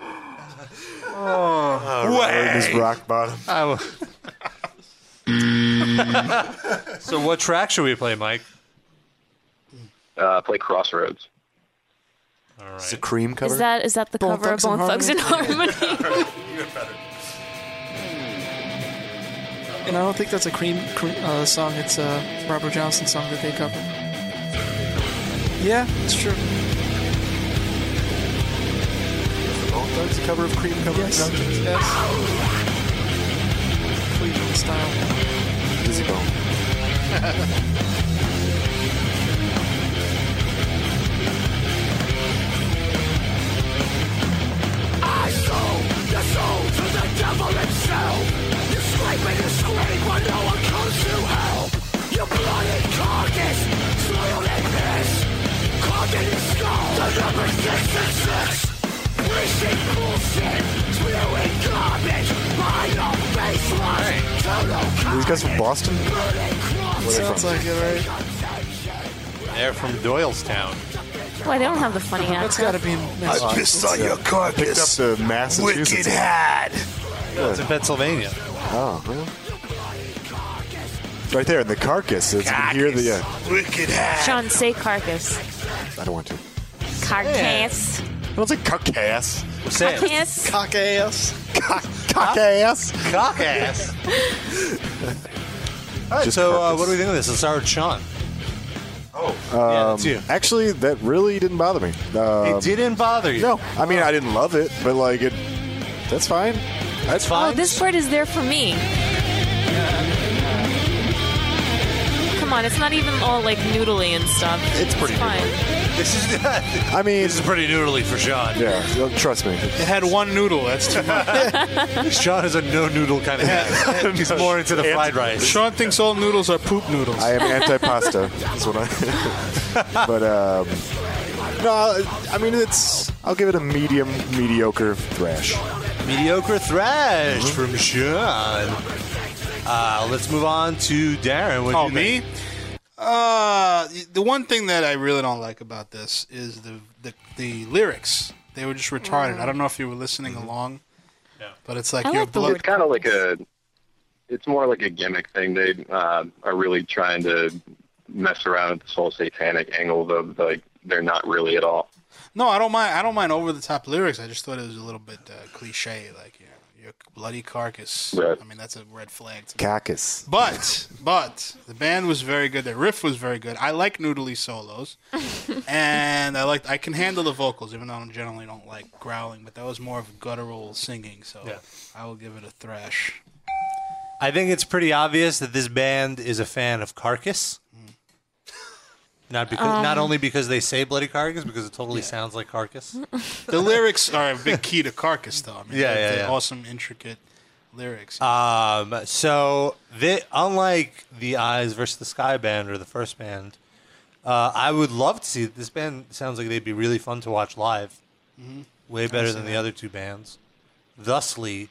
Speaker 3: Oh,
Speaker 5: Rob is rock bottom.
Speaker 3: so what track should we play, Mike?
Speaker 13: Uh, play Crossroads.
Speaker 3: All right.
Speaker 5: It's a cream cover.
Speaker 4: Is that is that the
Speaker 5: Bone
Speaker 4: cover of
Speaker 5: Thugs and
Speaker 4: Bone Thugs and Harmony?
Speaker 2: And I don't think that's a cream, cream uh, song. It's a Robert Johnson song that they cover. Yeah, it's true.
Speaker 5: Bone Thugs, a cover of cream cover.
Speaker 2: Yes.
Speaker 5: Productions?
Speaker 2: Yes. Cleveland style.
Speaker 5: Dizzy Bone.
Speaker 8: I sold your soul to the devil himself. You scream and you scream when no one comes to help. Your bloody carcass, soiled in piss, clogged in your skull. The number 666. Preaching bullshit, spewing garbage by your faceless. Total
Speaker 5: These guys from Boston?
Speaker 2: Sounds like it, right?
Speaker 3: They're from Doylestown.
Speaker 4: Well, they don't have the funny accent.
Speaker 2: That's got to be
Speaker 5: I pissed on your
Speaker 8: carcass.
Speaker 5: Picked up the Massachusetts.
Speaker 8: Wicked hide.
Speaker 3: No, it's in Pennsylvania.
Speaker 5: Oh, really? Right there in the carcass. It's, you can hear the. Uh,
Speaker 8: Wicked
Speaker 4: Sean, say carcass.
Speaker 5: I don't want to.
Speaker 4: Carcass.
Speaker 5: I don't say carcass.
Speaker 4: Carcass.
Speaker 2: Cock ass.
Speaker 5: Cock, cock ass.
Speaker 3: Cock ass. All right,
Speaker 5: Just
Speaker 3: so uh,
Speaker 5: carcass.
Speaker 3: what do we think of this? Let's start with Sean.
Speaker 5: Um, Actually, that really didn't bother me. Um,
Speaker 3: it didn't bother you.
Speaker 5: No, I mean I didn't love it, but like it, that's fine. That's
Speaker 4: Oh, this part is there for me. Come on, it's not even all like noodly and stuff. It's
Speaker 5: pretty
Speaker 4: fine.
Speaker 3: This is
Speaker 5: I mean,
Speaker 3: this is pretty noodly for Sean.
Speaker 5: Yeah, no, trust me.
Speaker 6: It had one noodle. That's too much.
Speaker 3: Sean is a no noodle kind of guy. He's more into the fried rice.
Speaker 6: Sean thinks all noodles are poop noodles.
Speaker 5: I am anti pasta. That's what I. but um, no, I mean it's. I'll give it a medium, mediocre thrash.
Speaker 3: Oh, Mediocre thrash
Speaker 5: Mm-hmm.
Speaker 3: from Sean. Uh, let's move on to Darren. What
Speaker 6: Oh,
Speaker 3: you think?
Speaker 6: Uh, the one thing that I really don't like about this is the the, the lyrics. They were just retarded. I don't know if you were listening
Speaker 3: Mm-hmm.
Speaker 6: along, but it's like your blood.
Speaker 13: it's kind of like a. It's more like a gimmick thing. They uh, are really trying to mess around with this whole satanic angle, though. Like they're not really at all.
Speaker 6: No, I don't mind. I don't mind over the top lyrics. I just thought it was a little bit uh, cliche, like you know, your bloody carcass.
Speaker 5: Right.
Speaker 6: I mean, that's a red flag. To me.
Speaker 5: Cactus.
Speaker 6: But but the band was very good. The riff was very good. I like noodly solos, and I like I can handle the vocals, even though I generally don't like growling. But that was more of guttural singing, so I will give it a thrash.
Speaker 3: I think it's pretty obvious that this band is a fan of Carcass. Not because, not
Speaker 6: Um.
Speaker 3: only because they say bloody carcass, because it totally sounds like carcass.
Speaker 6: The lyrics are a big key to Carcass, though. I mean,
Speaker 3: Yeah,
Speaker 6: they're-
Speaker 3: yeah,
Speaker 6: they're
Speaker 3: yeah.
Speaker 6: Awesome, intricate lyrics.
Speaker 3: Um, so they, unlike the Eyes versus the Sky band or the first band, uh, I would love to see this band. Sounds like they'd be really fun to watch live. Way better
Speaker 6: see
Speaker 3: than the
Speaker 6: that.
Speaker 3: other two bands. Thusly,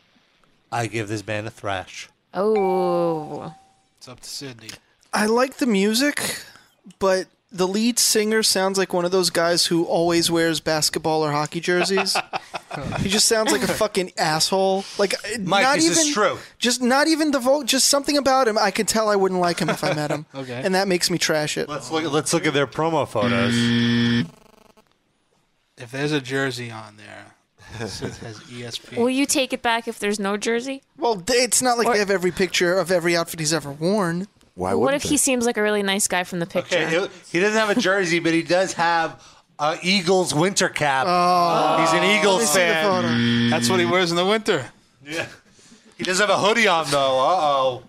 Speaker 3: I give this band a thrash.
Speaker 4: Oh.
Speaker 6: It's up to Sydney.
Speaker 2: I like the music, but the lead singer sounds like one of those guys who always wears basketball or hockey jerseys. he just sounds like a fucking asshole. Like uh,
Speaker 3: Mike,
Speaker 2: not
Speaker 3: this
Speaker 2: even
Speaker 3: is true.
Speaker 2: just not even the vote, just something about him. I could tell I wouldn't like him if I met him.
Speaker 3: Okay.
Speaker 2: And that makes me trash it.
Speaker 3: Let's look. Let's look at their promo photos.
Speaker 6: If there's a jersey on there, Sith has E ESP.
Speaker 4: Will you take it back if there's no jersey?
Speaker 2: Well, d- it's not like they have every picture of every outfit he's ever worn.
Speaker 5: Why
Speaker 4: what if he seems like a really nice guy from the picture?
Speaker 3: Okay, he- he doesn't have a jersey, but he does have a Eagles winter cap.
Speaker 2: Oh.
Speaker 3: He's an Eagles
Speaker 6: Let me see the
Speaker 3: fan.
Speaker 6: That's what he wears in the winter.
Speaker 3: Yeah. He does have a hoodie on though. Uh oh.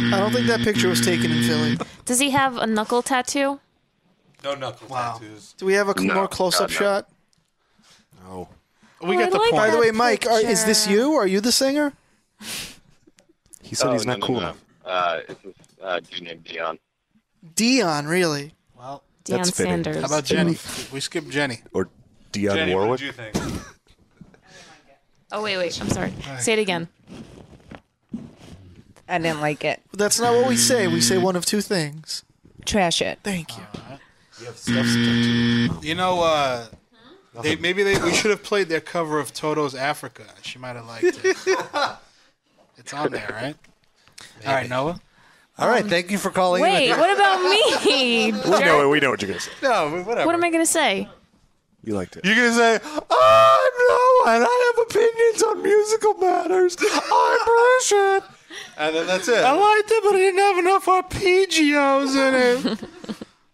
Speaker 2: I don't think that picture was taken in Philly.
Speaker 4: Does he have a knuckle tattoo?
Speaker 3: No knuckle tattoos.
Speaker 2: Do we have a c-
Speaker 3: No,
Speaker 2: more close-up
Speaker 3: God, no.
Speaker 2: shot?
Speaker 5: No.
Speaker 2: We
Speaker 3: Oh, got I the like point.
Speaker 2: By the
Speaker 3: that
Speaker 2: way, Mike, are, is this you? Are you the singer?
Speaker 5: He said
Speaker 13: Oh,
Speaker 5: he's not cool enough.
Speaker 13: Uh, it's this uh, dude named Dion.
Speaker 2: Dion, really?
Speaker 6: Well,
Speaker 13: Deion That's fitting. Sanders.
Speaker 6: How about Jenny? we skipped Jenny.
Speaker 5: Or Dion
Speaker 6: Jenny, what
Speaker 5: Warwick.
Speaker 6: did
Speaker 3: you think?
Speaker 4: Oh wait, wait. I'm sorry. Say it again.
Speaker 10: I didn't like it.
Speaker 2: That's not what we say. We say one of two things.
Speaker 10: Trash it.
Speaker 2: Thank you.
Speaker 6: You have You know, uh, they, maybe they, we should have played their cover of Toto's Africa. She might have liked it. it's on there, right? All right, Noah.
Speaker 3: All right, thank you for calling.
Speaker 4: Wait, what about me?
Speaker 5: We know it. We know what you're gonna say.
Speaker 3: No, whatever.
Speaker 4: What am I gonna say?
Speaker 5: You liked it.
Speaker 3: You're gonna say, "Oh no, and I have opinions on musical matters. I appreciate." And then that's it.
Speaker 6: I liked it, but it didn't have enough arpeggios in it.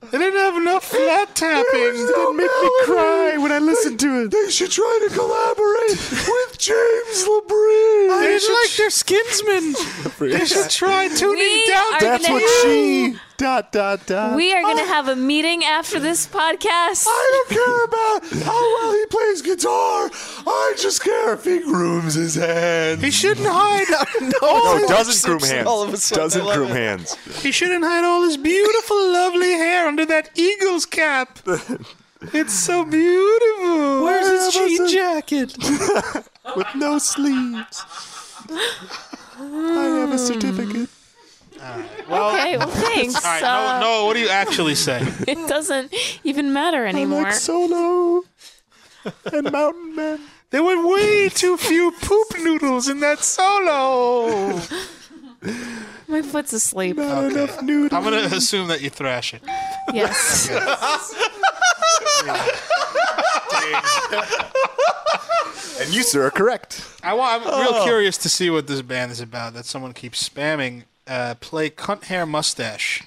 Speaker 6: It didn't have enough flat tapping.
Speaker 5: Don't make me cry when I listen to it. They should try to collaborate with James LeBrie.
Speaker 6: They didn't like their skinsmen. They should try tuning
Speaker 4: We
Speaker 6: down.
Speaker 4: are
Speaker 6: to
Speaker 4: gonna-
Speaker 5: That's what she. Dot dot dot.
Speaker 4: We are gonna have a meeting after this podcast.
Speaker 5: I don't care about Oh, how well he plays guitar. I just care if he grooms his hands.
Speaker 6: He shouldn't hide.
Speaker 5: No,
Speaker 6: all his-
Speaker 5: doesn't groom hands.
Speaker 6: all of a sudden, I
Speaker 5: doesn't
Speaker 6: love
Speaker 5: groom
Speaker 6: it.
Speaker 5: hands.
Speaker 6: He shouldn't hide all his beautiful, lovely hair under that eagle's cap. It's so beautiful.
Speaker 2: Where's his jean
Speaker 6: jacket?
Speaker 5: With no sleeves. I have
Speaker 4: Hmm.
Speaker 5: a certificate.
Speaker 6: Well,
Speaker 4: okay, well thanks.
Speaker 6: All right,
Speaker 4: Uh,
Speaker 6: no, no, what do you actually say?
Speaker 4: It doesn't even matter anymore.
Speaker 5: solo and mountain men.
Speaker 6: There were way too few poop noodles in that solo.
Speaker 4: My foot's asleep.
Speaker 5: enough noodles.
Speaker 6: I'm gonna assume that you thrash it.
Speaker 4: Yes.
Speaker 5: And you, sir, are correct.
Speaker 6: I want, I'm real
Speaker 5: Oh.
Speaker 6: curious to see what this band is about. That someone keeps spamming. Uh, play cunt hair mustache.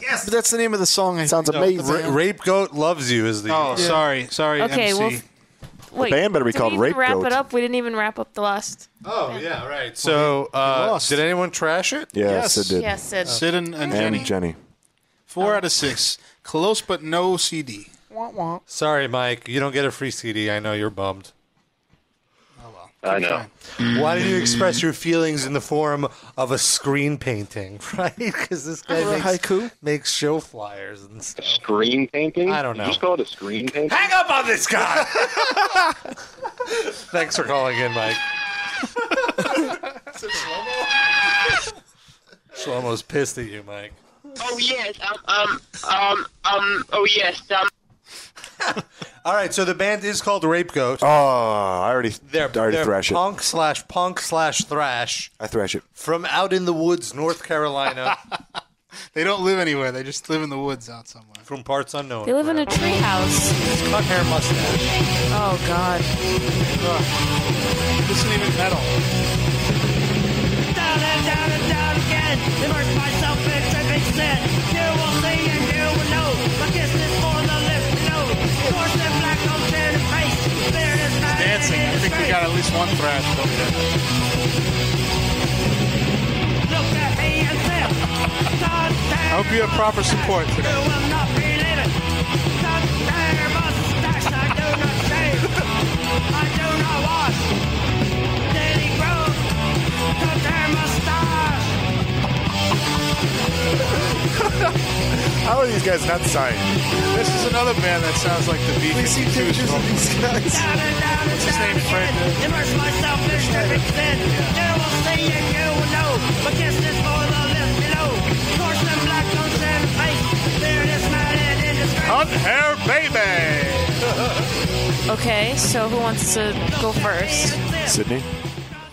Speaker 2: Yes. But that's the name of the song. I
Speaker 5: Sounds
Speaker 2: think.
Speaker 3: Ra- Rape Goat loves you is the.
Speaker 6: Oh,
Speaker 3: Yeah.
Speaker 6: sorry, sorry,
Speaker 4: Okay, well,
Speaker 6: MC.
Speaker 4: f- Wait,
Speaker 5: band better be
Speaker 4: did
Speaker 5: called
Speaker 4: we even
Speaker 5: Rape
Speaker 4: Wrap
Speaker 5: Goat.
Speaker 4: it up. We didn't even wrap up the last.
Speaker 3: Oh yeah, right. So, uh, did anyone trash it?
Speaker 5: Yeah, Sid did.
Speaker 4: Yes, Sid.
Speaker 6: Sid and, and
Speaker 5: And
Speaker 6: Jenny.
Speaker 5: Jenny.
Speaker 6: Four out of six. Close but no CD.
Speaker 3: Sorry, Mike. You don't get a free CD. I know you're bummed.
Speaker 6: Oh,
Speaker 13: I know.
Speaker 3: Why did you express your feelings in the form of a screen painting? Right? Because this guy
Speaker 13: Or a
Speaker 3: makes, makes show flyers and stuff.
Speaker 13: Screen painting?
Speaker 3: I don't
Speaker 13: Did
Speaker 3: know.
Speaker 13: you just call it a screen painting?
Speaker 3: Hang up on this guy! Thanks for calling in, Mike. Shlomo's pissed at you, Mike.
Speaker 9: Oh yes, um, um, um, um, oh yes, um.
Speaker 3: All right, so the band is called Rape Goat.
Speaker 5: Oh, I already,
Speaker 3: They're,
Speaker 5: I already
Speaker 3: they're
Speaker 5: thrash it.
Speaker 3: punk slash punk slash thrash
Speaker 5: I thrash it.
Speaker 3: from out in the woods, North Carolina,
Speaker 6: They don't live anywhere. They just live in the woods out somewhere.
Speaker 3: from parts unknown.
Speaker 4: They live in a treehouse.
Speaker 3: Cut hair mustache.
Speaker 4: Oh God.
Speaker 6: This isn't even metal.
Speaker 8: Down and down and down again. Immerse myself in tripping sin. You will see and you will know. My kiss is for the lips below. Force the black on their face. There is night
Speaker 6: Dancing. I
Speaker 8: and it is
Speaker 6: think we
Speaker 8: great.
Speaker 6: got at least one thrash over there.
Speaker 8: Look at me and sip. Sometimes
Speaker 6: I hope you have proper support
Speaker 8: you
Speaker 6: today.
Speaker 8: will not be living. Sometimes I must stash. I do not shave. I do not wash. Daily growth. Sometimes mustache.
Speaker 5: How are these guys not signed?
Speaker 6: This is another band that sounds like the Beatles. We see pictures of these guys.
Speaker 8: His name Frank. Immerse myself in perfect sin. There will see you, you will know. But this is for the list below. Porcelain black on sand face. There it is, man, in his face.
Speaker 6: Hot hair baby.
Speaker 4: Okay, so who wants to go first?
Speaker 5: Sydney?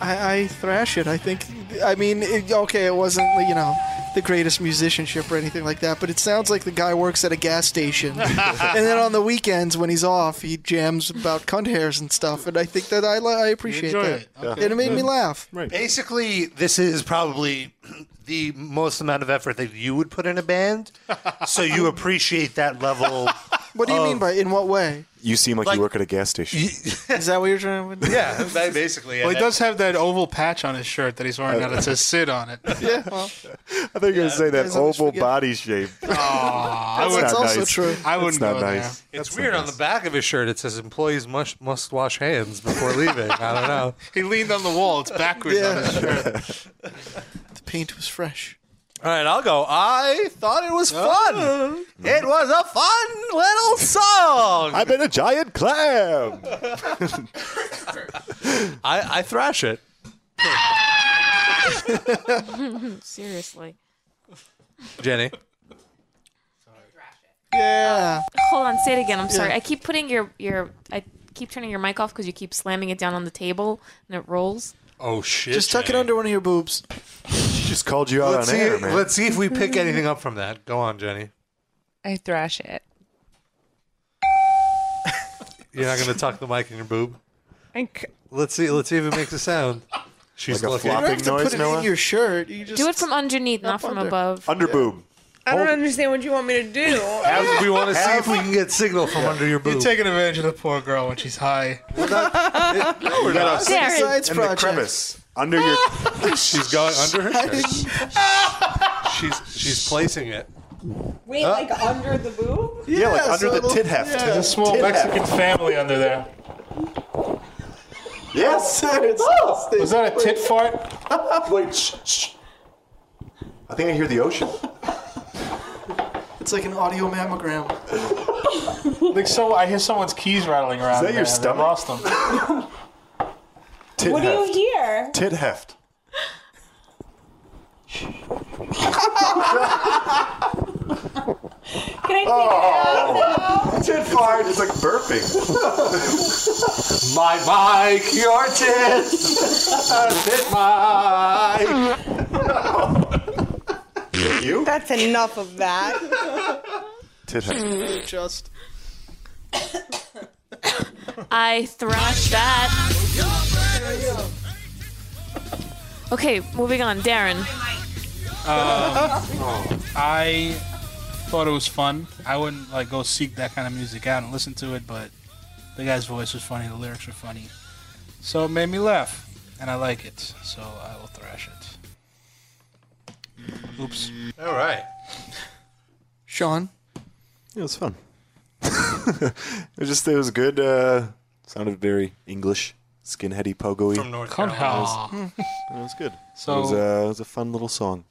Speaker 2: I, I thrash it. I think. I mean, it, okay, it wasn't you know the greatest musicianship or anything like that, but it sounds like the guy works at a gas station, and then on the weekends when he's off, he jams about cunt hairs and stuff. And I think that I, li- I appreciate
Speaker 3: enjoy
Speaker 2: that.
Speaker 3: it. Okay.
Speaker 2: And it made me
Speaker 3: Good.
Speaker 2: laugh.
Speaker 3: Basically, this is probably the most amount of effort that you would put in a band, so you appreciate that level.
Speaker 2: What do you
Speaker 3: of-
Speaker 2: mean by in what way?
Speaker 5: You seem like,
Speaker 3: Like-
Speaker 5: you work at a gas station.
Speaker 2: Is that what you're trying to?
Speaker 3: Yeah, ba- basically.
Speaker 6: Well,
Speaker 3: and
Speaker 6: he does have that oval patch on his shirt that he's wearing now that says "Sid" on it.
Speaker 2: Yeah, well,
Speaker 5: I thought you were going to say that
Speaker 6: guys always
Speaker 5: oval
Speaker 6: forget.
Speaker 5: body shape.
Speaker 6: I
Speaker 5: That's
Speaker 6: would-
Speaker 5: not
Speaker 6: That's also
Speaker 5: nice.
Speaker 6: true. I
Speaker 5: That's
Speaker 6: wouldn't
Speaker 5: not
Speaker 6: go there.
Speaker 5: nice.
Speaker 3: It's weird. On the back of his shirt, it says "Employees must must wash hands before leaving." I don't know.
Speaker 6: He leaned on the wall. Oh, It's backwards on his shirt.
Speaker 2: The paint was fresh.
Speaker 3: All right, I'll go. I thought it was
Speaker 5: Uh.
Speaker 3: fun. It was a fun little song.
Speaker 5: I've been a giant clam.
Speaker 3: I, I thrash it.
Speaker 4: Seriously.
Speaker 3: Jenny.
Speaker 2: Yeah.
Speaker 4: Hold on, say it again. I'm sorry.
Speaker 2: Yeah.
Speaker 4: I keep putting your your I keep turning your mic off because you keep slamming it down on the table and it rolls.
Speaker 3: Oh shit!
Speaker 2: Just tuck it under one of your boobs.
Speaker 5: She just called you out
Speaker 3: let's
Speaker 5: on
Speaker 3: see,
Speaker 5: air, man.
Speaker 3: Let's see if we pick anything up from that. Go on, Jenny.
Speaker 10: I thrash it.
Speaker 3: You're not going to tuck the mic in your boob.
Speaker 10: I c-
Speaker 3: Let's see. Let's see if it makes a sound. She's
Speaker 5: Like a
Speaker 3: looking.
Speaker 5: flopping You don't have to noise, put it in Noah? your
Speaker 2: shirt. You just
Speaker 4: do it from underneath, not from above.
Speaker 5: Under boob.
Speaker 10: I don't understand what you want me to do.
Speaker 3: As we want to see if we can get signal from under your
Speaker 6: You're
Speaker 3: boob.
Speaker 6: taking advantage of the poor girl when she's high.
Speaker 5: You got a-
Speaker 2: Darren. Science
Speaker 5: and the
Speaker 2: project.
Speaker 5: crevice under your.
Speaker 3: She's going under her shirt. She's she's placing it.
Speaker 10: Wait, like under the boob?
Speaker 5: Yeah, like under the tit heft.
Speaker 6: There's a small
Speaker 5: Tit heft.
Speaker 6: Mexican family under there.
Speaker 5: Yes.
Speaker 6: Was that a tit fart?
Speaker 5: Wait. Shh, shh. I think I hear the ocean.
Speaker 2: It's like an audio mammogram.
Speaker 6: Like so, I hear someone's keys rattling around.
Speaker 5: that
Speaker 6: in
Speaker 5: your
Speaker 6: there. I
Speaker 5: stomach?
Speaker 6: lost them.
Speaker 5: Tit
Speaker 10: what
Speaker 5: heft.
Speaker 10: do you hear?
Speaker 5: Tit heft.
Speaker 10: Can I take it out?
Speaker 5: Tit fart. It's like burping.
Speaker 3: My mic, your tits, hit my.
Speaker 5: you?
Speaker 10: That's enough of that.
Speaker 5: Tit heft.
Speaker 2: Just.
Speaker 4: I thrash that. Okay, moving on. Darren.
Speaker 6: Um, I thought it was fun. I wouldn't like go seek that kind of music out and listen to it, but the guy's voice was funny, the lyrics were funny, so it made me laugh, and I like it. So I will thrash it. Oops.
Speaker 3: All right.
Speaker 2: Sean.
Speaker 5: Yeah, it was fun. it was just it was good. Uh, sounded very English, skinheady, pogoy.
Speaker 3: From North
Speaker 6: Cunt
Speaker 3: Carolina.
Speaker 6: house.
Speaker 5: It was good.
Speaker 6: So-
Speaker 5: it was, uh, it was a fun little song,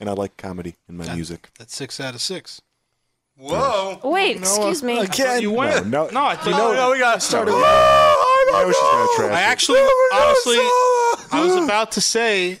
Speaker 5: and I like comedy in my music.
Speaker 6: That's six out of six.
Speaker 3: Whoa.
Speaker 4: Wait,
Speaker 2: Noah.
Speaker 4: excuse me.
Speaker 2: Again.
Speaker 6: You
Speaker 5: No,
Speaker 6: went.
Speaker 5: no,
Speaker 6: No, I
Speaker 3: No,
Speaker 6: thought.
Speaker 3: no, we got
Speaker 5: started-
Speaker 3: started.
Speaker 5: I was
Speaker 2: Oh,
Speaker 5: just gonna
Speaker 6: I
Speaker 5: trash. it.
Speaker 6: actually, honestly, I was about to say,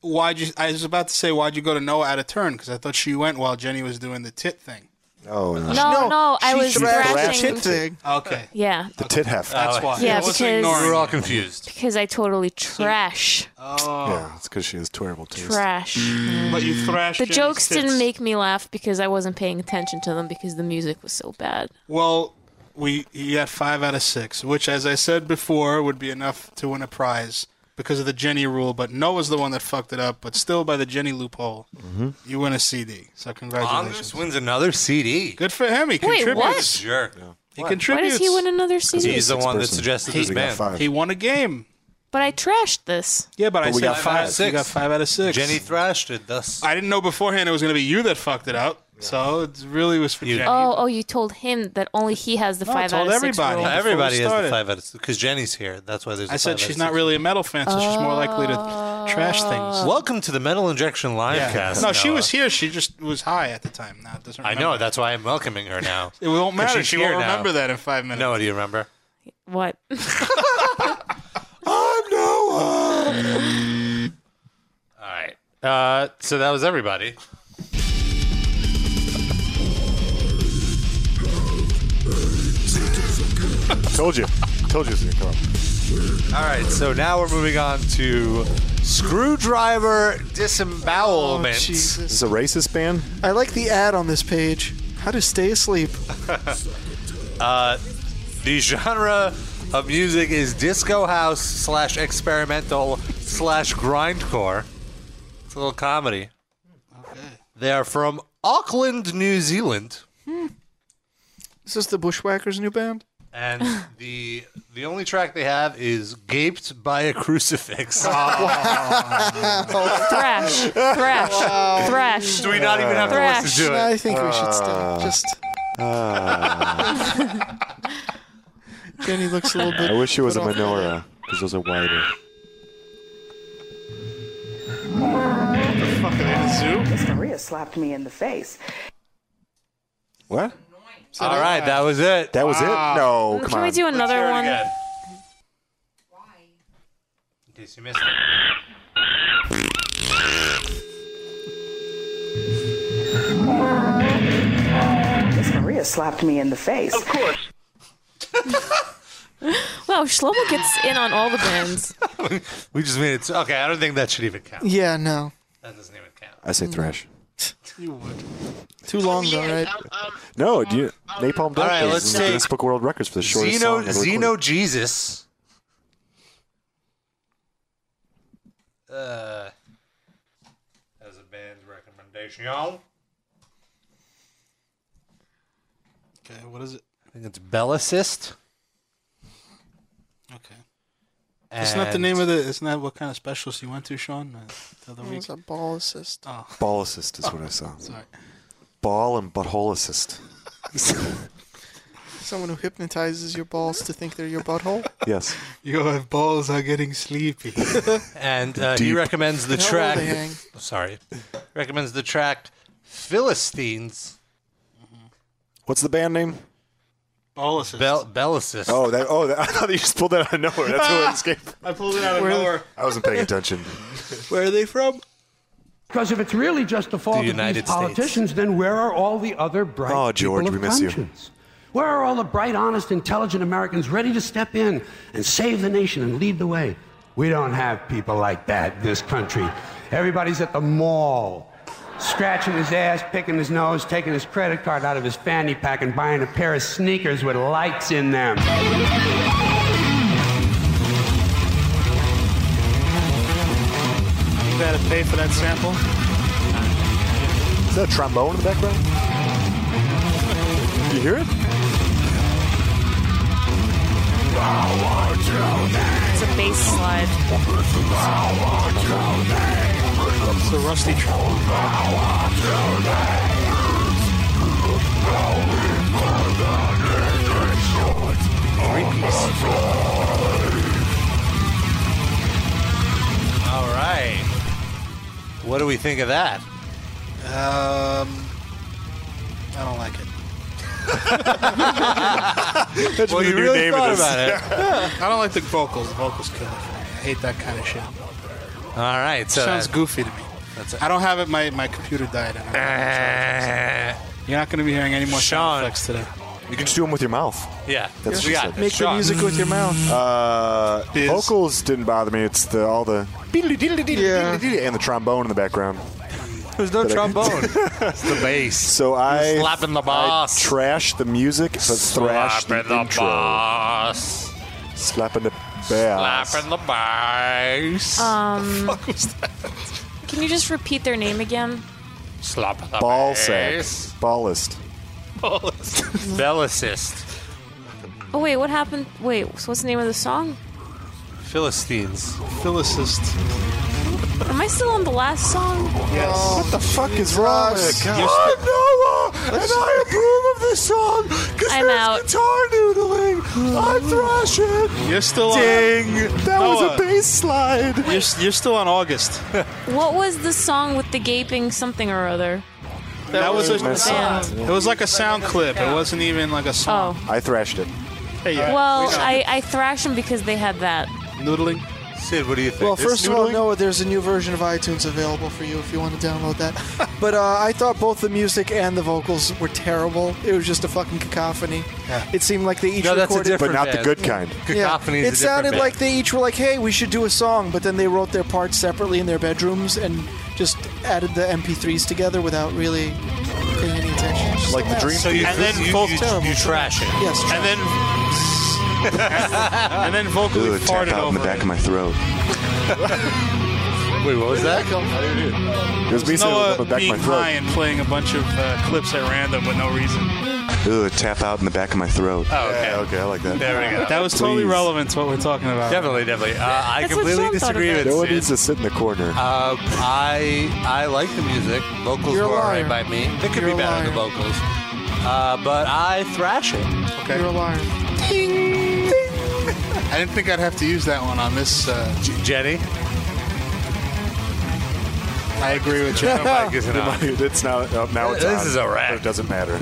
Speaker 6: why'd you? I was about to say, why'd you go to Noah out of turn? Because I thought she went while Jenny was doing the tit thing.
Speaker 5: oh no,
Speaker 4: No, no, I
Speaker 2: she
Speaker 4: was
Speaker 2: thrashed
Speaker 4: thrashing.
Speaker 2: tit thing.
Speaker 6: Okay,
Speaker 4: Yeah,
Speaker 5: the tit heft.
Speaker 6: that's why.
Speaker 4: Yeah,
Speaker 6: I was
Speaker 4: because-
Speaker 6: ignoring.
Speaker 3: We're all confused.
Speaker 4: because I totally trash.
Speaker 3: Oh.
Speaker 5: yeah, it's because she has terrible taste.
Speaker 4: Trash.
Speaker 3: Mm.
Speaker 6: But you thrashed
Speaker 4: The
Speaker 6: Jenny's
Speaker 4: jokes
Speaker 6: tits.
Speaker 4: didn't make me laugh because I wasn't paying attention to them because the music was so bad.
Speaker 6: Well, we you got five out of six, which, as I said before, would be enough to win a prize because of the Jenny rule. But Noah's the one that fucked it up. But still, by the Jenny loophole,
Speaker 5: Mm-hmm.
Speaker 6: you win a CD. So
Speaker 3: Anders
Speaker 6: congratulations.
Speaker 3: wins another
Speaker 5: E.
Speaker 3: CD.
Speaker 6: Good for him. He
Speaker 4: Wait,
Speaker 6: contributes.
Speaker 4: what?
Speaker 3: Jerk.
Speaker 6: He
Speaker 4: Why
Speaker 6: contributes.
Speaker 4: does he win another CD?
Speaker 3: He's the
Speaker 5: Six
Speaker 3: one that
Speaker 5: person.
Speaker 3: suggested
Speaker 5: He
Speaker 3: this
Speaker 5: got
Speaker 3: band.
Speaker 5: five.
Speaker 6: He won a game.
Speaker 4: But I trashed this.
Speaker 6: Yeah, but, I
Speaker 5: we
Speaker 6: said
Speaker 5: got five out
Speaker 6: five.
Speaker 5: of
Speaker 6: You
Speaker 3: six.
Speaker 6: got five out of six.
Speaker 3: Jenny thrashed it. Thus,
Speaker 6: I didn't know beforehand it was going to be you that fucked it up. So it really was for
Speaker 3: You-
Speaker 6: Jenny.
Speaker 4: Oh, oh, you told him that only he has the
Speaker 6: No, I
Speaker 4: five out
Speaker 6: told
Speaker 4: of six
Speaker 6: everybody.
Speaker 4: rule.
Speaker 6: before
Speaker 3: everybody
Speaker 6: we
Speaker 3: has the
Speaker 6: started.
Speaker 3: five out of because Jenny's here. That's why there's. I
Speaker 6: I said she's not really a metal fan, so she's more likely to trash things.
Speaker 3: Welcome to the Metal Injection live cast.
Speaker 6: No, she
Speaker 3: Noah.
Speaker 6: was here. She just was high at the time. Now doesn't.
Speaker 3: I
Speaker 6: Remember.
Speaker 3: know. That's why I'm welcoming her now.
Speaker 6: It won't
Speaker 3: 'Cause
Speaker 6: matter.
Speaker 3: she's
Speaker 6: She
Speaker 3: here
Speaker 6: won't
Speaker 3: now.
Speaker 6: remember that in five minutes.
Speaker 3: Noah, do you remember?
Speaker 4: What?
Speaker 3: All right. Uh, so that was everybody.
Speaker 5: Told you. Told you it was going to come.
Speaker 3: All right. So now we're moving on to screwdriver disembowelment.
Speaker 5: Is this a racist band?
Speaker 2: I like the ad on this page. How to stay asleep.
Speaker 3: uh, the genre of music is disco house slash experimental slash grindcore. It's a little comedy. They are from Auckland, New Zealand.
Speaker 2: Is this the Bushwhackers' new band?
Speaker 3: And the the only track they have is "Gaped by a Crucifix."
Speaker 5: Oh.
Speaker 4: Thrash, thrash,
Speaker 2: Wow.
Speaker 4: thrash.
Speaker 3: Do we not even have to listen to it?
Speaker 2: I think we should stop.
Speaker 5: Ah.
Speaker 2: Just Jenny looks a little bit.
Speaker 5: uh. I wish it was a
Speaker 2: put off.
Speaker 5: menorah because those are wider.
Speaker 14: Miss Maria slapped me in the face.
Speaker 5: What?
Speaker 3: All right, that was it.
Speaker 5: That was it? No, come
Speaker 4: Can
Speaker 5: on.
Speaker 4: we do another
Speaker 3: hear it
Speaker 4: one?
Speaker 3: again. In case you missed it.
Speaker 14: Miss Maria slapped me in the face. Of course.
Speaker 4: Wow, Shlomo gets in on all the bands.
Speaker 3: We just made it. Okay, I don't think that should even count.
Speaker 2: Yeah, no.
Speaker 3: That doesn't even count.
Speaker 5: I say thrash.
Speaker 2: You would. Too long though, right?
Speaker 5: No, do you, Napalm
Speaker 3: All
Speaker 5: Death All
Speaker 3: right,
Speaker 5: right,
Speaker 3: let's
Speaker 5: let's
Speaker 3: take
Speaker 5: Guinness Book of World Records for the shortest
Speaker 3: Zeno,
Speaker 5: song ever recorded.
Speaker 3: Zeno Jesus. Uh, as a band's recommendation.
Speaker 6: Okay, what is it?
Speaker 3: I think it's Bellicist.
Speaker 6: Okay. It's not the name of the. It's not what kind of specials you went to, Sean. Uh, the other
Speaker 2: It
Speaker 6: week.
Speaker 2: was a ball assist.
Speaker 6: Oh.
Speaker 5: Ball assist is what I saw.
Speaker 6: Sorry.
Speaker 5: Ball and butthole assist.
Speaker 2: Someone who hypnotizes your balls to think they're your butthole.
Speaker 5: yes.
Speaker 6: Your balls are getting sleepy.
Speaker 3: And uh, he
Speaker 6: Deep.
Speaker 3: recommends the
Speaker 6: How old
Speaker 3: track.
Speaker 6: they hang.
Speaker 3: Sorry, recommends the track Philistines.
Speaker 5: What's the band name?
Speaker 6: Bellicist.
Speaker 3: Bell- Bellicist.
Speaker 5: Oh, that. Oh, that, I thought you just pulled that out of nowhere. That's where it escaped.
Speaker 6: I pulled it out of
Speaker 5: Where-
Speaker 6: nowhere.
Speaker 5: I wasn't paying attention.
Speaker 6: Where are they from?
Speaker 15: Because if it's really just the fault
Speaker 5: The
Speaker 15: of
Speaker 5: United
Speaker 15: these
Speaker 5: States.
Speaker 15: politicians, then where are all the other bright
Speaker 5: Oh, George,
Speaker 15: people
Speaker 5: we
Speaker 15: of
Speaker 5: miss you.
Speaker 15: conscience? Where are all the bright, honest, intelligent Americans ready to step in and save the nation and lead the way? We don't have people like that in this country. Everybody's at the mall, scratching his ass, picking his nose, taking his credit card out of his fanny pack, and buying a pair of sneakers with lights in them.
Speaker 6: You gotta pay for that sample.
Speaker 5: Is that a trombone in the background? You hear it?
Speaker 4: It's a bass slide.
Speaker 6: It's the rusty trombone.
Speaker 3: All right. What do we think of that?
Speaker 6: Um, I don't like it.
Speaker 3: well, you really thought about it.
Speaker 6: I don't like the vocals. The vocals kill it for me. I hate that kind of shit.
Speaker 3: All right. So
Speaker 6: Sounds
Speaker 3: that-
Speaker 6: goofy to me.
Speaker 3: That's
Speaker 6: I don't have it. My, my computer died. I don't
Speaker 16: Eh.
Speaker 3: have
Speaker 6: it. You're not going to be hearing any more sound effects today.
Speaker 5: You can just do them with your mouth.
Speaker 3: Yeah,
Speaker 5: That's
Speaker 6: we
Speaker 5: what
Speaker 6: got
Speaker 5: she said.
Speaker 6: it. Make the Sean. music with your mouth.
Speaker 5: Uh, vocals didn't bother me. It's the all the
Speaker 2: Yeah.
Speaker 5: and the trombone in the background.
Speaker 3: There's no
Speaker 5: That I-
Speaker 3: trombone. it's the bass.
Speaker 5: So I
Speaker 3: slapping the boss.
Speaker 5: I trashed the music, but thrashed the,
Speaker 3: Slapping the
Speaker 5: intro.
Speaker 3: boss.
Speaker 5: Slapping the bass.
Speaker 3: Slapping the bass.
Speaker 4: Um, Can you just repeat their name again?
Speaker 3: Slapping the
Speaker 5: Ball sack.
Speaker 3: bass.
Speaker 5: Ballist.
Speaker 3: Bellicist.
Speaker 4: Oh wait, what happened? Wait, so what's the name of the song?
Speaker 3: Philistines.
Speaker 6: Philistist.
Speaker 4: Am I still on the last song?
Speaker 5: Yes. What the fuck is wrong with
Speaker 4: Sucks.
Speaker 5: it?
Speaker 4: You're
Speaker 5: God.
Speaker 6: Oh,
Speaker 8: and I approve of this song because
Speaker 4: I'm
Speaker 8: there's
Speaker 4: out.
Speaker 8: guitar noodling. I'm thrashing.
Speaker 16: You're still
Speaker 8: Ding.
Speaker 16: on.
Speaker 8: That was a
Speaker 5: bass slide.
Speaker 16: You're, s- you're still on August. that,
Speaker 4: What was the song with the gaping something or other?
Speaker 16: was,
Speaker 5: was my
Speaker 16: a.
Speaker 5: song.
Speaker 16: It was like a sound clip. It wasn't even like a song.
Speaker 5: I thrashed it.
Speaker 16: Hey, yeah.
Speaker 4: well,
Speaker 16: We know.
Speaker 4: I, I thrash them because they had that.
Speaker 16: noodling.
Speaker 3: Sid, what do you think?
Speaker 2: Well, first of all, Noah, there's a new version of iTunes available for you if you want to download that. but uh, I thought both the music and the vocals were terrible. It was just a fucking cacophony. It seemed like they each
Speaker 5: No, that's a
Speaker 2: recorded,
Speaker 5: different But not the band. good kind. Cacophony is
Speaker 2: It
Speaker 5: a different
Speaker 2: sounded
Speaker 5: band.
Speaker 2: like they each were like, "Hey, we should do a song," but then they wrote their parts separately in their bedrooms and just added the MP3s together without really paying any attention. It's just a mess.
Speaker 3: So you, and then you, you, you, trash it.
Speaker 2: Yes.
Speaker 3: And then
Speaker 16: and then vocally
Speaker 5: Ooh, it tapped
Speaker 16: farted
Speaker 5: out in
Speaker 16: over.
Speaker 5: the back of my throat.
Speaker 3: Wait, what was that?
Speaker 5: It was me sitting
Speaker 16: Noah
Speaker 5: up the back of
Speaker 16: being
Speaker 5: my
Speaker 16: high
Speaker 5: throat.
Speaker 16: and uh, playing a bunch of uh, clips at random with no reason.
Speaker 5: Ooh, it tap out in the back of my throat.
Speaker 16: Oh, okay.
Speaker 5: Yeah, okay, I like that.
Speaker 16: There we go. That was totally
Speaker 5: Please.
Speaker 16: relevant to what we're talking about.
Speaker 3: Definitely, definitely. Uh, I
Speaker 16: That's what
Speaker 3: completely
Speaker 16: Sean thought
Speaker 3: disagree
Speaker 16: of it.
Speaker 3: with
Speaker 5: No one
Speaker 3: Sid.
Speaker 5: needs to sit in the corner.
Speaker 3: Uh, I I like the music. Vocals
Speaker 5: You're a
Speaker 3: were alright
Speaker 5: liar.
Speaker 3: by me. They could
Speaker 5: You're a
Speaker 3: be better the
Speaker 5: liar.
Speaker 3: vocals, uh, but I thrash it. Okay.
Speaker 2: You're a liar.
Speaker 6: I didn't think I'd have to use that one on this. Uh,
Speaker 3: Jenny?
Speaker 6: I agree with you.
Speaker 3: Your mic isn't on.
Speaker 5: it's now, oh, now it's
Speaker 3: This
Speaker 5: on.
Speaker 3: is a wrap.
Speaker 5: It doesn't matter.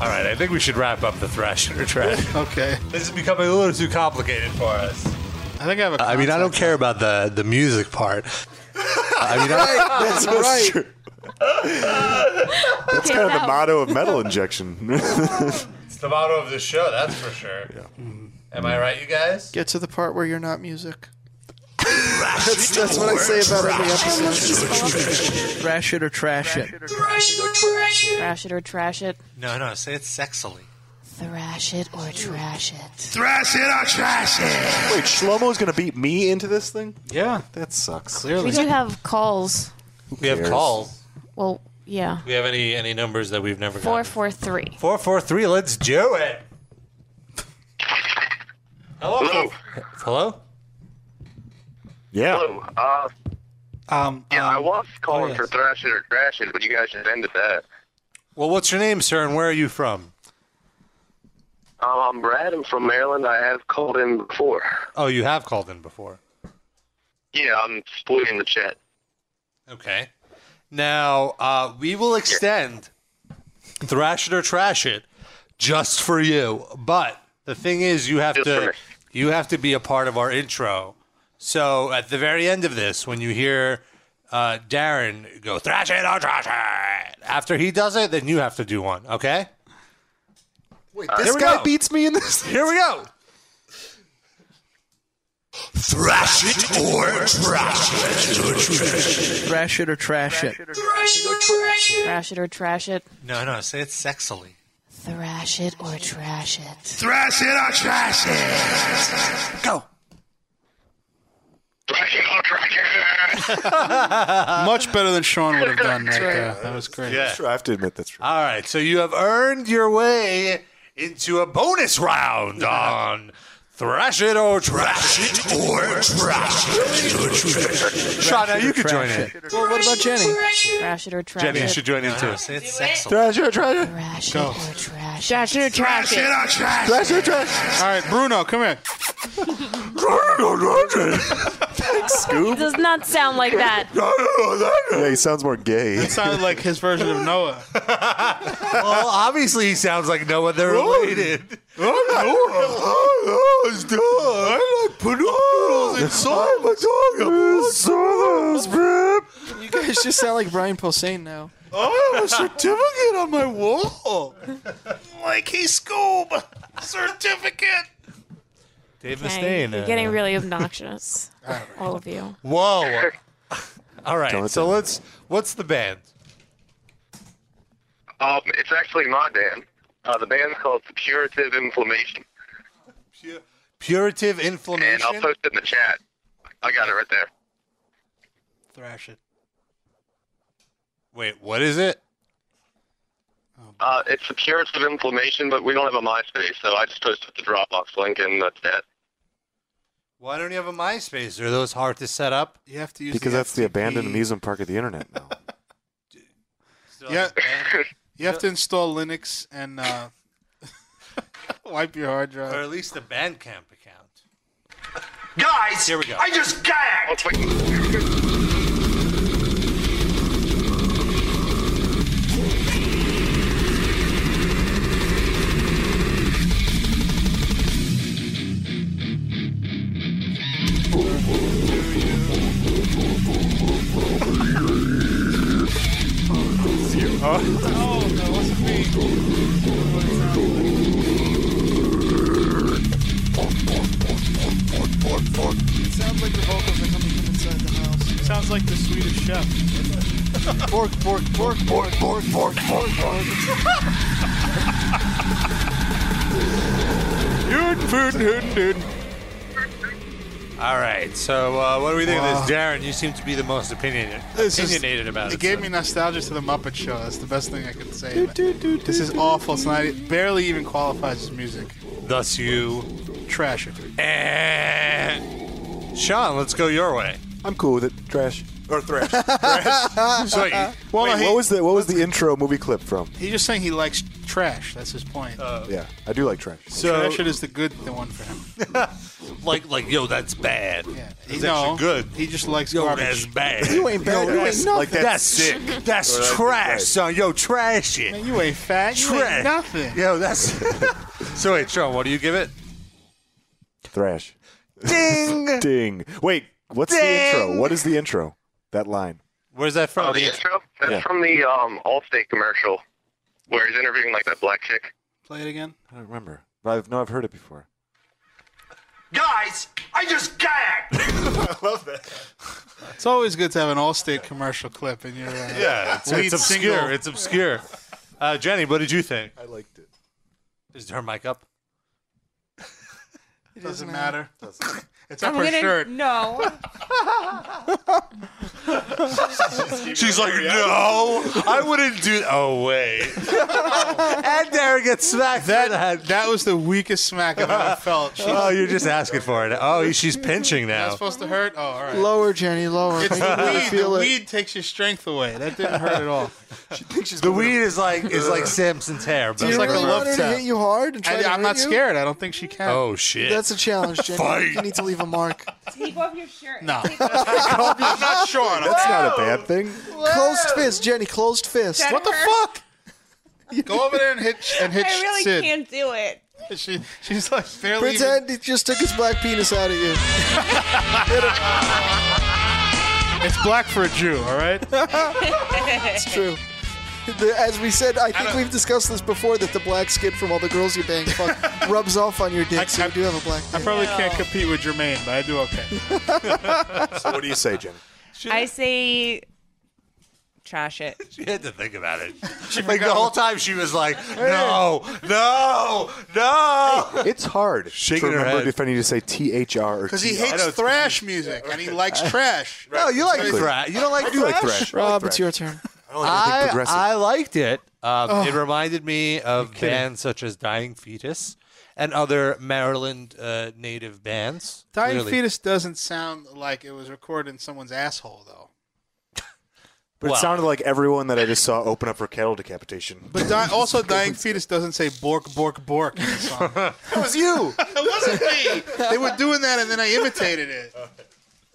Speaker 3: All right, I think we should wrap up the thrash or trash.
Speaker 6: okay.
Speaker 3: This is becoming a little too complicated for us.
Speaker 6: I think I have a.
Speaker 3: I mean, I don't care about the the music part. I mean,
Speaker 6: Right,
Speaker 3: I,
Speaker 6: that's right.
Speaker 5: True. That's kind of the motto of metal injection.
Speaker 3: It's the motto of the show, that's for sure. Am I right, you guys?
Speaker 2: Get to the part where you're not music.
Speaker 8: That's,
Speaker 2: that's what I say about every episode. Thrash it or trash it.
Speaker 4: Thrash it or trash it.
Speaker 3: No, no, say it sexily.
Speaker 4: Thrash it or trash it.
Speaker 5: Thrash it or trash it. Wait, Shlomo's gonna beat me into this thing?
Speaker 16: Yeah,
Speaker 5: that sucks.
Speaker 4: We do have calls.
Speaker 3: We have
Speaker 5: cares?
Speaker 3: calls.
Speaker 4: Well, yeah.
Speaker 3: We have any any numbers that we've never got?
Speaker 4: Four four three.
Speaker 3: Four four three. Let's do it. Hello. Hello.
Speaker 5: Yeah.
Speaker 13: Hello. Uh,
Speaker 16: um,
Speaker 13: yeah, I was calling
Speaker 5: oh,
Speaker 13: for thrash it or trash it, but you guys should end at that.
Speaker 3: Well, what's your name, sir, and where are you from?
Speaker 13: Um, I'm Brad. I'm from Maryland. I have called in before.
Speaker 3: Oh, you have called in before.
Speaker 13: Yeah, I'm spoiling the chat.
Speaker 3: Okay. Now uh, we will extend thrash it or trash it just for you. But the thing is, you have to you have to be a part of our intro. So at the very end of this, when you hear uh, Darren go thrash it or trash it, after he does it, then you have to do one. Okay.
Speaker 5: Wait,
Speaker 3: Uh,
Speaker 5: this
Speaker 3: here we
Speaker 5: guy
Speaker 3: go.
Speaker 5: beats me in this.
Speaker 3: Here we go.
Speaker 8: Thrash it or trash it.
Speaker 2: Thrash it or trash it.
Speaker 8: Thrash it or trash it.
Speaker 4: Thrash it or trash it.
Speaker 3: No, no, say it sexily.
Speaker 4: Thrash it or trash it.
Speaker 8: Thrash it or trash it.
Speaker 3: Go.
Speaker 8: Thrash it or trash
Speaker 6: Much better than Sean would have done right there. That was great.
Speaker 3: Yeah.
Speaker 5: Sure, I have to admit that's true.
Speaker 3: All right, so you have earned your way into a bonus round on Thrash It or Trash It or Trash It. Sean, now you could join in.
Speaker 2: Well, what about Jenny?
Speaker 4: Thrash it or trash
Speaker 3: Jenny
Speaker 4: it.
Speaker 3: should join in too.
Speaker 5: Thrash it or trash it.
Speaker 4: Thrash
Speaker 5: Go.
Speaker 4: it or trash. Thrash it or
Speaker 5: trash it. Thrash it or trash
Speaker 6: All right, Bruno, come here.
Speaker 5: Thanks, Scoop.
Speaker 4: It does not sound like that.
Speaker 5: yeah, he sounds more gay.
Speaker 6: That sounded like his version of Noah.
Speaker 3: well, obviously he sounds like no one. They're related.
Speaker 8: Oh, I like bananas and sauce.
Speaker 2: You guys just sound like Brian Posehn now.
Speaker 8: I have Oh, a certificate on my wall. like he Scoob. Certificate.
Speaker 3: Dave
Speaker 4: Okay,
Speaker 3: Mustaine.
Speaker 4: You're
Speaker 3: uh,
Speaker 4: getting really obnoxious. all of you.
Speaker 3: Whoa. All
Speaker 5: Don't
Speaker 3: right, so let's. What's the band?
Speaker 13: Um, it's actually my band. Uh, the band's called Curative Inflammation,
Speaker 3: Purative
Speaker 13: and I'll
Speaker 3: Inflammation.
Speaker 13: post it in the chat. I got it right there.
Speaker 6: Thrash it.
Speaker 3: Wait, what is it?
Speaker 13: Uh, it's the Curative Inflammation, but we don't have a MySpace, so I just posted the Dropbox link, and that's that.
Speaker 3: Why don't you have a MySpace? Are those hard to set up?
Speaker 6: You have to
Speaker 5: Because that's the abandoned amusement park of the internet now.
Speaker 6: Yeah, you have to install Linux and uh, wipe your hard drive,
Speaker 3: or at least the Bandcamp account.
Speaker 8: Guys,
Speaker 3: Here we go.
Speaker 8: I just gagged. Oh,
Speaker 6: It sounds like the vocals are coming from inside the house.
Speaker 16: Sounds like the Swedish chef.
Speaker 6: Bork, bork, bork, bork, bork, bork, bork,
Speaker 3: All right. So uh, what do we think
Speaker 6: Wow.
Speaker 3: of this, Darren? You seem to be the most opinionated,
Speaker 6: This is-
Speaker 3: opinionated about it.
Speaker 6: It gave me nostalgia to the Muppet Show. That's the best thing I could say. This is awful. It's not it barely even qualifies as music.
Speaker 3: Thus you.
Speaker 6: Trash it.
Speaker 3: And Sean, let's go your way.
Speaker 5: I'm cool with it. Trash.
Speaker 3: Or thrash.
Speaker 6: So
Speaker 3: wait,
Speaker 5: Wait, what was the what was the intro movie clip from?
Speaker 6: He's just saying he likes trash. That's his point.
Speaker 5: Yeah, I do like trash.
Speaker 3: Oh. So-
Speaker 6: trash it is the good the one for him.
Speaker 3: like, like, yo, that's bad. Yeah, it's
Speaker 6: No,
Speaker 3: actually good.
Speaker 6: He just likes
Speaker 3: yo,
Speaker 6: garbage.
Speaker 3: That's bad.
Speaker 6: You ain't bad.
Speaker 3: Yo,
Speaker 6: You ain't
Speaker 3: that's-
Speaker 6: nothing.
Speaker 3: Like, that's,
Speaker 6: That's-
Speaker 3: sick. That's
Speaker 6: Or that's
Speaker 3: trash,
Speaker 6: right.
Speaker 3: son. Yo, trash it.
Speaker 6: Man, you ain't fat. You
Speaker 3: Trash.
Speaker 6: ain't nothing.
Speaker 3: Yo, that's. so wait, Sean, what do you give it?
Speaker 5: Thrash.
Speaker 3: Ding.
Speaker 5: Ding. Wait, what's the intro?
Speaker 13: Ding.
Speaker 5: What is the intro? That line.
Speaker 3: Where's that from?
Speaker 13: Oh, the intro? That's
Speaker 5: Yeah.
Speaker 13: from the um, Allstate commercial where he's interviewing like that black chick.
Speaker 6: Play it again.
Speaker 5: I don't remember. But I've no, I've heard it before.
Speaker 8: Guys, I just gagged. I
Speaker 3: love that.
Speaker 6: It's always good to have an Allstate commercial clip in your uh,
Speaker 3: Yeah, it's,
Speaker 6: lead
Speaker 3: it's obscure.
Speaker 6: single.
Speaker 3: It's obscure. Uh, Jenny, what did you think? I
Speaker 5: liked it.
Speaker 3: Is her mic up?
Speaker 6: It doesn't matter. It's
Speaker 8: I'm
Speaker 6: up her
Speaker 8: gonna-
Speaker 6: shirt.
Speaker 10: No.
Speaker 3: She's like, no, I wouldn't do. Oh wait. and there gets smacked.
Speaker 6: That that was the weakest smack I've ever felt. She's-
Speaker 3: oh, you're just asking for it. Oh, she's pinching
Speaker 6: That's
Speaker 3: now.
Speaker 6: supposed to hurt. Oh, all right.
Speaker 2: Lower, Jenny, lower.
Speaker 6: It's the
Speaker 2: I
Speaker 6: weed.
Speaker 2: feel
Speaker 6: the
Speaker 2: it.
Speaker 6: weed takes your strength away. That didn't hurt at all.
Speaker 3: The weed is like is like Samson's hair. But
Speaker 6: Do you
Speaker 3: it's
Speaker 6: really
Speaker 3: like a love
Speaker 6: want her to
Speaker 3: tap.
Speaker 6: hit
Speaker 2: you hard and try
Speaker 6: I,
Speaker 2: to
Speaker 6: I'm
Speaker 2: hurt
Speaker 6: not
Speaker 2: you?
Speaker 6: scared. I don't think she can.
Speaker 3: Oh shit.
Speaker 2: That's a challenge, Jenny.
Speaker 6: Fight.
Speaker 2: You need to leave a mark.
Speaker 10: Take off your shirt.
Speaker 6: No. I'm not sure.
Speaker 5: That's not a bad thing.
Speaker 2: Closed fist, Jenny. Closed fist.
Speaker 10: That
Speaker 2: what the
Speaker 10: hurt.
Speaker 2: fuck?
Speaker 6: Go over there and hit and hit
Speaker 10: I really
Speaker 6: Sid.
Speaker 10: can't do it.
Speaker 6: She, she's like barely.
Speaker 2: Pretend it just took his black penis out of you.
Speaker 6: It's black for a Jew. All right.
Speaker 2: it's true. The, as we said, I think we've discussed this before that the black skin from all the girls you bang fuck rubs off on your dick, so you do have a black.
Speaker 6: I probably can't compete with Jermaine, but I do okay.
Speaker 5: so what do you say, Jenny?
Speaker 10: I say trash it.
Speaker 3: She had to think about it. like the whole time she was like, no, no, no.
Speaker 5: It's hard
Speaker 3: Shaking
Speaker 5: to
Speaker 3: her
Speaker 5: remember
Speaker 3: head.
Speaker 5: if I need to say T H R or
Speaker 6: Because he
Speaker 5: TR. I
Speaker 6: hates
Speaker 5: know it's-
Speaker 6: thrash music and he likes trash.
Speaker 5: No, you like Exactly. thrash.
Speaker 3: You don't like
Speaker 5: I do like thrash. I like
Speaker 2: Rob,
Speaker 5: thrash.
Speaker 2: it's your turn.
Speaker 6: Ah.
Speaker 3: I,
Speaker 5: progressive.
Speaker 3: I liked it. Um,
Speaker 2: Ugh.
Speaker 3: It reminded me of
Speaker 2: kidding.
Speaker 3: bands such as Dying Fetus and other Maryland uh, native bands.
Speaker 6: Dying
Speaker 3: Clearly.
Speaker 6: fetus doesn't sound like it was recorded in someone's asshole, though.
Speaker 5: But
Speaker 3: Well-
Speaker 5: it sounded like everyone that I just saw open up for cattle decapitation.
Speaker 6: But di- also, dying fetus doesn't say bork, bork, bork in the song. it
Speaker 5: That was you.
Speaker 6: wasn't me. They were doing that, and then I imitated it.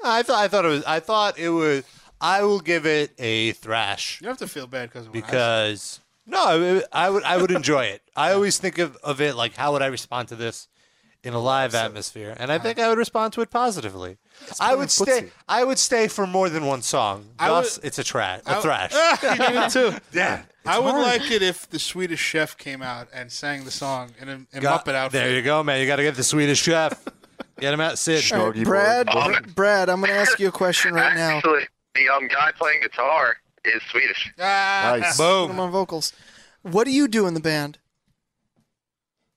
Speaker 3: I thought I thought it was. I thought it was. I will give it a thrash
Speaker 6: You don't have to feel bad because of what I said.
Speaker 3: because no, I I would I would enjoy it. I always think of, of it like how would I respond to this in a live atmosphere, and I think I would respond to it positively. I would stay. I would stay for more than one song.
Speaker 6: I would-
Speaker 3: Thus, it's a trash, a
Speaker 6: I-
Speaker 3: thrash.
Speaker 6: you did it too.
Speaker 3: Yeah,
Speaker 6: I would
Speaker 3: hard.
Speaker 6: like it if the Swedish chef came out and sang the song in a in
Speaker 3: Got-
Speaker 6: Muppet outfit.
Speaker 3: There you go, man. You got to get the Swedish chef. Get him out, Sid.
Speaker 2: All right, Brad, Brad, I'm going to ask you a question right now.
Speaker 13: Actually, the um, guy playing guitar is Swedish.
Speaker 6: Ah,
Speaker 2: Nice.
Speaker 3: Boom.
Speaker 2: I'm on vocals. What do you do in the band?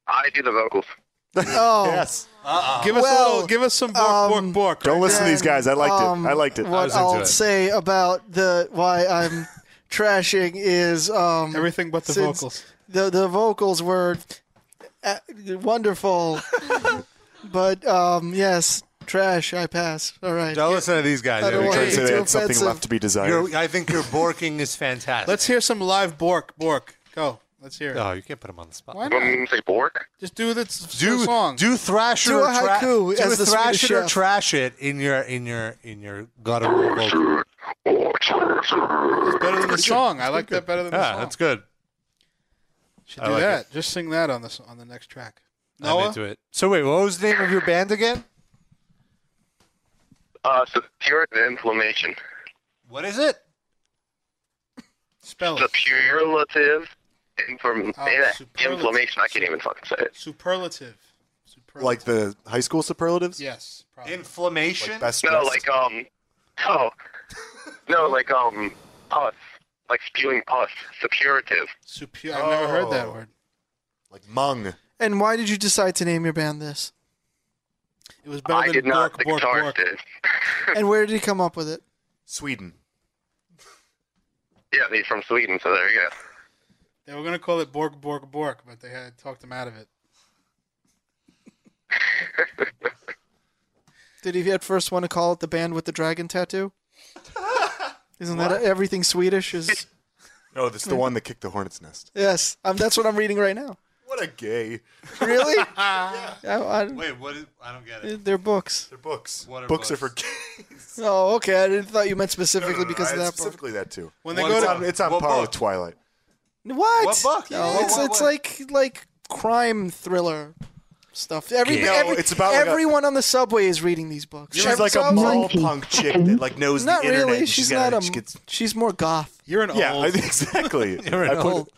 Speaker 13: I do the vocals.
Speaker 2: Oh.
Speaker 3: Yes.
Speaker 6: Give us
Speaker 2: Well,
Speaker 6: a little. Give us some bork, bork, bork.
Speaker 5: um, Don't listen to these guys. I liked
Speaker 2: Um,
Speaker 5: it. I liked it.
Speaker 2: What I'll say about the why I'm trashing is um,
Speaker 6: Everything but the
Speaker 2: since
Speaker 6: vocals.
Speaker 2: The the vocals were uh, wonderful, but um, yes, Trash. I pass. All right.
Speaker 3: Don't listen to these guys.
Speaker 2: I don't
Speaker 3: They're
Speaker 2: want
Speaker 3: crazy.
Speaker 2: it to It's something offensive. left
Speaker 5: to be desired.
Speaker 3: Your- I think your borking is fantastic.
Speaker 6: Let's hear some live Bork. Bork, go. Let's hear it.
Speaker 3: Oh, you can't put him on the spot.
Speaker 6: Why not?
Speaker 13: Say Bork.
Speaker 6: Just do the s-
Speaker 3: Do
Speaker 6: song.
Speaker 3: do thrasher
Speaker 6: Do a
Speaker 3: or tra-
Speaker 6: haiku
Speaker 3: do
Speaker 6: as
Speaker 3: a
Speaker 6: the
Speaker 3: thrash
Speaker 6: Swedish
Speaker 3: it or
Speaker 6: chef.
Speaker 3: trash it in your in your in your god of war vocal.
Speaker 6: better than the song. I like that better than the
Speaker 3: Yeah,
Speaker 6: song.
Speaker 3: that's good.
Speaker 6: Should
Speaker 3: I
Speaker 6: do
Speaker 3: like
Speaker 6: that. Just sing that on the s- on the next track.
Speaker 3: I'm
Speaker 6: Noah,
Speaker 3: into it. So wait, what was the name of your band again?
Speaker 13: Uh, Superior to Inflammation.
Speaker 3: What is it?
Speaker 6: Spell
Speaker 13: it. Superlative inform-
Speaker 6: Oh,
Speaker 13: eh,
Speaker 6: superlative.
Speaker 13: Inflammation. I can't even fucking say it.
Speaker 6: superlative.
Speaker 5: Like the high school superlatives?
Speaker 6: Yes.
Speaker 3: Inflammation.
Speaker 5: best
Speaker 13: no,
Speaker 5: dressed?
Speaker 13: like um, oh, no, like um, pus, like spewing pus. Supurative.
Speaker 6: Superior. I've never heard that word.
Speaker 5: Oh. Like mung.
Speaker 2: And why did you decide to name your band this?
Speaker 6: It was
Speaker 13: I did not. The guitarist did.
Speaker 2: and where did you come up with it?
Speaker 5: Sweden.
Speaker 13: Yeah, he's from Sweden, so there you go.
Speaker 6: They were gonna call it Bork Bork Bork, but they had talked him out of it.
Speaker 2: Did he at first want to call it the band with the dragon tattoo? Isn't that everything Swedish? Is
Speaker 5: No, that's the one that kicked the hornet's nest.
Speaker 2: yes, um, that's what I'm reading right now.
Speaker 5: What a gay.
Speaker 2: Really?
Speaker 3: yeah.
Speaker 2: I, I,
Speaker 3: Wait, what? Is, I don't get it.
Speaker 2: they're books.
Speaker 5: They're books.
Speaker 3: What are
Speaker 5: books, are
Speaker 3: books?
Speaker 5: for gays.
Speaker 2: Oh, okay. I didn't thought you meant specifically
Speaker 5: No, no, no,
Speaker 2: because of that.
Speaker 5: I-
Speaker 2: Part.
Speaker 5: Specifically that too.
Speaker 6: When they
Speaker 5: Well,
Speaker 6: go
Speaker 5: it's
Speaker 6: to-
Speaker 5: on, it's on
Speaker 6: what
Speaker 5: par
Speaker 6: book?
Speaker 5: with Twilight.
Speaker 2: What?
Speaker 5: What book?
Speaker 2: No,
Speaker 5: Yeah,
Speaker 2: it's
Speaker 5: what-
Speaker 2: it's
Speaker 5: what?
Speaker 2: like like crime thriller stuff. Every,
Speaker 5: No,
Speaker 2: every-
Speaker 5: it's about like a-
Speaker 2: everyone on the subway is reading these books.
Speaker 5: She's like a mall
Speaker 2: Every-
Speaker 5: punk chick that like knows
Speaker 2: Not
Speaker 5: the internet.
Speaker 2: really.
Speaker 5: and
Speaker 2: She's
Speaker 5: got-
Speaker 2: not a-
Speaker 5: She gets,
Speaker 2: She's more goth.
Speaker 6: You're an
Speaker 5: yeah, I- exactly.
Speaker 3: You're an
Speaker 5: I put-
Speaker 3: old.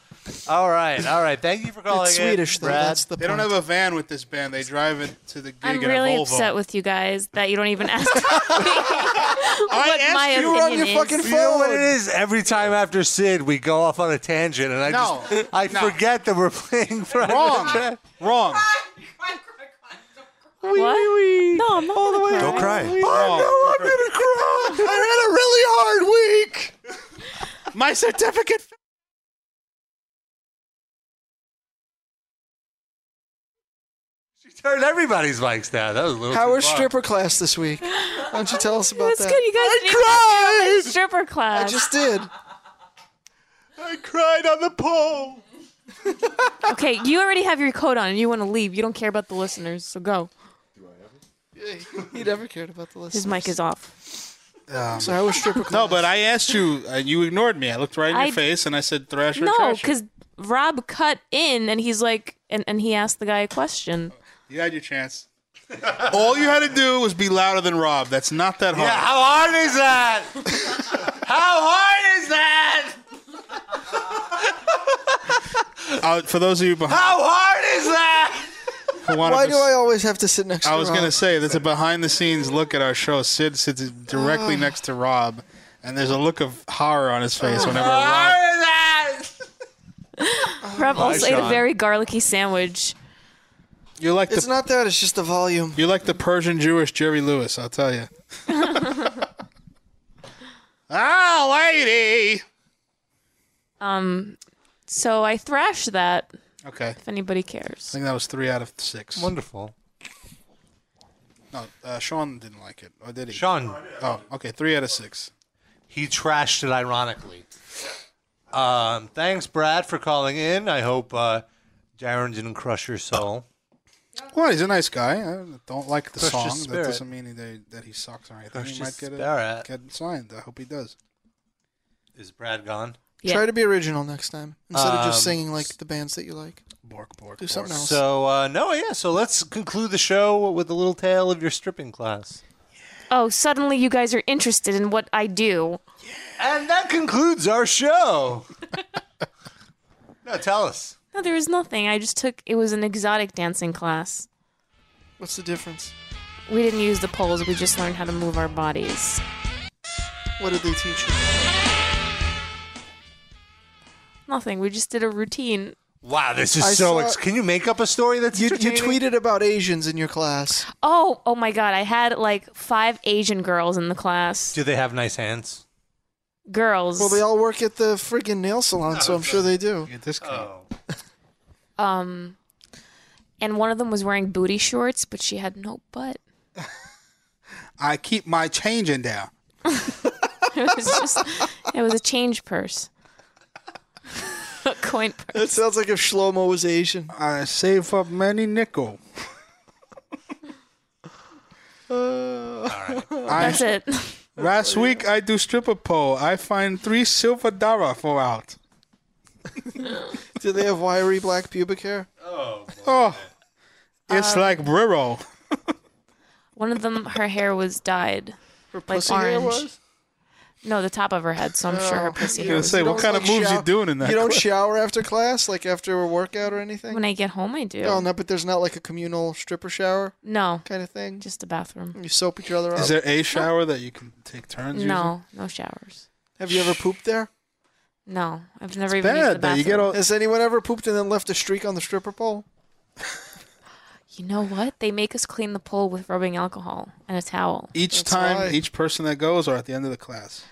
Speaker 3: All right, all right. Thank you for calling.
Speaker 2: It's Swedish,
Speaker 3: it,
Speaker 2: though.
Speaker 3: Brad.
Speaker 2: That's the
Speaker 6: They don't have a van with this band. They drive it to the gig
Speaker 4: I'm
Speaker 6: in
Speaker 4: really
Speaker 6: a Volvo.
Speaker 4: upset with you guys that you don't even ask me what
Speaker 6: asked
Speaker 4: my
Speaker 6: you. You were
Speaker 4: opinion
Speaker 6: on your
Speaker 4: is.
Speaker 6: fucking
Speaker 3: You know what it is? Every time after Sid, we go off on a tangent, and I
Speaker 6: No,
Speaker 3: just I
Speaker 6: no.
Speaker 3: forget that we're playing Brad.
Speaker 6: Wrong. Wrong.
Speaker 4: What? No, I'm not. All the way.
Speaker 5: Don't cry.
Speaker 6: Oh,
Speaker 5: no, I'm gonna cry. I had a really hard week.
Speaker 6: My certificate.
Speaker 3: She turned everybody's mics down. That was a little.
Speaker 2: Howard
Speaker 3: too far.
Speaker 2: stripper class this week. Why don't you tell us about
Speaker 4: That's
Speaker 2: that?
Speaker 4: good. You guys
Speaker 2: I
Speaker 4: didn't even
Speaker 2: cried.
Speaker 4: do it in the stripper class.
Speaker 2: I just did.
Speaker 5: I cried on the pole.
Speaker 4: okay, you already have your coat on and you want to leave. You don't care about the listeners, so go.
Speaker 2: He never cared about the list.
Speaker 4: His mic is off.
Speaker 2: So I was stripper
Speaker 6: Um, No, but I asked you, and you ignored me. I looked right in
Speaker 4: I-
Speaker 6: your face, and I said, "Thrasher."
Speaker 4: No,
Speaker 6: Thrasher."
Speaker 4: because Rob cut in and he's like, and, and he asked the guy a question.
Speaker 6: you had your chance. All you had to do was be louder than Rob. That's not that hard.
Speaker 3: Yeah, how hard is that? how hard is that?
Speaker 6: Uh, for those of you behind,
Speaker 3: How hard is that?
Speaker 6: who want
Speaker 2: Why
Speaker 6: to,
Speaker 2: do I always have to sit next to
Speaker 6: I was
Speaker 2: Rob?
Speaker 6: gonna say there's a behind the scenes look at our show. Sid sits
Speaker 2: Ah.
Speaker 6: directly next to Rob, and there's a look of horror on his
Speaker 2: Ah.
Speaker 6: face whenever Rob.
Speaker 4: Rob
Speaker 6: Hi,
Speaker 4: also ate a
Speaker 6: Sean.
Speaker 4: very garlicky sandwich.
Speaker 6: You're like
Speaker 2: It's
Speaker 6: the
Speaker 2: not that. It's just the volume.
Speaker 6: you're like the Persian Jewish Jerry Lewis. I'll tell you. ah, lady.
Speaker 4: Um, so I thrashed that
Speaker 6: Okay,
Speaker 4: if anybody
Speaker 6: I
Speaker 4: cares.
Speaker 6: think that was three out of six.
Speaker 3: Wonderful.
Speaker 6: No, uh, Sean didn't like it, or did he?
Speaker 3: Sean,
Speaker 6: Oh, okay, three out of six.
Speaker 3: he trashed it ironically. Um, thanks, Brad, for calling in. I hope uh, Darren didn't crush your soul.
Speaker 6: Well, he's a nice guy. I don't like the
Speaker 3: Crushed
Speaker 6: song.
Speaker 3: his
Speaker 6: That
Speaker 3: spirit.
Speaker 6: doesn't mean that, that he sucks or anything.
Speaker 3: Crushed
Speaker 6: he might
Speaker 3: his
Speaker 6: get, a,
Speaker 3: spirit.
Speaker 6: get signed. I hope he does.
Speaker 3: Is Brad gone?
Speaker 2: Try to be original next time instead of
Speaker 3: Um,
Speaker 2: just singing like the bands that you like.
Speaker 6: Bork, bork,
Speaker 2: Do something else.
Speaker 3: So uh, no, yeah. So let's conclude the show with a little tale of your stripping class.
Speaker 4: Oh, suddenly you guys are interested in what I do.
Speaker 3: And that concludes our show. no, tell us.
Speaker 4: No, there was nothing. I just took it was an exotic dancing class.
Speaker 2: What's the difference?
Speaker 4: We didn't use the poles. We just learned how to move our bodies.
Speaker 2: What did they teach you?
Speaker 4: Nothing. We just did a routine.
Speaker 3: Wow, ah, this is
Speaker 2: I
Speaker 3: so.
Speaker 2: saw-
Speaker 3: Ex- can you make up a story that's
Speaker 2: You, you
Speaker 3: entertaining?
Speaker 2: tweeted about Asians in your class.
Speaker 4: Oh, oh my god! I had like five Asian girls in the class.
Speaker 3: Do they have nice hands?
Speaker 4: Girls.
Speaker 2: Well, they all work at the friggin' nail salon, so I'm sure they do.
Speaker 6: Get this guy.
Speaker 4: Oh. um, and one of them was wearing booty shorts, but she had no butt.
Speaker 6: I keep my change in there.
Speaker 4: it was just it was a change purse. a coin purse.
Speaker 6: That sounds like if Shlomo was Asian. I save up many nickel.
Speaker 2: Uh,
Speaker 4: That's
Speaker 6: I-
Speaker 4: it.
Speaker 6: Last week I do stripper pole. I find three silver dara for out.
Speaker 2: Do they have wiry black pubic hair? Oh.
Speaker 6: Oh. It's
Speaker 4: Um,
Speaker 6: like Briro.
Speaker 4: One of them, her hair was dyed. Her
Speaker 2: pussy hair was? Oh.
Speaker 4: No, the top of her head. So I'm sure her pussy hair. was
Speaker 2: You don't, like, shower- You don't shower after class, like after a workout or anything.
Speaker 4: When I get home, I do.
Speaker 2: Oh no, but there's not like a communal stripper shower.
Speaker 4: No.
Speaker 2: kind of thing.
Speaker 4: Just the bathroom.
Speaker 2: You soap each other up.
Speaker 6: Is there a shower that you can take turns using?
Speaker 4: No, no showers.
Speaker 2: Have you ever pooped there?
Speaker 4: No, I've never even used the bathroom. You,
Speaker 2: Has anyone ever pooped and then left a streak on the stripper pole?
Speaker 4: know what? They make us clean the pool with rubbing alcohol and a towel.
Speaker 6: Each time, each person that goes, or at the end of the class.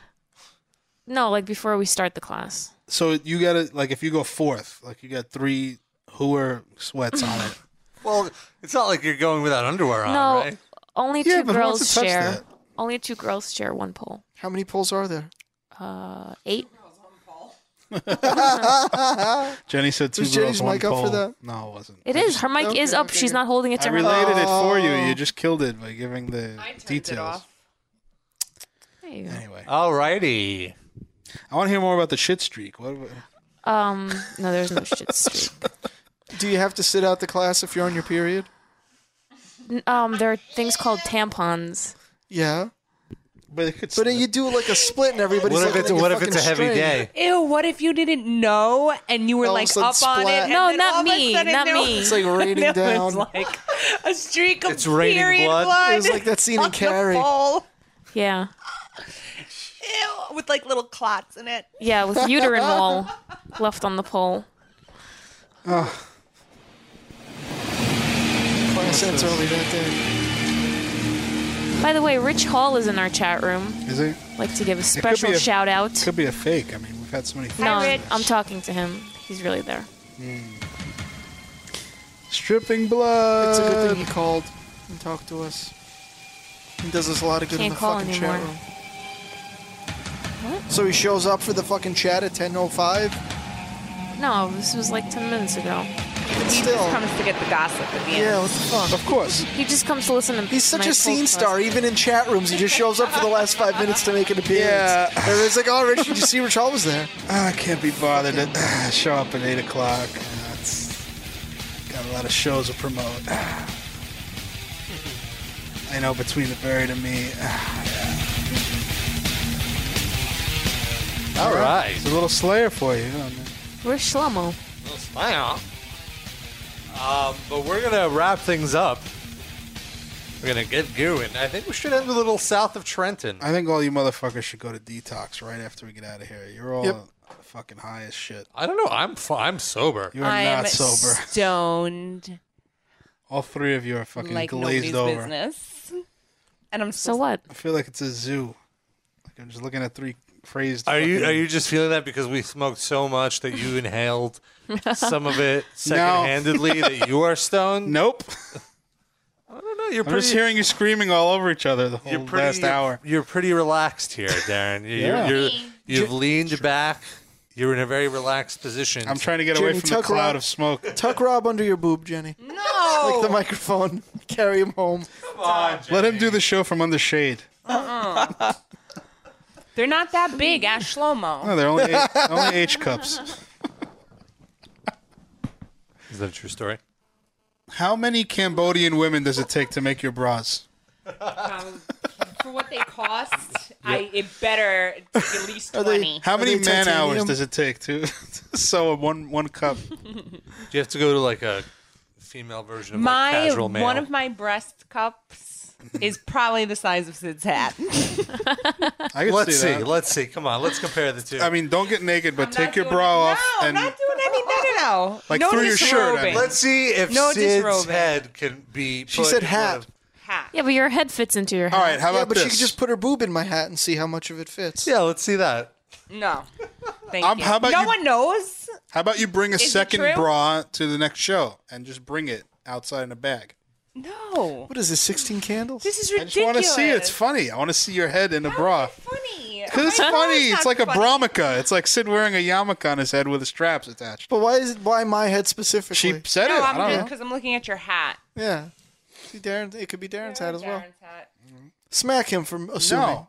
Speaker 4: No, like before we start the class.
Speaker 6: So you gotta like if you go fourth, like you got three hooer sweats on it.
Speaker 3: Well, it's not like you're going without underwear on,
Speaker 4: no,
Speaker 3: right?
Speaker 4: only two
Speaker 3: Yeah, but who wants
Speaker 4: girls
Speaker 3: to touch
Speaker 4: share.
Speaker 3: that?
Speaker 4: Only two girls share one pole.
Speaker 2: How many poles are there?
Speaker 4: Uh, eight.
Speaker 6: Jenny said two
Speaker 2: Was
Speaker 6: girls,
Speaker 2: Jenny's
Speaker 6: one
Speaker 2: mic up for
Speaker 6: pole.
Speaker 2: that?
Speaker 6: No, it wasn't.
Speaker 4: It is. Her mic is up. She's not holding it Oh. to
Speaker 6: I
Speaker 4: her.
Speaker 6: related it for you. You just killed it by giving the details.
Speaker 4: There you go.
Speaker 3: Alrighty.
Speaker 6: I want to hear more about the shit streak. What?
Speaker 4: Um, no, there's no shit streak.
Speaker 2: Do you have to sit out the class if you're on your period?
Speaker 4: N- Um, there are things called tampons.
Speaker 2: Yeah.
Speaker 6: But it could
Speaker 2: But then you do like a split and everybody's
Speaker 3: What if
Speaker 2: like,
Speaker 3: it's- what if it's a heavy day?
Speaker 10: Ew, what if you didn't know and you were
Speaker 4: All of a
Speaker 10: like
Speaker 4: sudden
Speaker 10: up on
Speaker 4: splat.
Speaker 10: it?
Speaker 4: No,
Speaker 10: and then
Speaker 4: not
Speaker 10: all of a
Speaker 4: me,
Speaker 10: sudden
Speaker 4: not
Speaker 10: there
Speaker 4: me.
Speaker 10: was-
Speaker 4: It's like raining
Speaker 10: there was,
Speaker 4: down.
Speaker 10: like a streak of
Speaker 4: It's raining
Speaker 10: period
Speaker 4: blood.
Speaker 10: blood.
Speaker 4: It was like that scene in
Speaker 10: on the
Speaker 4: Carrie.
Speaker 10: ball.
Speaker 4: Yeah.
Speaker 10: Ew, with like little clots in it.
Speaker 4: Yeah, with uterine wall left on the pole.
Speaker 2: class ends early that day.
Speaker 4: By the way, Rich Hall is in our chat room.
Speaker 6: Is it?
Speaker 4: Like to give a
Speaker 6: It could
Speaker 4: special
Speaker 6: be a-
Speaker 4: shout out.
Speaker 6: Could be a fake. I mean, we've had so many.
Speaker 4: No,
Speaker 6: fakes.
Speaker 4: I'm talking to him. He's really there.
Speaker 6: Stripping blood.
Speaker 2: It's a good thing he called and talked to us. He does us a lot of good in
Speaker 4: Can't
Speaker 2: the
Speaker 4: call
Speaker 2: fucking chat
Speaker 4: anymore.
Speaker 2: room. So he shows up for the fucking chat at 10:05.
Speaker 4: No, this was like 10 minutes ago.
Speaker 2: He still.
Speaker 10: just comes to get the gossip at the end.
Speaker 2: Yeah, what the fuck? Of course.
Speaker 4: He just comes to listen to
Speaker 2: He's such
Speaker 4: my
Speaker 2: a scene
Speaker 4: podcast.
Speaker 2: star, even in chat rooms. He just shows up for the last five minutes to make an appearance.
Speaker 6: Yeah.
Speaker 2: And it's like, oh, Rich, did you see Rich Hall was there?
Speaker 6: Ah, I can't be bothered to ah, show up at eight o'clock. Ah, it's- got a lot of shows to promote. Ah. I know between the buried and me.
Speaker 3: All right.
Speaker 6: It's a little Slayer for you. huh?
Speaker 4: Where's Shlomo?
Speaker 3: Little smile. Um, but we're gonna wrap things up. We're gonna get going. I think we should end a little south of Trenton.
Speaker 6: I think all you motherfuckers should go to detox right after we get out of here. You're all
Speaker 3: Yep.
Speaker 6: fucking high as shit.
Speaker 3: I don't know. I'm f- I'm sober.
Speaker 6: You are
Speaker 10: I
Speaker 6: not
Speaker 10: am
Speaker 6: sober.
Speaker 10: stoned
Speaker 6: All three of you are fucking
Speaker 10: like
Speaker 6: glazed
Speaker 10: nobody's
Speaker 6: over.
Speaker 10: business. And I'm
Speaker 4: so what?
Speaker 6: I feel like it's a zoo. Like I'm just looking at three crazed.
Speaker 3: Are you
Speaker 6: fucking-
Speaker 3: are you just feeling that because we smoked so much that you inhaled some of it
Speaker 6: No.
Speaker 3: secondhandedly that you are stoned?
Speaker 6: Nope.
Speaker 3: I don't know. You're
Speaker 6: I'm
Speaker 3: pretty.
Speaker 6: just hearing you screaming all over each other the whole
Speaker 3: you're pretty.
Speaker 6: last hour.
Speaker 3: You're pretty relaxed here, Darren. You- You're,
Speaker 6: Yeah.
Speaker 3: you're, you've leaned back. You're in a very relaxed position.
Speaker 6: I'm trying to get away
Speaker 2: Jenny,
Speaker 6: from the
Speaker 2: tuck her
Speaker 6: cloud
Speaker 2: up.
Speaker 6: of smoke.
Speaker 2: Tuck Rob under your boob, Jenny.
Speaker 10: No.
Speaker 2: Like the microphone. Carry him home.
Speaker 6: Let him do the show from under shade.
Speaker 10: Uh-uh. They're not that big, Ash Shlomo.
Speaker 6: No, they're only eight, only H cups.
Speaker 3: Is that a true story?
Speaker 6: How many Cambodian women does it take to make your bras?
Speaker 10: Um, for what they cost, I it better take at least
Speaker 6: Are they-
Speaker 10: twenty.
Speaker 6: How many man hours does it take to to sew one one cup?
Speaker 3: Do you have to go to like a female version of
Speaker 10: my
Speaker 3: like casual male?
Speaker 10: one of my breast cups is probably the size of Sid's hat.
Speaker 6: I can
Speaker 3: let's
Speaker 6: see
Speaker 3: see.
Speaker 6: that.
Speaker 3: Let's see. Come on. Let's compare the two.
Speaker 6: I mean, don't get naked, but take your
Speaker 3: doing
Speaker 6: bra off
Speaker 10: No,
Speaker 6: and
Speaker 10: not doing any. No, no, no.
Speaker 6: Like
Speaker 10: no
Speaker 6: through your shirt, I
Speaker 10: disrobing.
Speaker 6: mean.
Speaker 3: Let's see if
Speaker 10: no
Speaker 3: Sid's
Speaker 10: disrobing.
Speaker 3: head can be.
Speaker 2: She
Speaker 3: put
Speaker 2: said
Speaker 3: in
Speaker 2: hat.
Speaker 3: one of-
Speaker 4: Yeah, but your head fits into your head.
Speaker 6: All right, how
Speaker 2: yeah,
Speaker 6: about
Speaker 2: but she
Speaker 6: this?
Speaker 2: could just put her boob in my hat and see how much of it fits.
Speaker 3: Yeah, let's see that.
Speaker 10: No. Thank
Speaker 6: Um,
Speaker 10: you.
Speaker 6: how about
Speaker 10: no
Speaker 6: you-
Speaker 10: one knows.
Speaker 6: how about you bring a
Speaker 10: Is it
Speaker 6: second
Speaker 10: true?
Speaker 6: bra to the next show and just bring it outside in a bag?
Speaker 10: No.
Speaker 2: What is this? Sixteen candles?
Speaker 10: This is
Speaker 6: I just want
Speaker 10: ridiculous.
Speaker 6: to see it. It's funny. I want to see your head in a bra.
Speaker 10: funny.
Speaker 6: Because it's
Speaker 10: I know
Speaker 6: funny.
Speaker 10: not
Speaker 6: It's like a
Speaker 10: funny.
Speaker 6: bramica. It's like Sid wearing a yarmulke on his head with the straps attached.
Speaker 2: But why is why my head specifically?
Speaker 6: She said
Speaker 10: No,
Speaker 6: it.
Speaker 10: I'm
Speaker 6: I
Speaker 10: just
Speaker 6: don't know.
Speaker 10: because I'm looking at your hat.
Speaker 2: Yeah. See, Darren, it could be Darren's hat as well.
Speaker 10: Darren's hat.
Speaker 2: Smack him from assuming.
Speaker 6: No.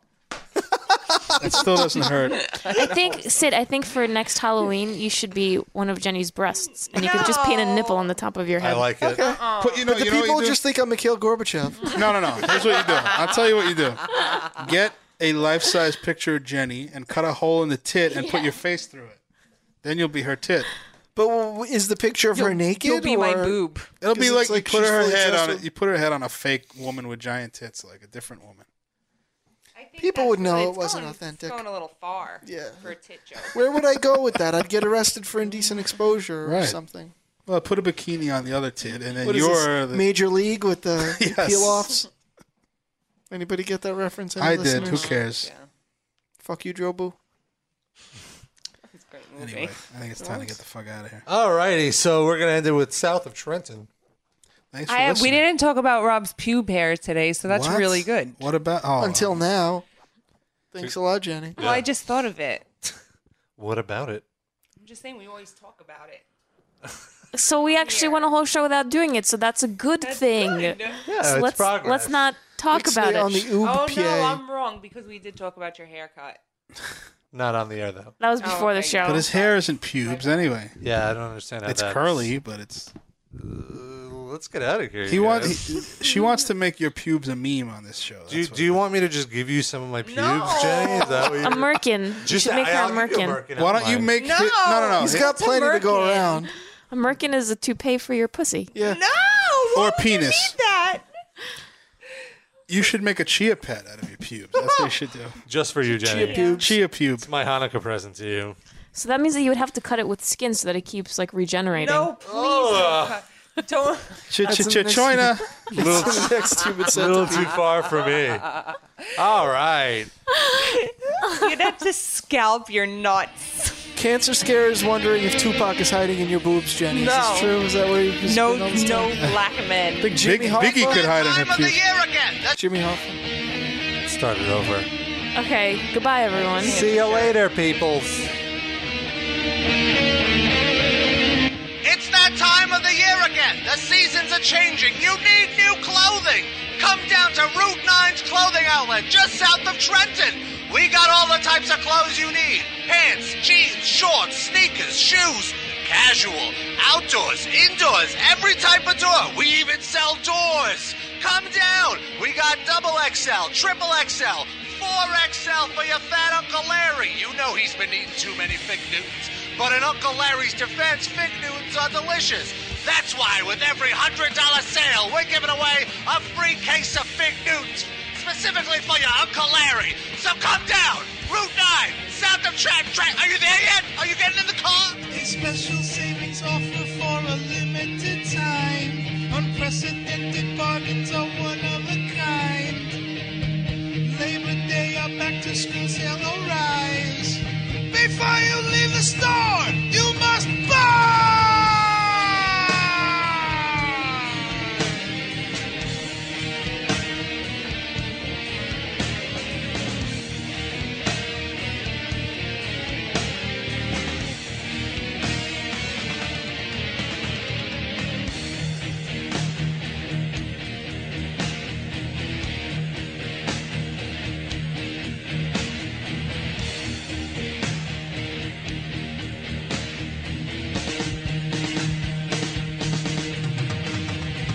Speaker 6: That still doesn't hurt.
Speaker 4: I think Sid. I think for next Halloween, you should be one of Jenny's breasts, and you could just paint a nipple on the top of your head.
Speaker 2: Okay.
Speaker 6: But you know,
Speaker 2: but the
Speaker 6: you know what
Speaker 2: people
Speaker 6: you do?
Speaker 2: just think I'm Mikhail Gorbachev.
Speaker 6: No, no, no. Here's what you do. I'll tell you what you do. Get a life-size picture of Jenny and cut a hole in the tit and put your face through it. Then you'll be her tit.
Speaker 2: But w- is the picture of her naked? or-
Speaker 6: It'll be
Speaker 2: 'Cause
Speaker 6: like,
Speaker 2: it's
Speaker 6: you put
Speaker 2: she's
Speaker 6: her
Speaker 2: fully
Speaker 6: head on
Speaker 2: dressed
Speaker 6: it. You put her head on a fake woman with giant tits, like a different woman.
Speaker 2: with- People would know it
Speaker 10: It's
Speaker 2: wasn't
Speaker 10: going-
Speaker 2: authentic.
Speaker 10: It's going a little far. Yeah. For a tit joke.
Speaker 2: Where would I go with that? I'd get arrested for indecent exposure or
Speaker 6: Right.
Speaker 2: something.
Speaker 6: Well, put a bikini on the other tit, and then
Speaker 2: What is
Speaker 6: you're
Speaker 2: this,
Speaker 6: the
Speaker 2: Major League with the
Speaker 6: Yes.
Speaker 2: peel-offs? Anybody get that reference? Any
Speaker 6: I did. Who
Speaker 2: listeners?
Speaker 6: cares?
Speaker 2: Fuck you, Drobu.
Speaker 6: Anyway, I think it's time to get the fuck out of here.
Speaker 3: All righty, so we're gonna end it with South of Trenton.
Speaker 6: Thanks for
Speaker 10: I, we
Speaker 6: listening.
Speaker 10: didn't talk about Rob's pube hair today, so that's
Speaker 6: What?
Speaker 10: really good.
Speaker 6: What about? Oh,
Speaker 2: Until now. Thanks a lot, Jenny.
Speaker 10: Well, I just thought of it.
Speaker 3: What about it?
Speaker 10: I'm just saying we always talk about it.
Speaker 4: So we actually went a whole show without doing it, so that's a good thing. so
Speaker 3: it's
Speaker 4: let's
Speaker 3: progress.
Speaker 4: let's not talk
Speaker 2: Fix
Speaker 4: about
Speaker 2: it
Speaker 4: it.
Speaker 2: on the oob
Speaker 10: oh no,
Speaker 2: PA.
Speaker 10: I'm wrong because we did talk about your haircut.
Speaker 3: Not on the air though.
Speaker 4: That was before the show.
Speaker 6: But his hair isn't pubes anyway.
Speaker 3: Yeah, I don't understand how
Speaker 6: It's
Speaker 3: that's- Uh,
Speaker 6: curly, but it's
Speaker 3: Let's get out of here.
Speaker 6: he
Speaker 3: you
Speaker 6: wants.
Speaker 3: guys.
Speaker 6: He, she wants to make your pubes a meme on this show.
Speaker 3: do you, do you want me to just give you some of my pubes, Jenny? Is that what you
Speaker 4: a merkin. You
Speaker 3: Just
Speaker 4: should make her a
Speaker 3: I'll give you a
Speaker 4: merkin.
Speaker 3: merkin on mine.
Speaker 4: No,
Speaker 2: He's got
Speaker 4: What's a
Speaker 2: plenty to go
Speaker 4: merkin?
Speaker 2: around.
Speaker 4: A merkin is a toupee for your pussy.
Speaker 2: Yeah.
Speaker 10: No.
Speaker 6: Or penis.
Speaker 10: that.
Speaker 6: You should make a chia pet out of your pubes. That's what you should do.
Speaker 3: Just for you, Jenny.
Speaker 4: Chia pubes.
Speaker 6: Chia pubes.
Speaker 3: It's my Hanukkah present to you.
Speaker 4: So that means that you would have to cut it with skin so that it keeps like regenerating.
Speaker 10: No, please don't. cut- don't.
Speaker 6: Ch-ch-ch-choina.
Speaker 3: Little-
Speaker 2: That's the next human
Speaker 3: little
Speaker 2: centipede.
Speaker 3: too far for me. All right.
Speaker 10: You'd have to scalp your nuts.
Speaker 2: Cancer scare is wondering if Tupac is hiding in your boobs, Jenny. Is
Speaker 10: No.
Speaker 2: this true? Is that where you
Speaker 10: No, no black men.
Speaker 2: Big Jimmy
Speaker 6: Big- Biggie
Speaker 2: Hoffa?
Speaker 6: could hide in her pubes.
Speaker 2: Jimmy Hoffa.
Speaker 3: Start it over.
Speaker 4: Okay. Goodbye, everyone.
Speaker 3: See you later, peoples.
Speaker 8: It's that time of the year again. The seasons are changing. You need new clothing. Come down to Route 9's clothing outlet just south of Trenton. We got all the types of clothes you need pants, jeans, shorts, sneakers, shoes, casual, outdoors, indoors, every type of door. We even sell doors. Come down. We got double XL, triple XL, 4XL for your fat Uncle Larry. You know he's been eating too many fig Newtons. But in Uncle Larry's defense, fig Newtons are delicious. That's why with every $100 sale, we're giving away a free case of fig Newtons, specifically for your Uncle Larry. So come down, Route 9, south of Trent. Trent. Are you there yet? Are you getting in the car?
Speaker 17: A special savings offer for a limited time. Unprecedented bargains are one of a kind. Labor Day or back to school sale will rise. Before you leave the store, you must buy.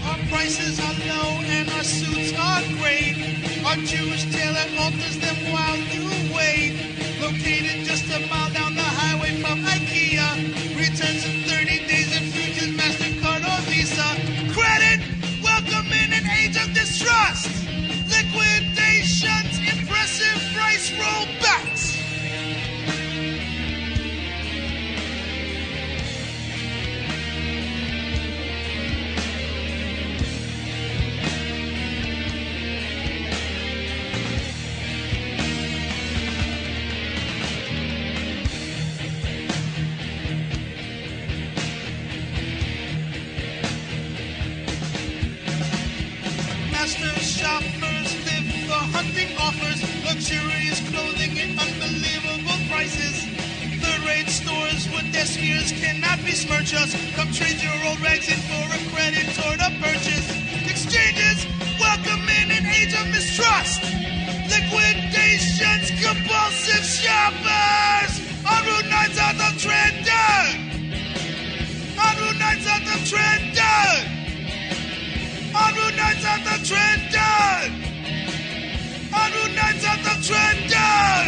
Speaker 17: Our prices are low and our suits are great. Our Jewish tailor alters them while you wait. Located just a mile down the highway from IKEA. Returns in 30 days and futures MasterCard or Visa. Credit, welcome in an age of distrust. Liquidations, impressive price rollbacks. master shoppers live for hunting offers, luxurious clothing at unbelievable prices. Third-rate stores with their smears cannot besmirch us. Come trade your old rags in for a credit toward a purchase. Exchanges welcome in an age of mistrust. Liquidations, compulsive shoppers. On Route 9 south of Trenton. On Route 9 south of Trenton. On Route 9 south of Trenton. On Route 9 south of Trenton.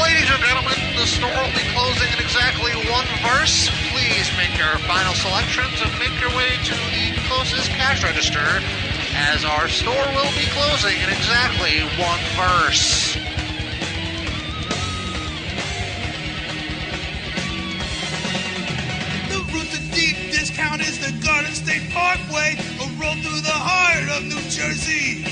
Speaker 8: Ladies and gentlemen, the store will be closing in exactly one verse. Please make your final selections and make your way to the closest cash register, as our store will be closing in exactly one verse.
Speaker 17: The route to deep discount is the Garden State Parkway, a road through the heart of New Jersey.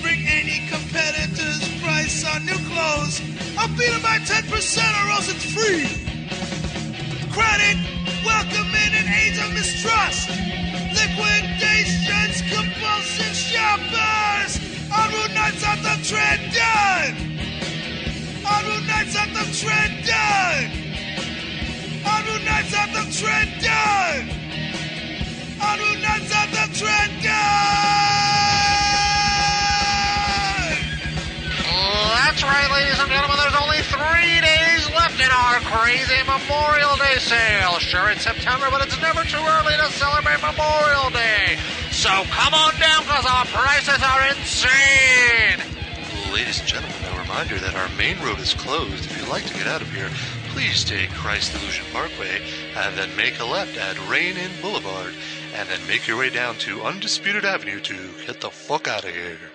Speaker 17: Bring any competitor's price on new clothes. I'll beat 'em by 10% or else it's free. Credit, welcome in an age of mistrust. Liquidations, compulsive shoppers. On Route 9 south of Trenton. On Route 9 south of Trenton. On Route 9 south of Trenton. On Route 9 south of Trenton.
Speaker 8: That's right, ladies and gentlemen. There's only three days left in our crazy Memorial Day sale. Sure, it's September, but it's never too early to celebrate Memorial Day. So come on down, because our prices are insane.
Speaker 3: Ladies and gentlemen, a reminder that our main road is closed. If you'd like to get out of here, please take Christ Illusion Parkway and then make a left at Rain Inn Boulevard and then make your way down to Undisputed Avenue to get the fuck out of here.